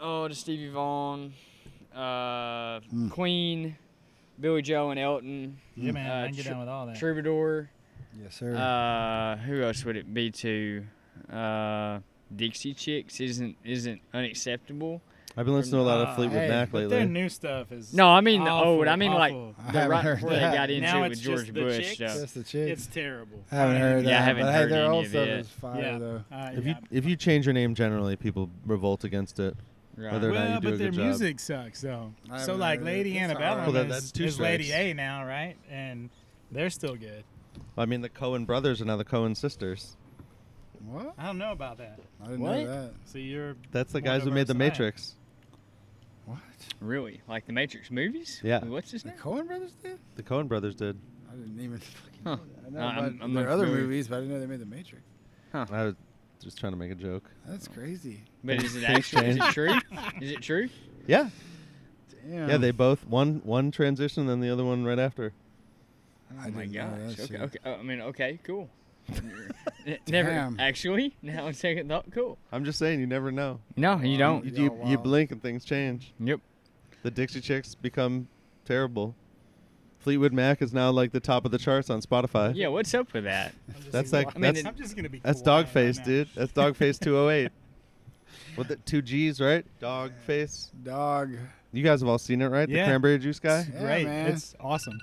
Speaker 4: oh to Stevie Vaughan, uh,
Speaker 3: Mm.
Speaker 4: Queen, Billy Joe and Elton,
Speaker 5: Yeah, man.
Speaker 4: Uh,
Speaker 5: I can get
Speaker 4: tr-
Speaker 5: down with all that.
Speaker 4: Troubadour.
Speaker 3: Yes, sir.
Speaker 4: Uh, who else would it be to? Uh, Dixie Chicks isn't isn't unacceptable.
Speaker 2: I've been listening to a lot
Speaker 4: Uh,
Speaker 2: of Fleetwood
Speaker 5: Ah, Hey,
Speaker 2: Mac
Speaker 5: but their
Speaker 2: lately.
Speaker 5: new stuff is
Speaker 4: No, I mean the
Speaker 5: awful,
Speaker 4: old. I mean
Speaker 5: awful.
Speaker 4: like
Speaker 3: (laughs) I
Speaker 4: the
Speaker 3: haven't
Speaker 4: right
Speaker 3: heard
Speaker 4: before they
Speaker 3: that. (laughs)
Speaker 4: got into
Speaker 5: Now
Speaker 4: it
Speaker 5: it's
Speaker 4: with
Speaker 5: just
Speaker 4: George
Speaker 5: the
Speaker 4: Bush.
Speaker 5: chicks.
Speaker 4: Stuff.
Speaker 3: Just the chick.
Speaker 5: It's terrible.
Speaker 3: I haven't heard
Speaker 4: Yeah, I
Speaker 3: that.
Speaker 4: haven't
Speaker 3: but
Speaker 4: heard
Speaker 3: hey, their
Speaker 4: any
Speaker 3: old
Speaker 4: of
Speaker 3: stuff
Speaker 4: it.
Speaker 3: is fire
Speaker 5: Yeah.
Speaker 3: though.
Speaker 5: Uh,
Speaker 2: If you
Speaker 5: yeah.
Speaker 2: if you change your name, generally people revolt against it.
Speaker 4: Right.
Speaker 2: Whether- or not
Speaker 5: well,
Speaker 2: you do a
Speaker 5: but their
Speaker 2: good job.
Speaker 5: music sucks though.
Speaker 3: I
Speaker 5: So
Speaker 3: haven't
Speaker 5: like
Speaker 3: heard
Speaker 5: Lady
Speaker 3: it. It's
Speaker 5: Annabella
Speaker 3: alright.
Speaker 2: Well, that-
Speaker 5: is,
Speaker 2: that's two
Speaker 5: is Lady
Speaker 2: strikes.
Speaker 5: A now, right? And they're still good.
Speaker 2: I mean, the Cohen brothers are now the Cohen sisters.
Speaker 3: What?
Speaker 5: I don't know about that.
Speaker 3: I didn't know
Speaker 4: What?
Speaker 3: that.
Speaker 5: See, you're
Speaker 2: That's the
Speaker 5: more
Speaker 2: guys who made The
Speaker 5: diverse than I am.
Speaker 2: Matrix.
Speaker 3: What?
Speaker 4: Really? Like the Matrix movies?
Speaker 2: Yeah.
Speaker 4: What's his
Speaker 3: The
Speaker 4: name?
Speaker 3: Coen Brothers did?
Speaker 2: The Coen brothers did.
Speaker 3: I didn't even. (laughs) Fucking
Speaker 4: Huh.
Speaker 3: I know
Speaker 4: Uh,
Speaker 3: about
Speaker 4: I'm- I'm
Speaker 3: their
Speaker 4: not
Speaker 3: other
Speaker 4: familiar.
Speaker 3: movies, but I didn't know they made The Matrix.
Speaker 2: I was just trying to make a joke.
Speaker 3: That's crazy.
Speaker 4: But is it
Speaker 2: Thanks,
Speaker 4: actually? Is it
Speaker 2: Shane.
Speaker 3: (laughs)
Speaker 4: true? Is it true?
Speaker 2: Yeah,
Speaker 3: Damn.
Speaker 2: yeah. They both one one transition, then the other one right after.
Speaker 3: I
Speaker 4: Oh my
Speaker 3: didn't know
Speaker 4: gosh.
Speaker 3: that
Speaker 4: Okay.
Speaker 3: shit.
Speaker 4: Okay. Oh, I mean, okay.
Speaker 3: (laughs)
Speaker 4: Cool. N- Never
Speaker 3: Damn.
Speaker 4: actually. Now on second thought, cool.
Speaker 2: I'm just saying, you never know.
Speaker 4: No, you
Speaker 2: You
Speaker 4: don't.
Speaker 3: Yeah,
Speaker 2: you, you
Speaker 3: wow.
Speaker 2: blink and things change.
Speaker 4: Yep.
Speaker 2: The Dixie Chicks become terrible. Fleetwood Mac is now like the top of the charts on Spotify.
Speaker 4: Yeah. What's up with that?
Speaker 5: I'm just
Speaker 2: That's
Speaker 5: gonna
Speaker 2: like-
Speaker 5: be-
Speaker 4: I mean,
Speaker 2: that's-
Speaker 5: I'm just gonna be.
Speaker 2: That's
Speaker 5: quiet
Speaker 2: Dogface,
Speaker 5: right now.
Speaker 2: dude. That's Dogface 208. (laughs) With the two G's, right? Dogface.
Speaker 3: Dog.
Speaker 2: You guys have all seen it, right?
Speaker 5: Yeah.
Speaker 2: The cranberry juice guy.
Speaker 5: It's
Speaker 3: Yeah,
Speaker 5: (laughs) great.
Speaker 3: man.
Speaker 5: It's awesome.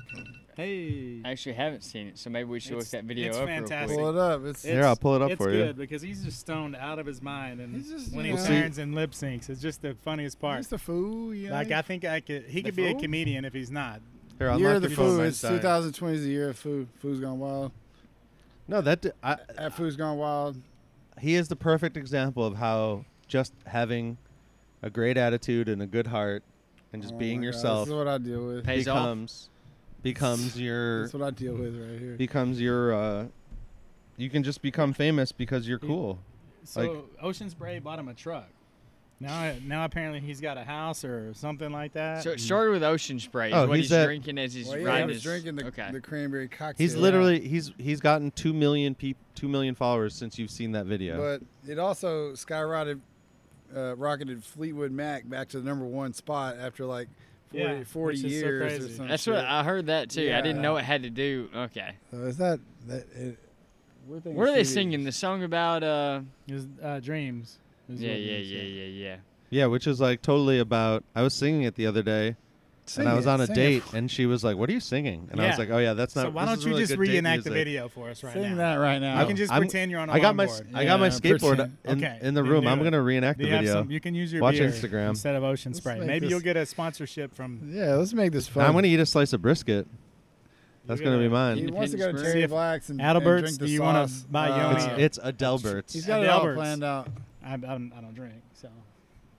Speaker 5: Hey.
Speaker 4: I actually haven't seen it, so maybe we should look
Speaker 5: It's-
Speaker 4: that video
Speaker 5: it's
Speaker 4: up
Speaker 5: fantastic.
Speaker 4: real
Speaker 3: Pull
Speaker 4: quick.
Speaker 3: it up. It's
Speaker 2: Here, I'll pull it up
Speaker 5: it's
Speaker 2: for you.
Speaker 5: good because he's just stoned out of his mind, and
Speaker 3: He's just,
Speaker 5: when
Speaker 3: you
Speaker 5: he
Speaker 3: know-
Speaker 5: turns and lip syncs, it's just the funniest part.
Speaker 3: He's the fool. You know?
Speaker 5: Like I think I could. He could be a
Speaker 3: fool?
Speaker 5: comedian if he's not.
Speaker 2: Here,
Speaker 3: year
Speaker 2: unlock
Speaker 3: of the
Speaker 2: your phone.
Speaker 3: foo.
Speaker 2: mine's
Speaker 3: It's
Speaker 2: dying.
Speaker 3: 2020 is the year of foo. Foo's gone wild.
Speaker 2: No, that d- I,
Speaker 3: At foo's gone wild.
Speaker 2: he is the perfect example of how just having a great attitude and a good heart and just
Speaker 3: Oh
Speaker 2: being
Speaker 3: my God,
Speaker 2: yourself
Speaker 3: This is what I deal with.
Speaker 4: Pays off.
Speaker 2: becomes becomes your
Speaker 3: That's what I deal with right here.
Speaker 2: becomes your uh you can just become famous because you're cool.
Speaker 5: So Ocean Spray bought him a truck. Now, now apparently he's got a house or something like that.
Speaker 4: So it started with ocean spray. Is
Speaker 2: Oh,
Speaker 4: what
Speaker 2: he's
Speaker 4: he's,
Speaker 2: at-
Speaker 4: drinking as he's
Speaker 3: Well, yeah, I
Speaker 4: riding.
Speaker 3: was
Speaker 4: his-
Speaker 3: drinking the,
Speaker 4: okay.
Speaker 3: the cranberry cocktail.
Speaker 2: He's literally he's he's gotten 2 million peop 2 million followers since you've seen that video.
Speaker 3: But it also skyrocketed, uh, rocketed Fleetwood Mac back to the number one spot after like 40,
Speaker 5: Yeah,
Speaker 3: 40
Speaker 5: which is so
Speaker 3: years or
Speaker 5: crazy.
Speaker 3: something.
Speaker 4: That's what I heard that too. I didn't
Speaker 3: Yeah.
Speaker 4: know it had to do. Okay.
Speaker 3: So is that that? It, we're thinking
Speaker 4: What are they
Speaker 3: CDs.
Speaker 4: singing? The song about uh.
Speaker 5: his uh, dreams. is
Speaker 4: Yeah,
Speaker 5: what
Speaker 4: yeah,
Speaker 5: he
Speaker 4: yeah,
Speaker 5: said.
Speaker 4: yeah, yeah.
Speaker 2: yeah, which is like totally about I was singing it the other day
Speaker 3: Sing
Speaker 2: and I was
Speaker 3: it,
Speaker 2: on a
Speaker 3: sing it.
Speaker 2: date and she was like, "What are you singing?" And I was
Speaker 5: Yeah.
Speaker 2: like, "Oh yeah, that's not
Speaker 5: So why
Speaker 2: this
Speaker 5: don't
Speaker 2: is
Speaker 5: you
Speaker 2: really
Speaker 5: just
Speaker 2: good date
Speaker 5: reenact the
Speaker 2: music.
Speaker 5: video for us right
Speaker 3: Sing
Speaker 5: now?
Speaker 3: that right now.
Speaker 5: You can just
Speaker 2: I'm-
Speaker 5: pretend you're on a
Speaker 2: I got my
Speaker 5: longboard.
Speaker 2: I got my
Speaker 3: Yeah,
Speaker 2: skateboard
Speaker 3: pretend.
Speaker 2: in,
Speaker 5: (laughs) Okay,
Speaker 2: in the
Speaker 5: then
Speaker 2: room.
Speaker 5: do
Speaker 2: I'm
Speaker 5: it.
Speaker 2: gonna reenact
Speaker 5: You,
Speaker 2: the
Speaker 5: have
Speaker 2: video.
Speaker 5: some, you can use your
Speaker 2: Watch
Speaker 5: beer
Speaker 2: Instagram.
Speaker 5: instead of Ocean Spray.
Speaker 3: make
Speaker 5: Maybe
Speaker 3: this-
Speaker 5: you'll get a sponsorship from.
Speaker 3: Yeah, let's make this fun.
Speaker 2: I'm gonna eat a slice of brisket. That's
Speaker 5: You
Speaker 2: gonna be
Speaker 5: gotta-
Speaker 2: mine.
Speaker 3: He wants to go to
Speaker 4: Independence
Speaker 3: Terry
Speaker 5: Burger.
Speaker 3: Black's and, and
Speaker 5: Adalbert's,
Speaker 3: drink the
Speaker 5: do you wanna
Speaker 3: want to
Speaker 5: buy
Speaker 2: It's,
Speaker 5: Yomi?
Speaker 2: it's Adalbert's.
Speaker 3: He's got it all
Speaker 5: Adalbert's.
Speaker 3: planned out.
Speaker 5: I, I, don't, I don't drink, so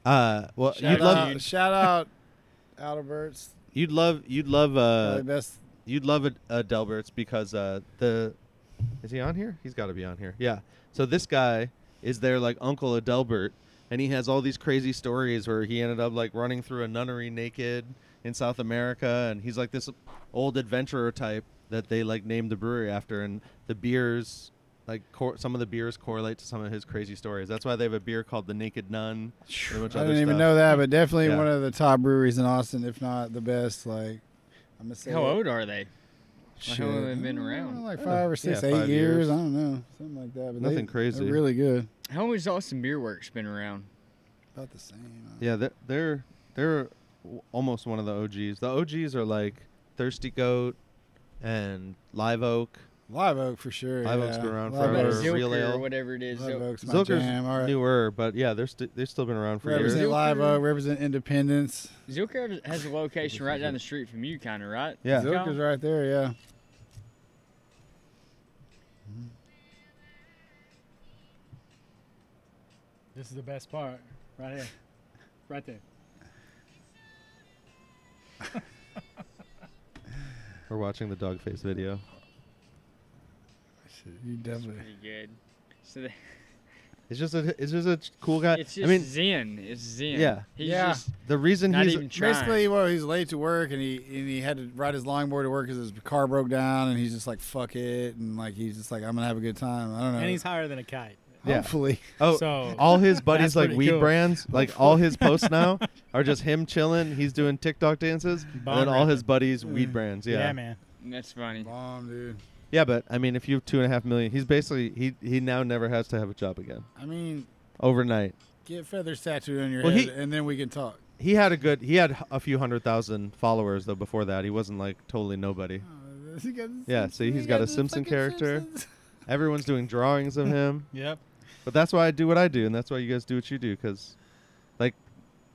Speaker 2: Uh, well,
Speaker 4: Shout
Speaker 2: you'd
Speaker 3: Shout
Speaker 4: love-
Speaker 3: out-
Speaker 2: love,
Speaker 3: shout out Adalbert's.
Speaker 2: you'd love, you'd love, uh,
Speaker 3: the best.
Speaker 2: you'd love Ad- Adalbert's because uh, the is he on here? He's got to be on here. Yeah. So this guy is their like Uncle Adelbert, and he has all these crazy stories where he ended up like running through a nunnery naked in South America, and he's like this old adventurer type that they like named the brewery after, and the beers. Like cor- some of the beers correlate to some of his crazy stories. That's why they have a beer called the Naked Nun. and a
Speaker 3: I
Speaker 2: bunch of
Speaker 3: didn't
Speaker 2: other
Speaker 3: even
Speaker 2: stuff.
Speaker 3: know that, but definitely
Speaker 2: Yeah.
Speaker 3: one of the top breweries in Austin, if not the best. Like, I'm gonna say
Speaker 4: How
Speaker 3: it.
Speaker 4: old are they?
Speaker 3: Shit.
Speaker 4: how long have they been
Speaker 3: I don't know,
Speaker 4: around?
Speaker 3: Like five or six,
Speaker 2: Uh, yeah,
Speaker 3: eight
Speaker 2: five
Speaker 3: years.
Speaker 2: years.
Speaker 3: I don't know, something like that. But
Speaker 2: Nothing
Speaker 3: they,
Speaker 2: crazy.
Speaker 3: They're really good.
Speaker 4: How long has Austin Beer Works been around?
Speaker 3: About the same. huh?
Speaker 2: Yeah, they're they're they're w- almost one of the OGs. The OGs are like Thirsty Goat and Live Oak.
Speaker 3: Live Oak for sure.
Speaker 2: Live
Speaker 3: yeah.
Speaker 2: Oak's been around
Speaker 3: Live
Speaker 4: About
Speaker 2: forever.
Speaker 3: Oak's-
Speaker 2: Zil- real
Speaker 4: Zilker
Speaker 2: ale.
Speaker 4: or whatever it is.
Speaker 3: Live
Speaker 4: Zil-
Speaker 3: Oak's my
Speaker 2: Zilker's
Speaker 3: jam. All right.
Speaker 2: newer, but yeah, they're st- they've still been around for years.
Speaker 3: Represent Live
Speaker 4: Zilker.
Speaker 3: Oak. Represent Independence.
Speaker 4: Zilker has
Speaker 5: (laughs)
Speaker 4: a location right down the street from you, kind of right.
Speaker 2: Yeah.
Speaker 3: Zilker's right there. Yeah.
Speaker 5: this is the best part, right here, right there.
Speaker 2: We're watching the dog face video.
Speaker 3: Shit, You definitely.
Speaker 4: Pretty good. So they,
Speaker 2: It's just a it's just a ch- cool guy.
Speaker 4: it's
Speaker 2: Uh, I
Speaker 4: just
Speaker 2: mean,
Speaker 4: Zen. It's Zen.
Speaker 2: Yeah.
Speaker 4: He's
Speaker 3: Yeah.
Speaker 4: just
Speaker 2: the reason
Speaker 4: not
Speaker 2: he's
Speaker 4: even trying.
Speaker 3: Basically, well, he's late to work, and he and he had to ride his longboard to work because his car broke down, and he's just like, "Fuck it," and like he's just like, "I'm gonna have a good time." I don't know.
Speaker 2: Uh,
Speaker 5: And he's higher than a kite.
Speaker 2: Yeah.
Speaker 3: hopefully,
Speaker 2: oh
Speaker 5: so
Speaker 2: all
Speaker 5: (laughs)
Speaker 2: his
Speaker 5: That's
Speaker 2: buddies like
Speaker 5: pretty
Speaker 2: weed
Speaker 5: cool. (laughs)
Speaker 2: brands, like all his posts now are just him chilling. He's doing TikTok dances, and
Speaker 5: Bong
Speaker 2: then all his
Speaker 5: rapping.
Speaker 2: buddies weed brands.
Speaker 5: Mm. yeah, man.
Speaker 4: That's funny.
Speaker 3: bomb, dude.
Speaker 2: Yeah, but I mean, if you have two and a half million, he's basically he he now never has to have a job again
Speaker 3: I mean,
Speaker 2: overnight.
Speaker 3: get feathers tattooed on your
Speaker 2: Well,
Speaker 3: head,
Speaker 2: he-
Speaker 3: and then we can talk. (laughs)
Speaker 2: He had a good he had a few hundred thousand followers though before that. He wasn't like totally nobody.
Speaker 3: He got the
Speaker 2: Yeah,
Speaker 3: Simps-
Speaker 2: so he's
Speaker 3: he
Speaker 2: got a
Speaker 3: the
Speaker 2: Simpson
Speaker 3: fucking
Speaker 2: character.
Speaker 3: Simpsons.
Speaker 2: Everyone's doing drawings of him,
Speaker 5: Yep.
Speaker 2: but that's why I do what I do, and that's why you guys do what you do. Because, like,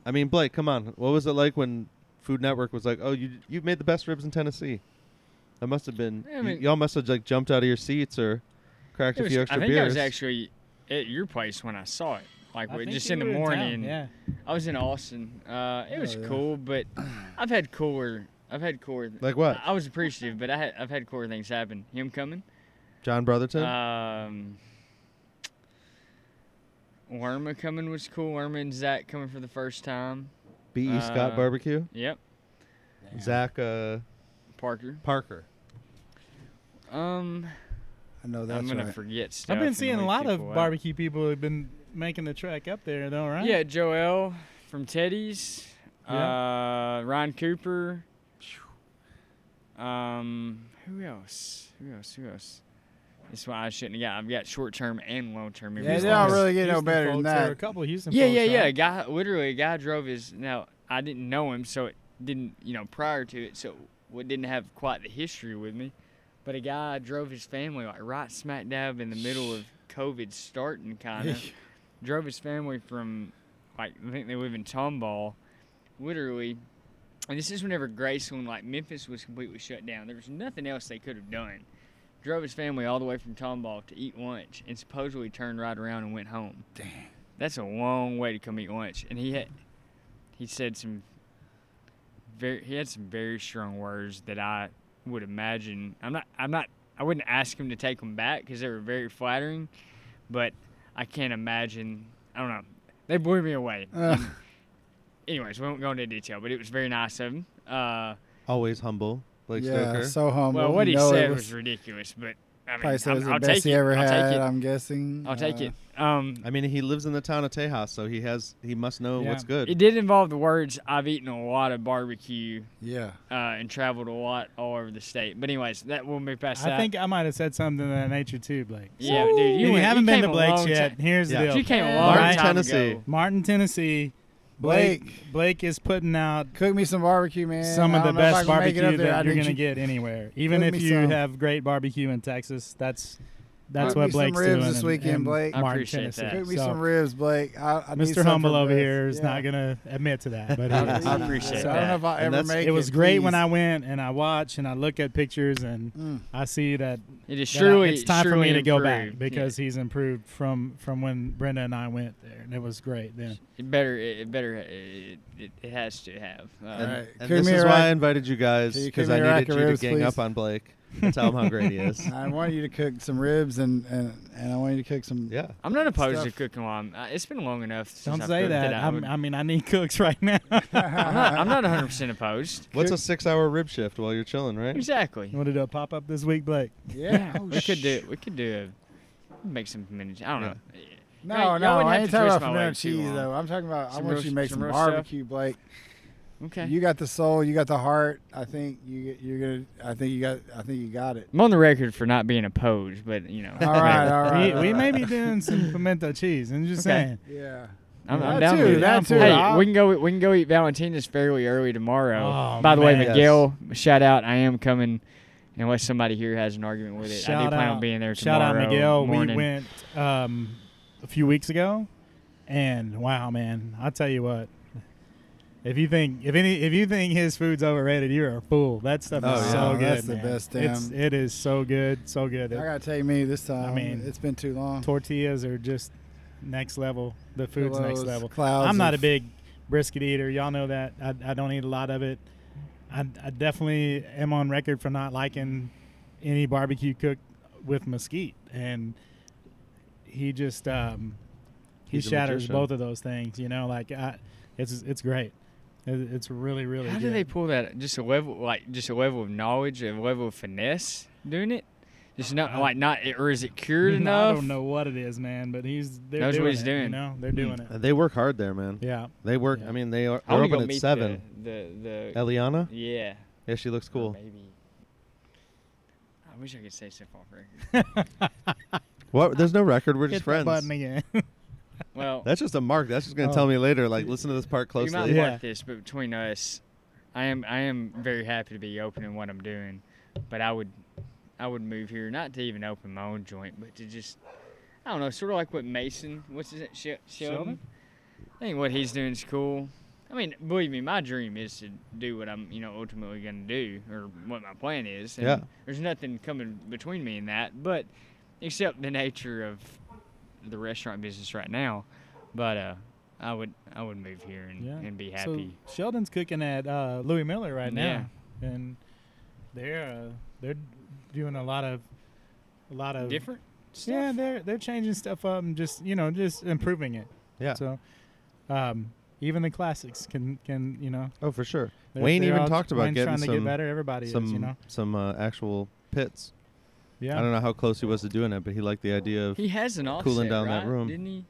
Speaker 2: I mean, Blake, come on, what was it like when Food Network was like, "Oh, you you made the best ribs in Tennessee"? That must have been
Speaker 4: I mean-
Speaker 2: y- y'all must have like jumped out of your seats or cracked
Speaker 4: It
Speaker 2: a
Speaker 4: was-
Speaker 2: few
Speaker 4: I
Speaker 2: extra
Speaker 4: think I
Speaker 2: beers.
Speaker 4: was actually at your place when I saw it. Like
Speaker 5: I
Speaker 4: we-
Speaker 5: think
Speaker 4: just
Speaker 5: you
Speaker 4: in the
Speaker 5: were town,
Speaker 4: morning.
Speaker 5: yeah.
Speaker 4: I was in Austin. Uh, it
Speaker 5: Oh,
Speaker 4: was
Speaker 3: yeah.
Speaker 4: cool,
Speaker 5: (clears throat)
Speaker 4: but I've had cooler. I've had cooler.
Speaker 2: Like what?
Speaker 4: I, I was appreciative, but I had, I've had cooler things happen. Him coming.
Speaker 2: John Brotherton.
Speaker 4: Um, Lerma coming was cool. Lerma and Zach coming for the first time.
Speaker 2: B. E. Scott
Speaker 4: uh,
Speaker 2: Barbecue.
Speaker 4: Yep,
Speaker 2: Zach uh,
Speaker 4: Parker.
Speaker 2: Parker.
Speaker 4: Um,
Speaker 3: I know that's
Speaker 4: I'm gonna
Speaker 3: right.
Speaker 4: forget stuff.
Speaker 5: I've been
Speaker 4: and
Speaker 5: seeing a
Speaker 4: leave
Speaker 5: lot of
Speaker 4: people out.
Speaker 5: barbecue people who've been making the trek up there, though, right?
Speaker 4: Yeah, Joel from Teddy's. Uh, Ryan Cooper. Um, who else? Who else? Who else? That's why I shouldn't have got. I've got short term and long term.
Speaker 3: Yeah, they don't really get no
Speaker 5: Houston
Speaker 3: better than
Speaker 5: folks, There were a
Speaker 3: that.
Speaker 5: couple of Houston
Speaker 4: Yeah,
Speaker 5: folks,
Speaker 4: yeah, yeah. A
Speaker 5: right?
Speaker 4: guy, literally, a guy drove his. Now, I didn't know him, so it didn't, you know, prior to it, so it didn't have quite the history with me. But a guy drove his family like right smack dab in the middle of COVID starting, kind of. drove his family from, like, I think they live in Tomball, literally. And this is whenever Graceland, like Memphis, was completely shut down. There was nothing else they could have done. Drove his family all the way from Tomball to eat lunch, and supposedly turned right around and went home that's a long way to come eat lunch. And he had, he said some very, he had some very strong words that I would imagine. I'm not, I'm not, I wouldn't ask him to take them back because they were very flattering, but I can't imagine. I don't know. They blew me away.
Speaker 3: Ugh.
Speaker 4: Anyways, we won't go into detail, but it was very nice of him. Uh,
Speaker 2: Always humble. Blake
Speaker 3: (laughs) yeah,
Speaker 2: Stoker.
Speaker 3: so humble.
Speaker 4: well, what
Speaker 3: You
Speaker 4: he
Speaker 3: know
Speaker 4: said
Speaker 3: it
Speaker 4: was, ridiculous, but I mean,
Speaker 3: probably said it
Speaker 4: I'm-
Speaker 3: was the
Speaker 4: I'll
Speaker 3: best
Speaker 4: take
Speaker 3: he
Speaker 4: it.
Speaker 3: ever
Speaker 4: I'll
Speaker 3: had.
Speaker 4: take it.
Speaker 3: I'm guessing.
Speaker 4: I'll take
Speaker 3: Uh,
Speaker 4: it. Um,
Speaker 2: I mean, he lives in the town of Tejas, so he has he must know
Speaker 5: Yeah.
Speaker 2: what's good.
Speaker 4: it did involve the words "I've eaten a lot of barbecue."
Speaker 3: Yeah.
Speaker 4: uh, and traveled a lot all over the state. But anyways, that will move past that.
Speaker 5: I think I might have said something of that nature too, Blake.
Speaker 4: yeah, dude, you,
Speaker 5: if you
Speaker 4: went-
Speaker 5: haven't been
Speaker 4: came
Speaker 5: to
Speaker 4: a
Speaker 5: Blake's
Speaker 4: long
Speaker 5: yet,
Speaker 4: ti-
Speaker 5: here's
Speaker 2: Yeah.
Speaker 5: the deal:
Speaker 4: you came a long
Speaker 5: Martin,
Speaker 4: time
Speaker 2: Tennessee.
Speaker 4: ago.
Speaker 5: Martin, Tennessee.
Speaker 3: Blake,
Speaker 5: Blake is putting out
Speaker 3: cook me some barbecue, man.
Speaker 5: some
Speaker 3: I
Speaker 5: of the
Speaker 3: don't know if I
Speaker 5: best
Speaker 3: can make it up
Speaker 5: barbecue
Speaker 3: there. I
Speaker 5: that you're
Speaker 3: need
Speaker 5: gonna
Speaker 3: you-
Speaker 5: get anywhere. Even
Speaker 3: Cook
Speaker 5: if
Speaker 3: me
Speaker 5: you
Speaker 3: some.
Speaker 5: have great barbecue in Texas, that's
Speaker 3: Cook
Speaker 5: that's
Speaker 3: me
Speaker 5: what
Speaker 3: some
Speaker 5: Blake's
Speaker 3: ribs
Speaker 5: doing.
Speaker 3: this
Speaker 5: and-
Speaker 3: weekend,
Speaker 5: and
Speaker 3: Blake. I
Speaker 5: Martin,
Speaker 4: appreciate
Speaker 5: Tennessee.
Speaker 4: that.
Speaker 3: Cook me
Speaker 5: So,
Speaker 3: some ribs, Blake. I, I need
Speaker 5: Mr.
Speaker 3: some for
Speaker 5: Humble over
Speaker 3: breath.
Speaker 5: here is
Speaker 3: Yeah.
Speaker 5: not gonna admit to that,
Speaker 4: (laughs)
Speaker 5: but
Speaker 4: I-
Speaker 5: he-
Speaker 4: I appreciate
Speaker 3: So I don't know
Speaker 4: that.
Speaker 3: if I
Speaker 2: And
Speaker 3: ever
Speaker 2: that's-
Speaker 3: make
Speaker 5: it was great
Speaker 3: please.
Speaker 5: when I went and I watched and I look at pictures and
Speaker 3: Mm.
Speaker 5: I see that
Speaker 4: It is
Speaker 5: that I-
Speaker 4: surely
Speaker 5: it's time for me to
Speaker 4: surely
Speaker 5: go back
Speaker 4: improved.
Speaker 5: because he's improved from from when Brenda and I went there, and it was great then.
Speaker 4: Yeah. it better it, it better it, it, it has to have. Uh,
Speaker 2: and
Speaker 3: Alright.
Speaker 2: and
Speaker 3: Cook
Speaker 2: this
Speaker 3: me a
Speaker 2: is why
Speaker 3: rack-
Speaker 2: I invited you guys
Speaker 3: Can you cook
Speaker 2: because
Speaker 3: me
Speaker 2: I
Speaker 3: a rack
Speaker 2: needed
Speaker 3: of
Speaker 2: you to
Speaker 3: ribs,
Speaker 2: gang
Speaker 3: please?
Speaker 2: up on Blake.
Speaker 5: (laughs)
Speaker 2: That's how hungry he is.
Speaker 3: I want you to cook some ribs and, and, and I want you to cook some.
Speaker 2: Yeah.
Speaker 4: I'm not opposed to
Speaker 3: Stuff.
Speaker 4: cooking lime. Uh, It's been long enough. Since
Speaker 5: Don't
Speaker 4: I've
Speaker 5: say
Speaker 4: cooked
Speaker 5: that.
Speaker 4: I
Speaker 5: I'm,
Speaker 4: would-
Speaker 5: I mean, I need cooks (laughs) right
Speaker 3: (laughs)
Speaker 5: now.
Speaker 4: I'm not. I'm not 100 percent opposed.
Speaker 2: What's a six-hour rib shift while you're chilling, right?
Speaker 4: Exactly.
Speaker 5: (laughs) you want to do a pop up this week, Blake?
Speaker 3: Yeah. Oh,
Speaker 4: we could do.
Speaker 3: sh-
Speaker 4: We could do. A, make some minutes. I don't know.
Speaker 3: No,
Speaker 4: Y'all
Speaker 3: no,
Speaker 4: wouldn't
Speaker 3: I
Speaker 4: have
Speaker 3: ain't
Speaker 4: to
Speaker 3: talking
Speaker 4: twist
Speaker 3: about
Speaker 4: my
Speaker 3: fermented
Speaker 4: leg too
Speaker 3: cheese
Speaker 4: long.
Speaker 3: though. I'm talking about.
Speaker 4: Some
Speaker 3: I want
Speaker 4: roast-
Speaker 3: you to make
Speaker 4: some
Speaker 3: some
Speaker 4: roast stuff?
Speaker 3: barbecue, Blake.
Speaker 4: Okay.
Speaker 3: You got the soul. You got the heart. I think you you're gonna. I think you got. I think you got it.
Speaker 4: I'm on the record for not being opposed, but you know.
Speaker 3: All (laughs) right, all right.
Speaker 5: we
Speaker 3: all
Speaker 5: we
Speaker 3: right.
Speaker 5: may be doing some pimento cheese. I'm just
Speaker 4: Okay.
Speaker 5: saying.
Speaker 3: Yeah.
Speaker 4: I'm,
Speaker 5: Yeah,
Speaker 4: I'm
Speaker 5: that
Speaker 4: down
Speaker 5: too,
Speaker 4: with it.
Speaker 5: that too.
Speaker 4: Hey,
Speaker 3: I'll-
Speaker 4: we can go. We can go eat Valentina's fairly early tomorrow.
Speaker 5: Oh,
Speaker 4: By the way,
Speaker 5: man.
Speaker 4: Miguel, shout out. I am coming, unless somebody here has an argument with it. I do
Speaker 5: Shout
Speaker 4: plan
Speaker 5: out.
Speaker 4: on being there
Speaker 5: Shout
Speaker 4: tomorrow
Speaker 5: out Miguel.
Speaker 4: morning.
Speaker 5: We went um, a few weeks ago, and wow, man! I tell you what. If you think if any if you think his food's overrated, you're a fool. That stuff
Speaker 2: Oh,
Speaker 5: is
Speaker 2: yeah.
Speaker 5: so good.
Speaker 3: That's the
Speaker 5: man.
Speaker 3: best
Speaker 5: It's,
Speaker 3: damn-
Speaker 5: it is so good, so good.
Speaker 3: I gotta tell you, me this time. I mean,
Speaker 5: mean,
Speaker 3: it's been too long.
Speaker 5: tortillas are just next level. The food's
Speaker 3: Pillows,
Speaker 5: next level.
Speaker 3: clouds
Speaker 5: I'm not a
Speaker 3: of-
Speaker 5: big brisket eater. Y'all know that. I, I don't eat a lot of it. I, I definitely am on record for not liking any barbecue cooked with mesquite, and he just um, he
Speaker 2: He's a
Speaker 5: shatters
Speaker 2: magician.
Speaker 5: both of those things. You know, like I, it's it's great. It- it's really really.
Speaker 4: How
Speaker 5: good.
Speaker 4: do they pull that? Just a level, like just a level of knowledge, a level of finesse doing it. Just not like not, or is it cured
Speaker 5: (laughs) (laughs) I
Speaker 4: enough?
Speaker 5: don't know what it is, man, but he's they're
Speaker 4: Knows what
Speaker 5: doing
Speaker 4: he's
Speaker 5: it, You
Speaker 4: doing.
Speaker 5: know, they're
Speaker 4: Hmm.
Speaker 5: doing it.
Speaker 2: Uh, They work hard there, man.
Speaker 5: Yeah.
Speaker 2: They work.
Speaker 5: Yeah.
Speaker 2: I mean, they are.
Speaker 4: I
Speaker 2: They're
Speaker 4: wanna go
Speaker 2: open at
Speaker 4: meet
Speaker 2: seven.
Speaker 4: The the, the
Speaker 2: Eliana.
Speaker 4: yeah.
Speaker 2: Yeah, she looks cool.
Speaker 4: Maybe. I wish I could say stuff off record.
Speaker 5: (laughs)
Speaker 2: What? There's no record. We're
Speaker 5: Hit
Speaker 2: just
Speaker 5: that button
Speaker 2: friends.
Speaker 5: again. (laughs)
Speaker 4: Well,
Speaker 2: That's just a mark. That's just gonna
Speaker 5: Oh.
Speaker 2: tell me later. Like, listen to this part
Speaker 4: You might
Speaker 2: closely.
Speaker 5: Yeah.
Speaker 4: like this, but between us, I am I am very happy to be open in what I'm doing, but I would I would move here not to even open my own joint, but to just I don't know, sort of like what Mason, what's his name, Shel- Sheldon?
Speaker 5: Sheldon?
Speaker 4: I think what he's doing is cool. I mean, believe me, my dream is to do what I'm you know ultimately going to do or what my plan is. And
Speaker 2: Yeah.
Speaker 4: There's nothing coming between me and that, but except the nature of the restaurant business right now, but uh, I would I would move here and,
Speaker 5: Yeah.
Speaker 4: and be happy.
Speaker 5: So Sheldon's cooking at uh, Louis Miller right now,
Speaker 4: Yeah.
Speaker 5: and they're uh, they're doing a lot of a lot of
Speaker 4: Different stuff.
Speaker 5: Yeah, they're they're changing stuff up and just you know just improving it.
Speaker 2: Yeah.
Speaker 5: So, um, even the classics can can you know.
Speaker 2: oh, for sure.
Speaker 5: they're-
Speaker 2: Wayne
Speaker 5: they're
Speaker 2: even
Speaker 5: all
Speaker 2: talked about
Speaker 5: Wayne's
Speaker 2: getting
Speaker 5: trying to
Speaker 2: some-
Speaker 5: get better. Everybody
Speaker 2: Some
Speaker 5: is, you know.
Speaker 2: some uh, actual pits.
Speaker 5: Yeah.
Speaker 2: I don't know how close he was to doing it, but he liked the idea of.
Speaker 4: He has an offset,
Speaker 2: Cooling down that
Speaker 4: right?
Speaker 2: room.
Speaker 4: Didn't he?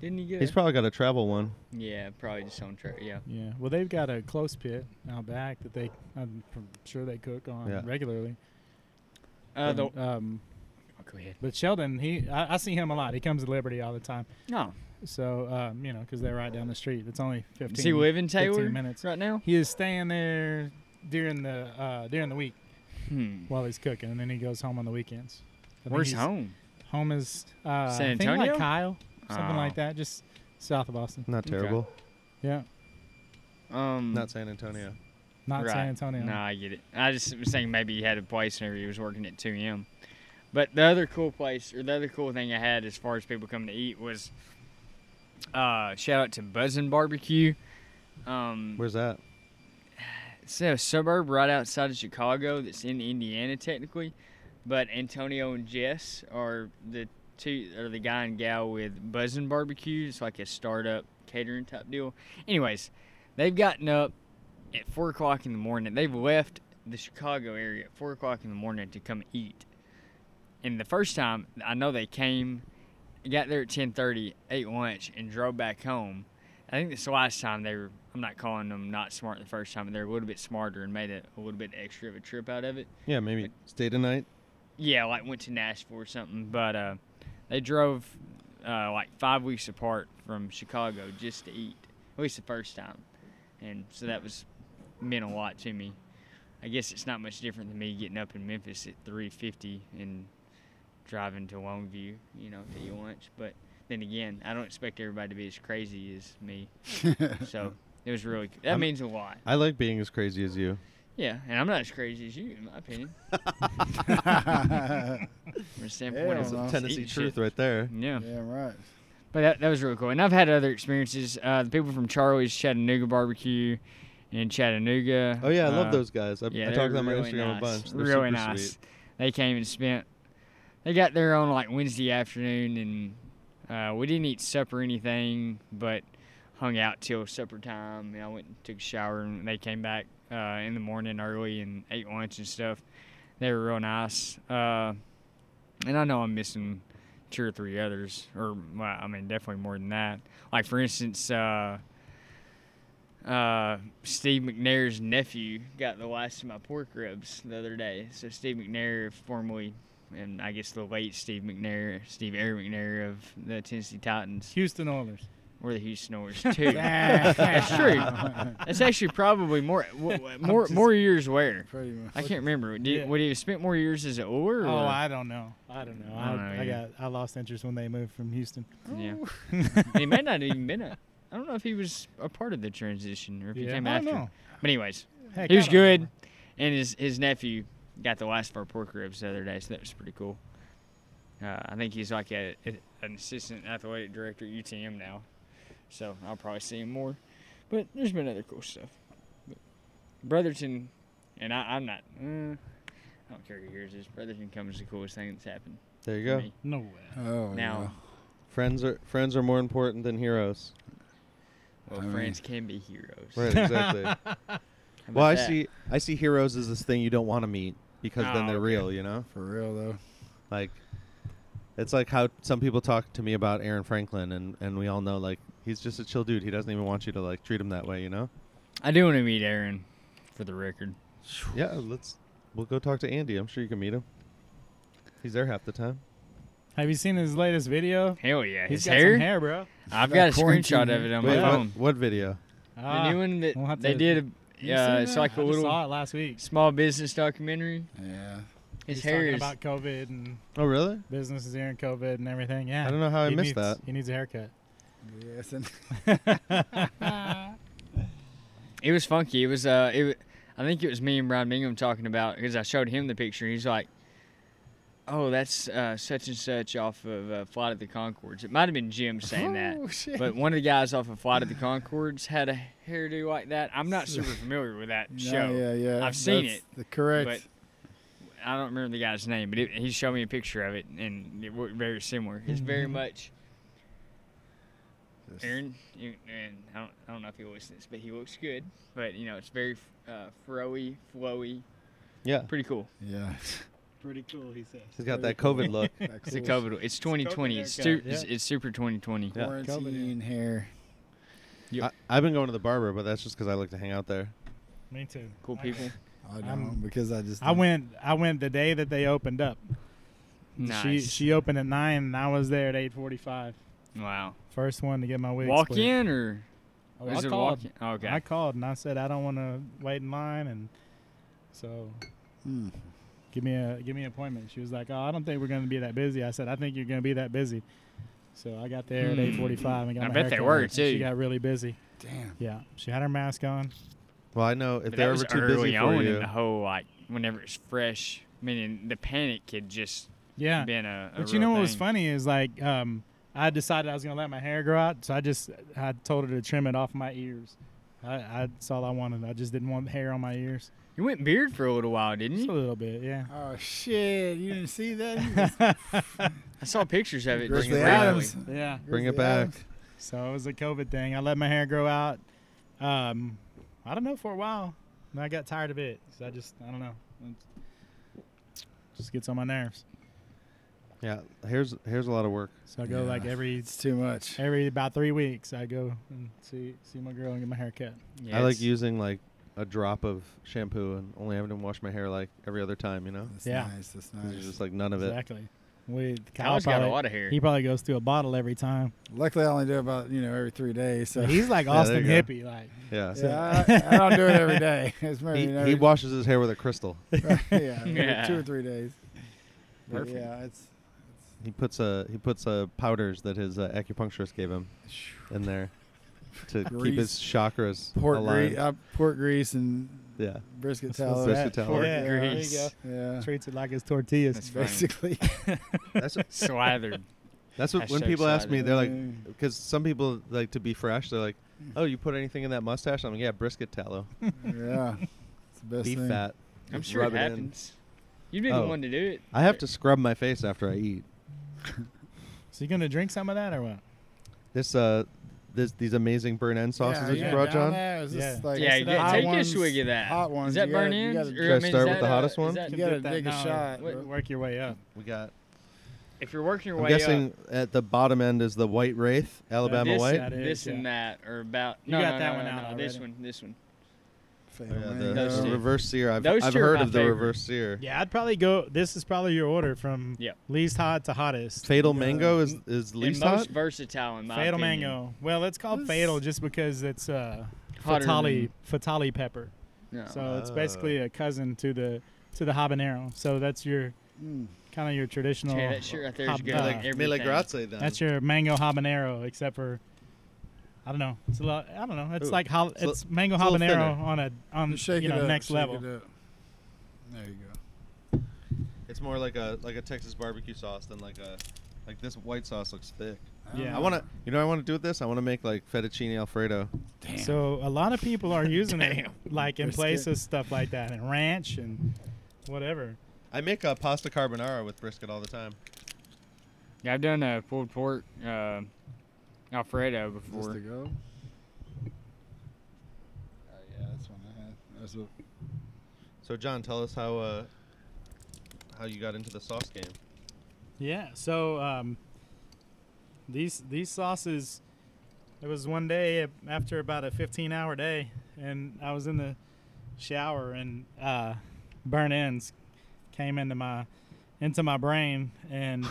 Speaker 4: Didn't he get?
Speaker 2: He's
Speaker 4: a-
Speaker 2: probably got a travel one.
Speaker 4: yeah, probably just on track. Yeah.
Speaker 5: Yeah. Well, they've got a close pit out back that they I'm pr- sure they cook on
Speaker 2: Yeah.
Speaker 5: regularly.
Speaker 4: Uh,
Speaker 5: And,
Speaker 4: the,
Speaker 5: um,
Speaker 4: oh, go ahead.
Speaker 5: but Sheldon, he I, I see him a lot. He comes to Liberty all the time.
Speaker 4: No,
Speaker 5: So um, you know, because they're right down the street. It's only fifteen.
Speaker 4: does he live in
Speaker 5: 15
Speaker 4: Taylor
Speaker 5: minutes.
Speaker 4: right now?
Speaker 5: He is staying there during the uh, during the week
Speaker 4: Hmm.
Speaker 5: while he's cooking, and then he goes home on the weekends. I think
Speaker 4: Where's
Speaker 5: he's-
Speaker 4: home?
Speaker 5: Home is uh,
Speaker 4: San
Speaker 5: I think like
Speaker 4: Antonio?
Speaker 5: Kyle, something
Speaker 4: Oh.
Speaker 5: like that, just south of Boston.
Speaker 2: Not
Speaker 4: Okay.
Speaker 2: terrible.
Speaker 5: Yeah,
Speaker 4: Um,
Speaker 2: Not San Antonio.
Speaker 5: not
Speaker 4: Right.
Speaker 5: San Antonio.
Speaker 4: No, I get it. I just was saying maybe he had a place whenever he was working at 2M. But the other cool place, or the other cool thing I had as far as people coming to eat was uh, shout out to Buzzin' Barbecue. Um,
Speaker 2: Where's that?
Speaker 4: it's a suburb right outside of Chicago that's in Indiana technically, but Antonio and Jess are the two are the guy and gal with Buzzin' Barbecue. It's like a startup catering type deal. Anyways, they've gotten up at four o'clock in the morning. They've left the Chicago area at four o'clock in the morning to come eat. And the first time I know they came, got there at ten thirty, ate lunch, and drove back home. I think this last time they were. I'm not calling them not smart the first time, but they're a little bit smarter and made a, a little bit extra of a trip out of it.
Speaker 2: Yeah, maybe stay tonight.
Speaker 4: Yeah, like went to Nashville or something. But uh, they drove uh, like five weeks apart from Chicago just to eat, at least the first time, and so that was meant a lot to me. I guess it's not much different than me getting up in Memphis at 3:50 and driving to Longview, you know, to eat lunch. But then again, I don't expect everybody to be as crazy as me, so it was really that
Speaker 2: I'm-
Speaker 4: means a lot.
Speaker 2: I like being as crazy as you.
Speaker 4: Yeah, and I'm not as crazy as you, in my opinion.
Speaker 3: (laughs) yeah,
Speaker 4: From a standpoint
Speaker 3: Hell
Speaker 4: of
Speaker 3: no.
Speaker 4: just
Speaker 2: Tennessee
Speaker 4: eating
Speaker 2: truth
Speaker 4: shit.
Speaker 2: right there.
Speaker 4: Yeah.
Speaker 3: right.
Speaker 4: But that, that was really cool. And I've had other experiences. Uh, the people from Charlie's Chattanooga Barbecue in Chattanooga.
Speaker 2: Oh yeah, I love
Speaker 4: uh,
Speaker 2: those guys. I,
Speaker 4: Yeah,
Speaker 2: I
Speaker 4: they're
Speaker 2: talked about my
Speaker 4: really
Speaker 2: Instagram a
Speaker 4: nice.
Speaker 2: bunch. They're
Speaker 4: really
Speaker 2: super
Speaker 4: nice.
Speaker 2: sweet.
Speaker 4: They came and spent. They got there on like Wednesday afternoon, and uh, we didn't eat supper or anything, but hung out till supper time. And I went and took a shower, and they came back uh, in the morning early and ate lunch and stuff. They were real nice. Uh, and I know I'm missing two or three others, or well, I mean, definitely more than that. Like for instance, uh, uh, Steve McNair's nephew got the last of my pork ribs the other day. So Steve McNair, formerly, and I guess the late Steve McNair, Steve Air McNair of the Tennessee Titans,
Speaker 5: Houston Oilers.
Speaker 4: or the Houston
Speaker 5: (laughs)
Speaker 4: Oilers too. That's true. That's actually probably more w-
Speaker 5: (laughs)
Speaker 4: w- more
Speaker 3: just-
Speaker 4: more years where.
Speaker 3: Pretty much.
Speaker 4: I can't remember. Did,
Speaker 5: Yeah.
Speaker 4: Would he have spent more years as an Oiler?
Speaker 5: Oh,
Speaker 4: or-
Speaker 5: I don't know. I don't know.
Speaker 4: I don't
Speaker 5: I,
Speaker 4: know
Speaker 5: I got
Speaker 4: either.
Speaker 5: I lost interest when they moved from Houston.
Speaker 4: yeah. And he may not have even been a. I don't know if he was a part of the transition or
Speaker 5: (laughs)
Speaker 4: if he
Speaker 5: Yeah.
Speaker 4: came
Speaker 5: I don't
Speaker 4: after.
Speaker 5: know.
Speaker 4: But anyways,
Speaker 5: Heck,
Speaker 4: he
Speaker 5: I
Speaker 4: was
Speaker 5: don't remember.
Speaker 4: good, and his his nephew got the last of our pork ribs the other day, so that was pretty cool. Uh, I think he's like a, a- an assistant athletic director at UTM now, so I'll probably see him more. But there's been other cool stuff. But Brotherton, and I, I'm not. Uh, I don't care who yours is. Brotherton comes the coolest thing that's happened.
Speaker 2: There you
Speaker 4: to
Speaker 2: go.
Speaker 4: me.
Speaker 5: No way.
Speaker 3: Oh,
Speaker 4: Now,
Speaker 2: Friends are friends are more important than heroes.
Speaker 4: well,
Speaker 3: I mean-
Speaker 4: friends can be heroes. (laughs)
Speaker 2: Right, exactly.
Speaker 4: How about
Speaker 2: well, I
Speaker 4: that?
Speaker 2: see I see heroes as this thing you don't want to meet because
Speaker 4: Oh,
Speaker 2: then they're
Speaker 4: okay.
Speaker 2: real, you know?
Speaker 3: for real though.
Speaker 2: Like it's like how some people talk to me about Aaron Franklin and and we all know like he's just a chill dude. He doesn't even want you to like treat him that way, you
Speaker 4: (sighs)
Speaker 2: know?
Speaker 4: I do want to meet Aaron, for the record.
Speaker 2: Yeah, let's we'll go talk to Andy. I'm sure you can meet him. He's there half the time.
Speaker 5: Have you seen his latest video?
Speaker 4: Hell yeah,
Speaker 5: He's
Speaker 4: his
Speaker 5: got
Speaker 4: hair.
Speaker 5: some hair, bro.
Speaker 4: I've
Speaker 3: Got
Speaker 4: got a screenshot of
Speaker 3: quarantine.
Speaker 4: it on
Speaker 2: Wait,
Speaker 4: my
Speaker 2: what-
Speaker 4: phone.
Speaker 2: what video?
Speaker 5: Ah,
Speaker 4: the new one that
Speaker 5: we'll have
Speaker 4: they
Speaker 5: to-
Speaker 4: did,
Speaker 5: you
Speaker 4: uh,
Speaker 5: seen
Speaker 4: it's
Speaker 5: that?
Speaker 4: like a
Speaker 5: I just
Speaker 4: little
Speaker 5: saw it last week.
Speaker 4: small business documentary.
Speaker 3: Yeah.
Speaker 4: His
Speaker 5: He's
Speaker 4: hair
Speaker 5: talking
Speaker 4: is
Speaker 5: about COVID and
Speaker 2: Oh, really?
Speaker 5: businesses here and COVID and everything. Yeah.
Speaker 2: I don't know how I
Speaker 5: He
Speaker 2: missed
Speaker 5: needs-
Speaker 2: that.
Speaker 5: He needs a haircut.
Speaker 3: Yes. And
Speaker 4: it was funky. It was uh, it wa- I think it was me and Brian Bingham talking about because I showed him the picture. He's like, oh, that's uh, such and such off of uh, Flight of the Concords. It might have been Jim saying that.
Speaker 5: (laughs)
Speaker 3: Oh, shit.
Speaker 4: But one of the guys off of Flight of the Concords had a hairdo like that. I'm not
Speaker 5: (laughs)
Speaker 4: super familiar with that
Speaker 3: Yeah,
Speaker 4: show.
Speaker 3: yeah, yeah.
Speaker 4: I've seen
Speaker 3: That's
Speaker 4: it,
Speaker 3: The correct.
Speaker 4: But I don't remember the guy's name, but it, he showed me a picture of it, and it looked very similar. It's very much. Aaron, you, and I don't, I don't know if he listens, but he looks good. But you know, it's very uh, frowy, flowy,
Speaker 2: Yeah,
Speaker 4: pretty cool.
Speaker 3: yeah. (laughs)
Speaker 5: Pretty cool, he says.
Speaker 2: he's got that COVID look.
Speaker 4: (laughs) It's a COVID. It's 2020. It's,
Speaker 5: haircut,
Speaker 4: su- it's, it's super 2020.
Speaker 2: Yeah.
Speaker 3: Quarantine hair.
Speaker 2: I, I've been going to the barber, but that's just because I like to hang out there.
Speaker 5: Me too.
Speaker 4: Cool
Speaker 5: I-
Speaker 4: people.
Speaker 3: I don't
Speaker 5: I'm-
Speaker 3: because I just
Speaker 5: I went. I went the day that they opened up.
Speaker 4: Nice.
Speaker 5: She she opened at nine, and I was there at eight forty-five.
Speaker 4: wow.
Speaker 5: First one to get my wig.
Speaker 4: Walk
Speaker 5: split.
Speaker 4: in or
Speaker 5: Oh,
Speaker 4: is
Speaker 5: I
Speaker 4: it walk
Speaker 5: called.
Speaker 4: in? Okay.
Speaker 5: I called and I said I don't want to wait in line, and so
Speaker 3: Hmm.
Speaker 5: give me a give me an appointment. She was like, "Oh, I don't think we're going to be that busy." I said, "I think you're going to be that busy." So I got there at
Speaker 4: Hmm.
Speaker 5: eight forty-five and got
Speaker 4: I
Speaker 5: my
Speaker 4: bet they
Speaker 5: haircut,
Speaker 4: were,
Speaker 5: and
Speaker 4: too.
Speaker 5: She got really busy.
Speaker 3: Damn.
Speaker 5: Yeah, she had her mask on.
Speaker 2: Well, I know if
Speaker 4: But that
Speaker 2: they're
Speaker 4: was
Speaker 2: ever too
Speaker 4: early
Speaker 2: busy
Speaker 4: on
Speaker 2: for you,
Speaker 4: in the whole like whenever it's fresh. Meaning the panic had just
Speaker 5: Yeah,
Speaker 4: been a. a
Speaker 5: but you
Speaker 4: real
Speaker 5: know what was
Speaker 4: thing.
Speaker 5: funny is like um, I decided I was going to let my hair grow out, so I just I told her to trim it off my ears. I, I, that's all I wanted. I just didn't want hair on my ears.
Speaker 4: You went beard for a little while, didn't
Speaker 5: Just a
Speaker 4: you?
Speaker 5: little bit,
Speaker 4: (laughs)
Speaker 5: yeah.
Speaker 3: Oh shit! You didn't see
Speaker 2: (laughs)
Speaker 3: that?
Speaker 4: I saw pictures of it. just
Speaker 3: Grizzly
Speaker 4: randomly.
Speaker 3: Adams.
Speaker 5: Yeah.
Speaker 2: Bring it
Speaker 3: Grizzly
Speaker 2: back.
Speaker 3: Adams.
Speaker 5: So it was a COVID thing. I let my hair grow out. Um, I don't know for a while. And I got tired of it. So I just I don't know. It's- just gets on my nerves.
Speaker 2: (laughs) yeah, here's here's a lot of work.
Speaker 5: So I go
Speaker 3: Yeah.
Speaker 5: like every
Speaker 3: It's too much.
Speaker 5: every about three weeks. I go and see see my girl and get my hair cut.
Speaker 4: Yeah,
Speaker 2: I like
Speaker 4: it's-
Speaker 2: using like a drop of shampoo and only having to wash my hair like every other time. You know,
Speaker 3: That's
Speaker 5: Yeah.
Speaker 3: nice. That's
Speaker 2: 'Cause
Speaker 3: nice.
Speaker 2: there's just like none of it.
Speaker 5: Exactly. We Kyle
Speaker 4: Kyle's
Speaker 5: probably,
Speaker 4: got a lot of hair. (laughs)
Speaker 5: He probably goes through a bottle every time.
Speaker 3: Luckily, I only do about you know every three days. So (laughs)
Speaker 5: So he's like
Speaker 2: Yeah, there
Speaker 5: Austin
Speaker 2: you go.
Speaker 5: hippie. Like
Speaker 2: Yeah.
Speaker 3: yeah, I, I don't do it every day. (laughs) It's maybe
Speaker 2: He,
Speaker 3: every,
Speaker 2: he washes his hair with a crystal.
Speaker 3: yeah, every
Speaker 4: Yeah.
Speaker 3: two or three days. But
Speaker 4: Perfect.
Speaker 3: Yeah, it's
Speaker 2: He puts a he puts a powders that his uh, acupuncturist gave him in there to keep his
Speaker 3: Grease.
Speaker 2: chakras
Speaker 3: pork
Speaker 2: aligned.
Speaker 3: grease, uh, pork grease, and
Speaker 2: yeah,
Speaker 3: brisket
Speaker 5: That's what's
Speaker 3: salad.
Speaker 2: brisket
Speaker 5: that.
Speaker 2: salad.
Speaker 5: Yeah, there you
Speaker 4: Grease.
Speaker 5: go.
Speaker 3: Yeah,
Speaker 5: Treats it like it's tortillas.
Speaker 4: That's funny.
Speaker 3: basically.
Speaker 2: that's what,
Speaker 4: Slathered.
Speaker 2: that's what when
Speaker 4: Hashtag
Speaker 2: people ask me,
Speaker 4: salivating.
Speaker 2: they're like, because some people like to be fresh. They're like, oh, you put anything in that mustache? I'm like, yeah, brisket tallow,
Speaker 3: yeah, it's the best
Speaker 2: beef
Speaker 3: thing.
Speaker 2: fat.
Speaker 4: I'm
Speaker 2: Just
Speaker 4: sure it
Speaker 2: rub in.
Speaker 4: happens. You'd be the
Speaker 2: Oh.
Speaker 4: one to do it.
Speaker 2: I have to scrub my face after I eat.
Speaker 5: (laughs) So you gonna drink some of that or what?
Speaker 2: This uh, this these amazing burn end sauces that you brought, John.
Speaker 5: Yeah.
Speaker 3: Like,
Speaker 4: yeah, you
Speaker 3: hot
Speaker 4: gotta take a
Speaker 3: ones-
Speaker 4: swig of that.
Speaker 3: Hot ones.
Speaker 4: Is that
Speaker 3: you
Speaker 4: burn
Speaker 3: gotta, you
Speaker 4: in?
Speaker 3: gotta-
Speaker 2: Should I start with the hottest one?
Speaker 3: You
Speaker 5: Dip
Speaker 3: gotta
Speaker 5: that
Speaker 3: dig a
Speaker 5: now or
Speaker 3: shot,
Speaker 5: w-
Speaker 3: bro.
Speaker 5: Work your way up.
Speaker 2: We got.
Speaker 4: If you're working your
Speaker 2: I'm
Speaker 4: way
Speaker 2: guessing uh,
Speaker 4: up,
Speaker 2: at the bottom end is the white wraith, Alabama
Speaker 4: this,
Speaker 2: white.
Speaker 5: That is,
Speaker 4: this and that are about.
Speaker 5: You
Speaker 4: no,
Speaker 5: got
Speaker 4: no,
Speaker 5: that
Speaker 4: no,
Speaker 5: one
Speaker 4: no,
Speaker 5: out
Speaker 4: no, This
Speaker 5: already.
Speaker 4: one, this one.
Speaker 2: Oh, yeah, the
Speaker 4: Those
Speaker 2: the
Speaker 4: two.
Speaker 2: reverse sear. I've,
Speaker 4: Those
Speaker 2: I've
Speaker 4: two are
Speaker 2: heard
Speaker 4: my
Speaker 2: of the
Speaker 4: favorite.
Speaker 2: reverse sear.
Speaker 5: Yeah, I'd probably go. This is probably your order from
Speaker 4: Yep.
Speaker 5: least hot to hottest.
Speaker 2: Fatal mango is is
Speaker 4: And
Speaker 2: least hot.
Speaker 4: most versatile in my
Speaker 5: fatal
Speaker 4: opinion.
Speaker 5: mango. Well, it's called
Speaker 3: This-
Speaker 5: fatal just because it's uh,
Speaker 4: Hotter
Speaker 5: fatale fatale pepper.
Speaker 4: No.
Speaker 5: So
Speaker 3: Oh.
Speaker 5: it's basically a cousin to the to the habanero. So that's your
Speaker 3: Mm.
Speaker 5: kind of your traditional.
Speaker 4: Yeah, that shit right there is
Speaker 5: Hab-
Speaker 4: good.
Speaker 5: uh,
Speaker 4: like everything.
Speaker 2: then.
Speaker 5: that's your mango habanero, except for. I don't know. It's a lot. I don't know. It's
Speaker 2: Ooh.
Speaker 5: like ho-
Speaker 2: a li-
Speaker 5: it's mango
Speaker 2: it's a little
Speaker 5: habanero
Speaker 2: thinner.
Speaker 5: on a on
Speaker 3: Just shake
Speaker 5: you
Speaker 3: it
Speaker 5: know
Speaker 3: up,
Speaker 5: next
Speaker 3: shake
Speaker 5: level.
Speaker 3: it up. There you go.
Speaker 2: it's more like a like a Texas barbecue sauce than like a like this white sauce looks thick.
Speaker 5: Yeah.
Speaker 2: I want to. You know, what I want to do with this. I want to make like fettuccine alfredo.
Speaker 5: So a lot of people are using it like in
Speaker 3: Brisket.
Speaker 5: place of stuff like that and ranch and whatever.
Speaker 2: I make a pasta carbonara with brisket all the time.
Speaker 4: Yeah, I've done a pulled pork uh, Alfredo
Speaker 3: Is this to
Speaker 4: before.
Speaker 3: go? Oh yeah, that's one I had. That's what.
Speaker 2: So, John, tell us how uh how you got into the sauce game.
Speaker 5: Yeah. So um, these these sauces. It was one day after about a 15 hour day, and I was in the shower, and uh, burn ends came into my into my brain, and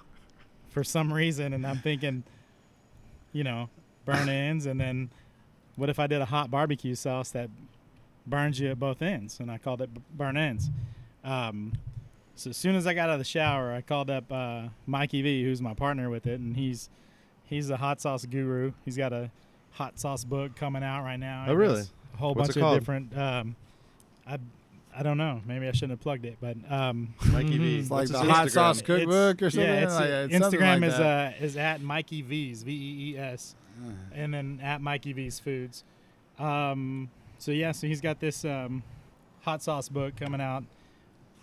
Speaker 5: (laughs) for some reason, and I'm thinking, you know, burn ends, and then what if I did a hot barbecue sauce that burns you at both ends, and I called it b- burn ends. Um, so as soon as I got out of the shower, I called up uh, Mikey V, who's my partner with it, and he's he's a hot sauce guru. He's got a hot sauce book coming out right now.
Speaker 2: Oh, really?
Speaker 5: It's A whole
Speaker 2: What's
Speaker 5: bunch
Speaker 2: it
Speaker 5: of
Speaker 2: called?
Speaker 5: different. Um, I I don't know. Maybe I shouldn't have plugged it, but um,
Speaker 4: Mm-hmm.
Speaker 5: (laughs)
Speaker 2: Mikey V.
Speaker 3: It's (laughs) like
Speaker 2: What's
Speaker 3: the
Speaker 2: his
Speaker 3: hot
Speaker 2: Instagram?
Speaker 3: sauce
Speaker 5: It's-
Speaker 3: cookbook or something.
Speaker 5: yeah, it's,
Speaker 3: like, it's something
Speaker 5: Instagram
Speaker 3: like
Speaker 5: is
Speaker 3: that. Uh.
Speaker 5: uh, is at Mikey V's V E E S, and then at Mikey V's Foods. Um, so yeah, so he's got this um, hot sauce book coming out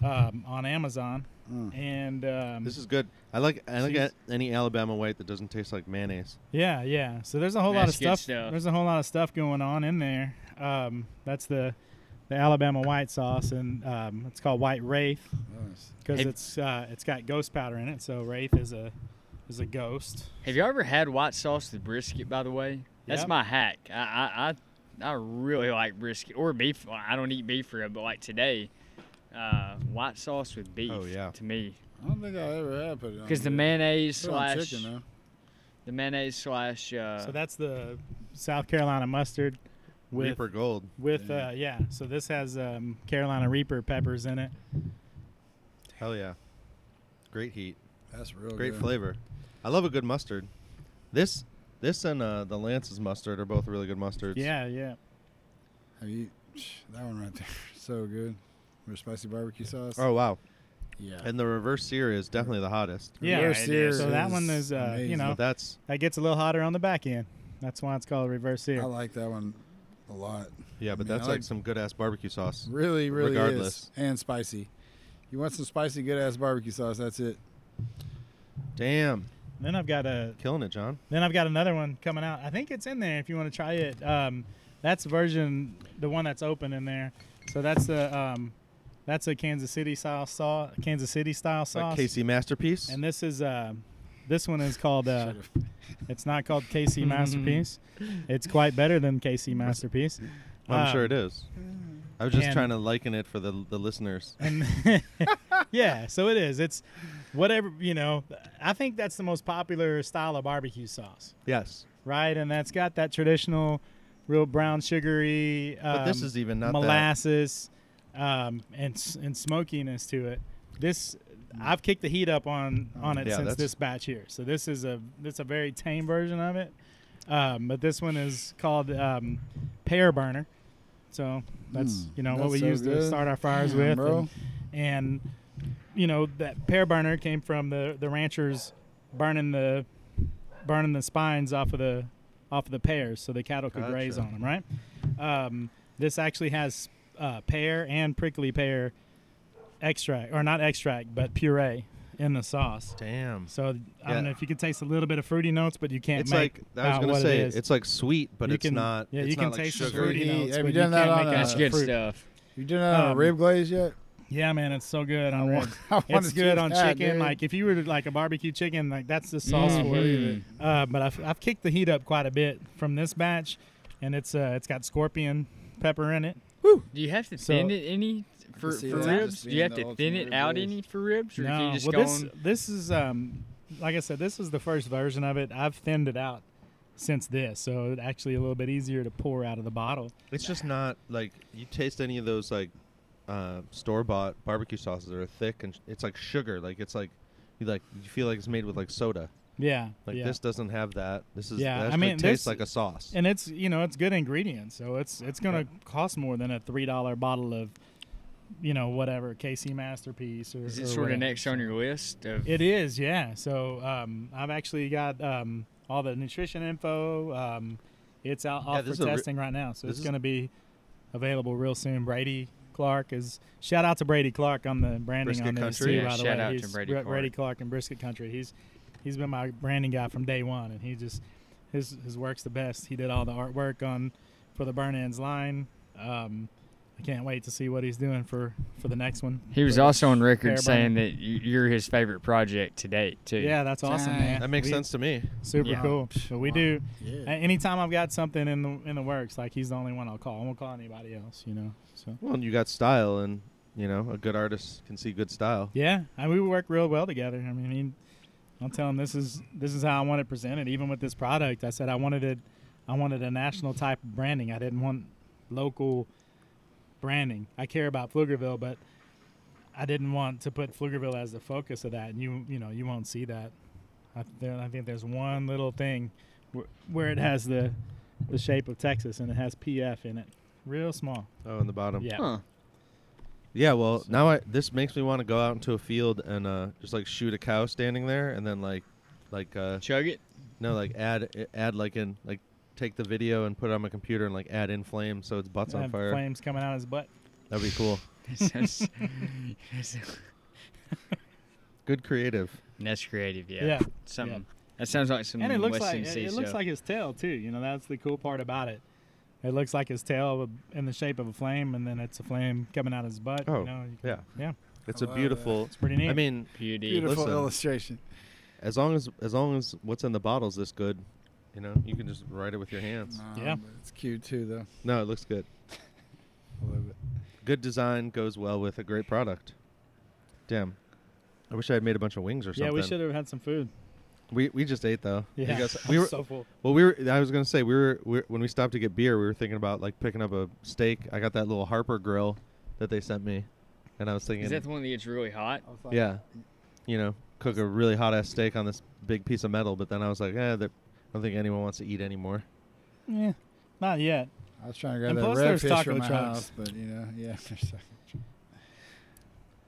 Speaker 5: um, on Amazon,
Speaker 3: Mm.
Speaker 5: and um,
Speaker 2: This is good. I like I like
Speaker 5: Jeez.
Speaker 2: a- any Alabama white that doesn't taste like mayonnaise.
Speaker 5: Yeah, yeah. So there's a whole lot of
Speaker 4: That's good
Speaker 5: stuff,
Speaker 4: stuff.
Speaker 5: There's a whole lot of stuff going on in there. Um, that's the the Alabama white sauce, and um, it's called White Wraith
Speaker 3: Nice.
Speaker 5: because
Speaker 4: Have-
Speaker 5: it's uh, it's got ghost powder in it. So Wraith is a is a ghost.
Speaker 4: Have you ever had white sauce with brisket? By the way, that's
Speaker 5: Yep.
Speaker 4: my hack. I, I I I really like brisket or beef. Well, I don't eat beef rib, but like today, uh, white sauce with beef.
Speaker 2: Oh, yeah.
Speaker 4: To me,
Speaker 3: I don't think I ever had put it on.
Speaker 4: because the
Speaker 3: here.
Speaker 4: mayonnaise
Speaker 3: Put it on
Speaker 4: slash
Speaker 3: chicken, though.
Speaker 4: the mayonnaise slash uh,
Speaker 5: so that's the South Carolina mustard with
Speaker 2: Reaper Gold.
Speaker 5: with yeah. Uh, yeah. So this has um, Carolina Reaper peppers in it.
Speaker 2: Hell yeah. Great heat.
Speaker 3: That's real
Speaker 2: Great
Speaker 3: good.
Speaker 2: flavor. I love a good mustard. This this and uh, the Lance's mustard are both really good mustards.
Speaker 5: Yeah, yeah.
Speaker 3: Have you, psh, that one right there, (laughs) so good. With spicy barbecue sauce.
Speaker 2: Oh wow.
Speaker 3: yeah.
Speaker 2: And the reverse sear is definitely the hottest.
Speaker 5: Yeah,
Speaker 3: Reverse
Speaker 4: it
Speaker 3: sear
Speaker 4: is.
Speaker 5: So that one is, uh, you
Speaker 3: amazing.
Speaker 5: know,
Speaker 2: But that's
Speaker 5: That gets a little hotter on the back end. That's why it's called reverse sear.
Speaker 3: I like that one a lot.
Speaker 2: yeah, but
Speaker 3: Man, I
Speaker 2: that's like,
Speaker 3: like-
Speaker 2: some good ass barbecue sauce.
Speaker 3: Really, really
Speaker 2: Regardless.
Speaker 3: is. And spicy. You want some spicy, good ass barbecue sauce? That's it.
Speaker 2: Damn,
Speaker 5: Then I've got a
Speaker 2: killing it, John.
Speaker 5: Then I've got another one coming out. I think it's in there if you want to try it. Um, that's version the one that's open in there. So that's the um, that's a Kansas City style sauce. Kansas City style
Speaker 2: Like
Speaker 5: sauce.
Speaker 2: Casey masterpiece.
Speaker 5: And this is uh, this one is called. Uh, (laughs) (laughs) it's not called
Speaker 2: (laughs)
Speaker 5: KC Masterpiece. it's quite better than KC Masterpiece.
Speaker 2: I'm
Speaker 5: um,
Speaker 2: sure it is. I was just
Speaker 5: and-
Speaker 2: trying to liken it for the the
Speaker 5: (laughs)
Speaker 2: listeners.
Speaker 5: and yeah, so it is. It's whatever you know. I think that's the most popular style of barbecue sauce.
Speaker 2: Yes,
Speaker 5: right? And that's got that traditional, real brown sugary. Um,
Speaker 2: but this is even not
Speaker 5: molasses, um, and s- and smokiness to it. This I've kicked the heat up on on it
Speaker 2: Yeah,
Speaker 5: since
Speaker 2: that's-
Speaker 5: this batch here. So this is a this a very tame version of it, um, but this one is called um, Pear Burner. So that's
Speaker 3: Mm,
Speaker 5: you know what
Speaker 3: that's
Speaker 5: we
Speaker 3: so
Speaker 5: use to
Speaker 3: good.
Speaker 5: start our fires
Speaker 3: Damn,
Speaker 5: with,
Speaker 3: bro.
Speaker 5: and, and you know that pear burner came from the the ranchers burning the burning the spines off of the off of the pears so the cattle could graze
Speaker 2: Gotcha.
Speaker 5: on them right um, this actually has uh, pear and prickly pear extract or not extract but puree in the sauce
Speaker 2: that. Damn,
Speaker 5: so i
Speaker 2: Yeah.
Speaker 5: don't know if you could taste a little bit of fruity notes but you can't
Speaker 2: it's
Speaker 5: make
Speaker 2: like I was
Speaker 5: out
Speaker 2: gonna
Speaker 5: what
Speaker 2: say
Speaker 5: it is.
Speaker 2: it's like sweet, but
Speaker 5: You
Speaker 2: it's
Speaker 5: can-
Speaker 2: not.
Speaker 5: yeah,
Speaker 2: it's
Speaker 5: you can
Speaker 2: not like
Speaker 5: taste the
Speaker 2: sugar.
Speaker 5: fruity
Speaker 3: Fruity.
Speaker 5: notes
Speaker 3: Have
Speaker 5: but
Speaker 3: you done that
Speaker 5: can't
Speaker 3: on
Speaker 5: make
Speaker 3: a-
Speaker 5: out
Speaker 4: that's
Speaker 5: the
Speaker 4: good
Speaker 5: uh, fruit.
Speaker 4: stuff.
Speaker 3: You doing that on
Speaker 5: Um,
Speaker 3: a rib glaze yet?
Speaker 5: yeah man it's so good
Speaker 3: I
Speaker 5: on
Speaker 3: want,
Speaker 5: (laughs) rib.
Speaker 3: (laughs) I want
Speaker 5: it's
Speaker 3: to do
Speaker 5: good on
Speaker 3: that,
Speaker 5: chicken.
Speaker 3: dude.
Speaker 5: Like if you were to like a barbecue chicken, like that's the sauce for it.
Speaker 4: Mhm.
Speaker 3: Mm-hmm.
Speaker 5: Uh, but I've, I've kicked the heat up quite a bit from this batch, and it's uh, it's got scorpion pepper in it.
Speaker 4: Do you have to
Speaker 5: So-
Speaker 4: thin it any for,
Speaker 3: see
Speaker 4: for
Speaker 3: that
Speaker 4: ribs?
Speaker 3: just
Speaker 4: Do
Speaker 3: being
Speaker 4: you have
Speaker 3: the
Speaker 4: to thin
Speaker 3: ultimate
Speaker 4: it out
Speaker 3: rib
Speaker 4: any for ribs, or if you just
Speaker 5: well
Speaker 4: go
Speaker 5: this
Speaker 4: on-
Speaker 5: this is um like I said, this is the first version of it. I've thinned it out since this, so it's actually a little bit easier to pour out of the bottle.
Speaker 2: It's just not like you taste any of those like uh, store bought barbecue sauces that are thick and sh- it's like sugar. Like it's like you like you feel like it's made with like soda.
Speaker 5: Yeah,
Speaker 2: Like
Speaker 5: yeah.
Speaker 2: this doesn't have that. This is
Speaker 5: Yeah,
Speaker 2: that
Speaker 5: I
Speaker 2: actually
Speaker 5: mean,
Speaker 2: tastes
Speaker 5: this-
Speaker 2: like a sauce.
Speaker 5: and it's you know it's good ingredients, so it's it's gonna cost more than a three dollar bottle of you know whatever KC masterpiece or
Speaker 4: Is
Speaker 5: or
Speaker 4: it sort
Speaker 5: whatever.
Speaker 4: of next on your list of
Speaker 5: It is, yeah. So um, I've actually got um, all the nutrition info. Um, it's out
Speaker 2: Yeah,
Speaker 5: off
Speaker 2: this
Speaker 5: for
Speaker 2: is a re-
Speaker 5: testing right now, so
Speaker 2: this
Speaker 5: it's
Speaker 2: is-
Speaker 5: going to be available real soon. Brady Clark is shout out to Brady Clark on the branding
Speaker 2: Brisket
Speaker 5: on this
Speaker 2: Country?
Speaker 5: too.
Speaker 4: Yeah,
Speaker 5: by the
Speaker 4: shout
Speaker 5: way,
Speaker 4: out to
Speaker 5: He's
Speaker 4: Brady
Speaker 5: Bra-
Speaker 4: Clark.
Speaker 5: Clark and Brisket Country. He's he's been my branding guy from day one, and he just his his work's the best. He did all the artwork on for the burn ends line. Um, I can't wait to see what he's doing for for the next one.
Speaker 4: He was
Speaker 5: But-
Speaker 4: also on record
Speaker 5: Pear
Speaker 4: saying that y- you're his favorite project to date too.
Speaker 5: Yeah, that's awesome,
Speaker 3: Dang.
Speaker 5: man.
Speaker 2: that makes
Speaker 5: We-
Speaker 2: sense to me.
Speaker 5: Super
Speaker 4: Yeah.
Speaker 5: cool. But we
Speaker 3: wow.
Speaker 5: do. a-
Speaker 3: Yeah.
Speaker 5: Anytime I've got something in the in the works, like he's the only one I'll call. I won't call anybody else, you know. So
Speaker 2: Well, and you got style, and you know a good artist can see good style.
Speaker 5: yeah, I, we work real well together. I mean, he, I'll tell him this is this is how I want it presented. Even with this product, I said I wanted it. I wanted a national type of branding. I didn't want local branding. I care about Pflugerville, but I didn't want to put Pflugerville as the focus of that. And you you know you won't see that. I, there, I think there's one little thing where, where it has the the shape of Texas and it has PF in it, real small.
Speaker 2: Oh, in the bottom.
Speaker 5: Yeah.
Speaker 4: Huh.
Speaker 2: Yeah, well, now I this makes me want to go out into a field and uh, just like shoot a cow standing there, and then like, like uh,
Speaker 4: Chug it.
Speaker 2: no, like add eh, add like in like take the video and put it on my computer and like add in flame so its butt's on
Speaker 5: Have
Speaker 2: fire.
Speaker 5: Flames coming out his butt.
Speaker 2: That'd be cool.
Speaker 4: That's-
Speaker 2: Good creative.
Speaker 4: That's creative, yeah.
Speaker 5: Yeah,
Speaker 4: Something. That sounds like some
Speaker 5: and it looks
Speaker 4: Western
Speaker 5: like it,
Speaker 4: sea
Speaker 5: it looks
Speaker 4: stuff.
Speaker 5: like his tail too. You know, that's the cool part about it. It looks like his tail in the shape of a flame, and then it's a flame coming out his butt.
Speaker 2: Oh,
Speaker 5: you know, you can-
Speaker 2: Yeah,
Speaker 5: yeah,
Speaker 2: it's
Speaker 3: I
Speaker 2: a
Speaker 3: love that.
Speaker 2: beautiful.
Speaker 5: it's pretty neat.
Speaker 2: I mean,
Speaker 4: beauty.
Speaker 3: Beautiful
Speaker 2: Listen.
Speaker 3: illustration.
Speaker 2: as long as as long as what's in the bottle's this good, you know, you can just write it with your hands.
Speaker 5: Yeah.
Speaker 3: but it's cute too, though.
Speaker 2: No, it looks good.
Speaker 3: I love it.
Speaker 2: Good design goes well with a great product. Damn. I wish I had made a bunch of wings or something.
Speaker 5: yeah, we should have had some food.
Speaker 2: We, we just ate though. You
Speaker 5: Yeah, (laughs)
Speaker 2: guys-
Speaker 5: I'm
Speaker 2: we were
Speaker 5: so full.
Speaker 2: well. We were. I was gonna say we were, we were- when we stopped to get beer. We were thinking about like picking up a steak. I got that little Harper grill that they sent me, and I was thinking,
Speaker 4: Is that the one that gets really hot?
Speaker 5: Oh.
Speaker 3: I was like,
Speaker 2: yeah, you know, cook a really hot ass steak on this big piece of metal. But then I was like, eh, that, I don't think anyone wants to eat anymore.
Speaker 5: Yeah, not yet.
Speaker 3: I was trying to grab
Speaker 5: And
Speaker 3: that
Speaker 5: plus
Speaker 3: red
Speaker 5: there's
Speaker 3: fish
Speaker 5: taco
Speaker 3: from my
Speaker 5: trucks.
Speaker 3: house, but you know, yeah. (laughs) there's a-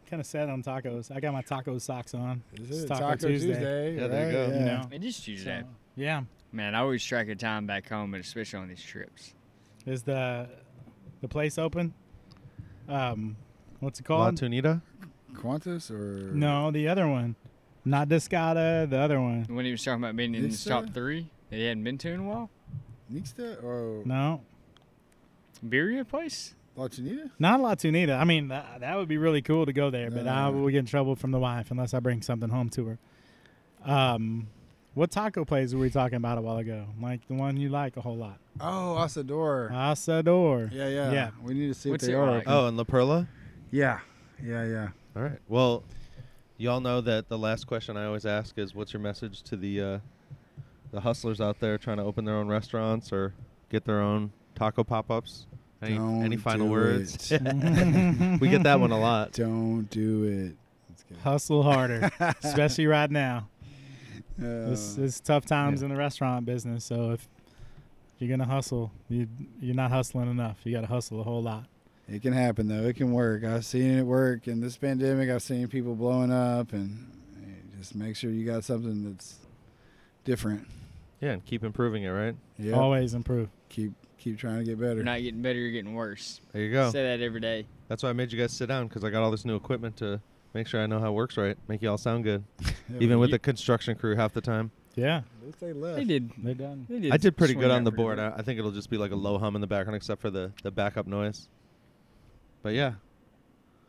Speaker 5: Kind of sad on tacos. I got my taco socks on.
Speaker 3: Is
Speaker 5: It's
Speaker 3: it
Speaker 5: Taco
Speaker 3: Taco
Speaker 5: Tuesday.
Speaker 3: Tuesday?
Speaker 2: Yeah, there you
Speaker 3: right?
Speaker 2: go.
Speaker 5: You
Speaker 3: Yeah.
Speaker 5: know,
Speaker 4: It is Tuesday.
Speaker 5: So, yeah,
Speaker 4: Man, I always track a time back home, and especially on these trips.
Speaker 5: is the the place open? Um, what's it
Speaker 2: La
Speaker 5: called?
Speaker 2: Tunita.
Speaker 3: Qantas or
Speaker 5: No, the other one, not Descada. The other one.
Speaker 4: When he was talking about being in
Speaker 3: This,
Speaker 4: the top
Speaker 3: uh,
Speaker 4: three that he hadn't been to in a while,
Speaker 3: Nixta or
Speaker 5: No,
Speaker 4: Birria place.
Speaker 3: La Chinita?
Speaker 5: Not La Tunita. I mean, that, that would be really cool to go there, but
Speaker 3: No, no,
Speaker 5: I
Speaker 3: no.
Speaker 5: will get in trouble from the wife unless I bring something home to her. Um, what taco place were we talking about a while ago? Like the one you like a whole lot.
Speaker 3: Oh, Asador.
Speaker 5: Asador.
Speaker 3: yeah, yeah,
Speaker 5: yeah.
Speaker 3: We need to see
Speaker 4: What's
Speaker 3: if they
Speaker 4: it
Speaker 3: are.
Speaker 4: like?
Speaker 2: Oh, and La Perla.
Speaker 3: Yeah, yeah, yeah.
Speaker 2: All right. Well, y'all know that the last question I always ask is, "What's your message to the uh, the hustlers out there trying to open their own restaurants or get their own taco pop-ups?" Any,
Speaker 3: Don't
Speaker 2: any final
Speaker 3: do
Speaker 2: words? (laughs)
Speaker 3: it. (laughs)
Speaker 2: we
Speaker 5: (laughs)
Speaker 2: get that one a lot.
Speaker 3: Don't do it. Let's get
Speaker 5: Hustle harder, especially right now.
Speaker 3: it.
Speaker 5: It's,
Speaker 3: (laughs) Uh,
Speaker 5: it's tough times
Speaker 2: yeah.
Speaker 5: in the restaurant business. So if you're gonna hustle, you you're not hustling enough. You got to hustle a whole lot.
Speaker 3: It can happen though. It can work. I've seen it work in this pandemic. I've seen people blowing up, and hey, just make sure you got something that's different.
Speaker 2: (laughs) Yeah, and keep improving it. Right
Speaker 3: Yeah,
Speaker 5: Always improve.
Speaker 3: keep keep trying to get better.
Speaker 4: You're not getting better, you're getting worse.
Speaker 2: there, you go.
Speaker 4: Say that every day.
Speaker 2: That's why I made you guys sit down because I got all this new equipment to make sure I know how it works right, make you all sound good,
Speaker 3: Yeah,
Speaker 2: even
Speaker 3: but
Speaker 2: with the construction crew half the time.
Speaker 5: Yeah,
Speaker 3: at least they left.
Speaker 4: They did.
Speaker 5: they're done.
Speaker 4: They did
Speaker 2: I did pretty
Speaker 4: swing
Speaker 2: good
Speaker 4: out
Speaker 2: on the
Speaker 4: pretty
Speaker 2: board.
Speaker 4: good.
Speaker 2: I, I think it'll just be like a low hum in the background, except for the the backup noise. But yeah,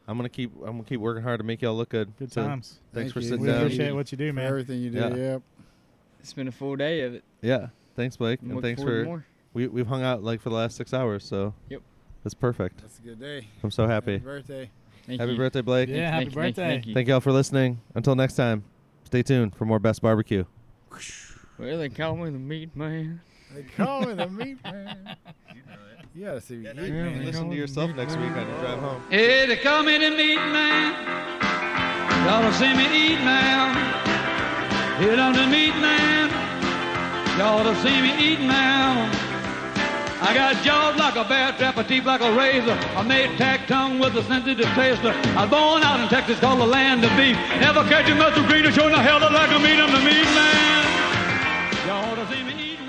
Speaker 2: I'm gonna keep I'm gonna keep working hard to make y'all look good.
Speaker 5: Good
Speaker 2: So
Speaker 5: times.
Speaker 2: Thanks
Speaker 3: Thank
Speaker 2: for
Speaker 3: you.
Speaker 2: sitting
Speaker 5: We
Speaker 2: down.
Speaker 5: appreciate what you do,
Speaker 3: For
Speaker 5: man.
Speaker 3: everything you do.
Speaker 2: Yeah.
Speaker 3: Yep.
Speaker 4: It's been a full day of it.
Speaker 2: Yeah, thanks Blake,
Speaker 4: I'm
Speaker 2: uh, and
Speaker 4: looking
Speaker 2: thanks
Speaker 4: forward to
Speaker 2: for
Speaker 4: more.
Speaker 2: we we've hung out like for the last six hours, so
Speaker 4: Yep.
Speaker 2: that's perfect.
Speaker 3: That's a good day.
Speaker 2: I'm so happy.
Speaker 3: birthday.
Speaker 4: Thank
Speaker 2: Happy
Speaker 4: you.
Speaker 2: birthday, Blake.
Speaker 5: Yeah, happy
Speaker 4: Thank you, thank you,
Speaker 5: birthday.
Speaker 4: thank you.
Speaker 2: Thank y'all for listening. Until next time, stay tuned for more Best Barbecue.
Speaker 4: Well, they call me the meat man.
Speaker 3: They call me the meat man. (laughs) You gotta see me. eat, man.
Speaker 2: Listen to yourself next week on your drive home.
Speaker 1: Hey, they call me the meat man. Y'all don't see me eat now. Hit on the meat man. Y'all don't see me eat now. I got jaws like a bear trap, a teeth like a razor. I made tack tongue with a sensitive taster. I was born out in Texas called the land of beef. Never catch a muscle greener, showing the hell I like a meat. I'm the meat man. Y'all don't see me eat now.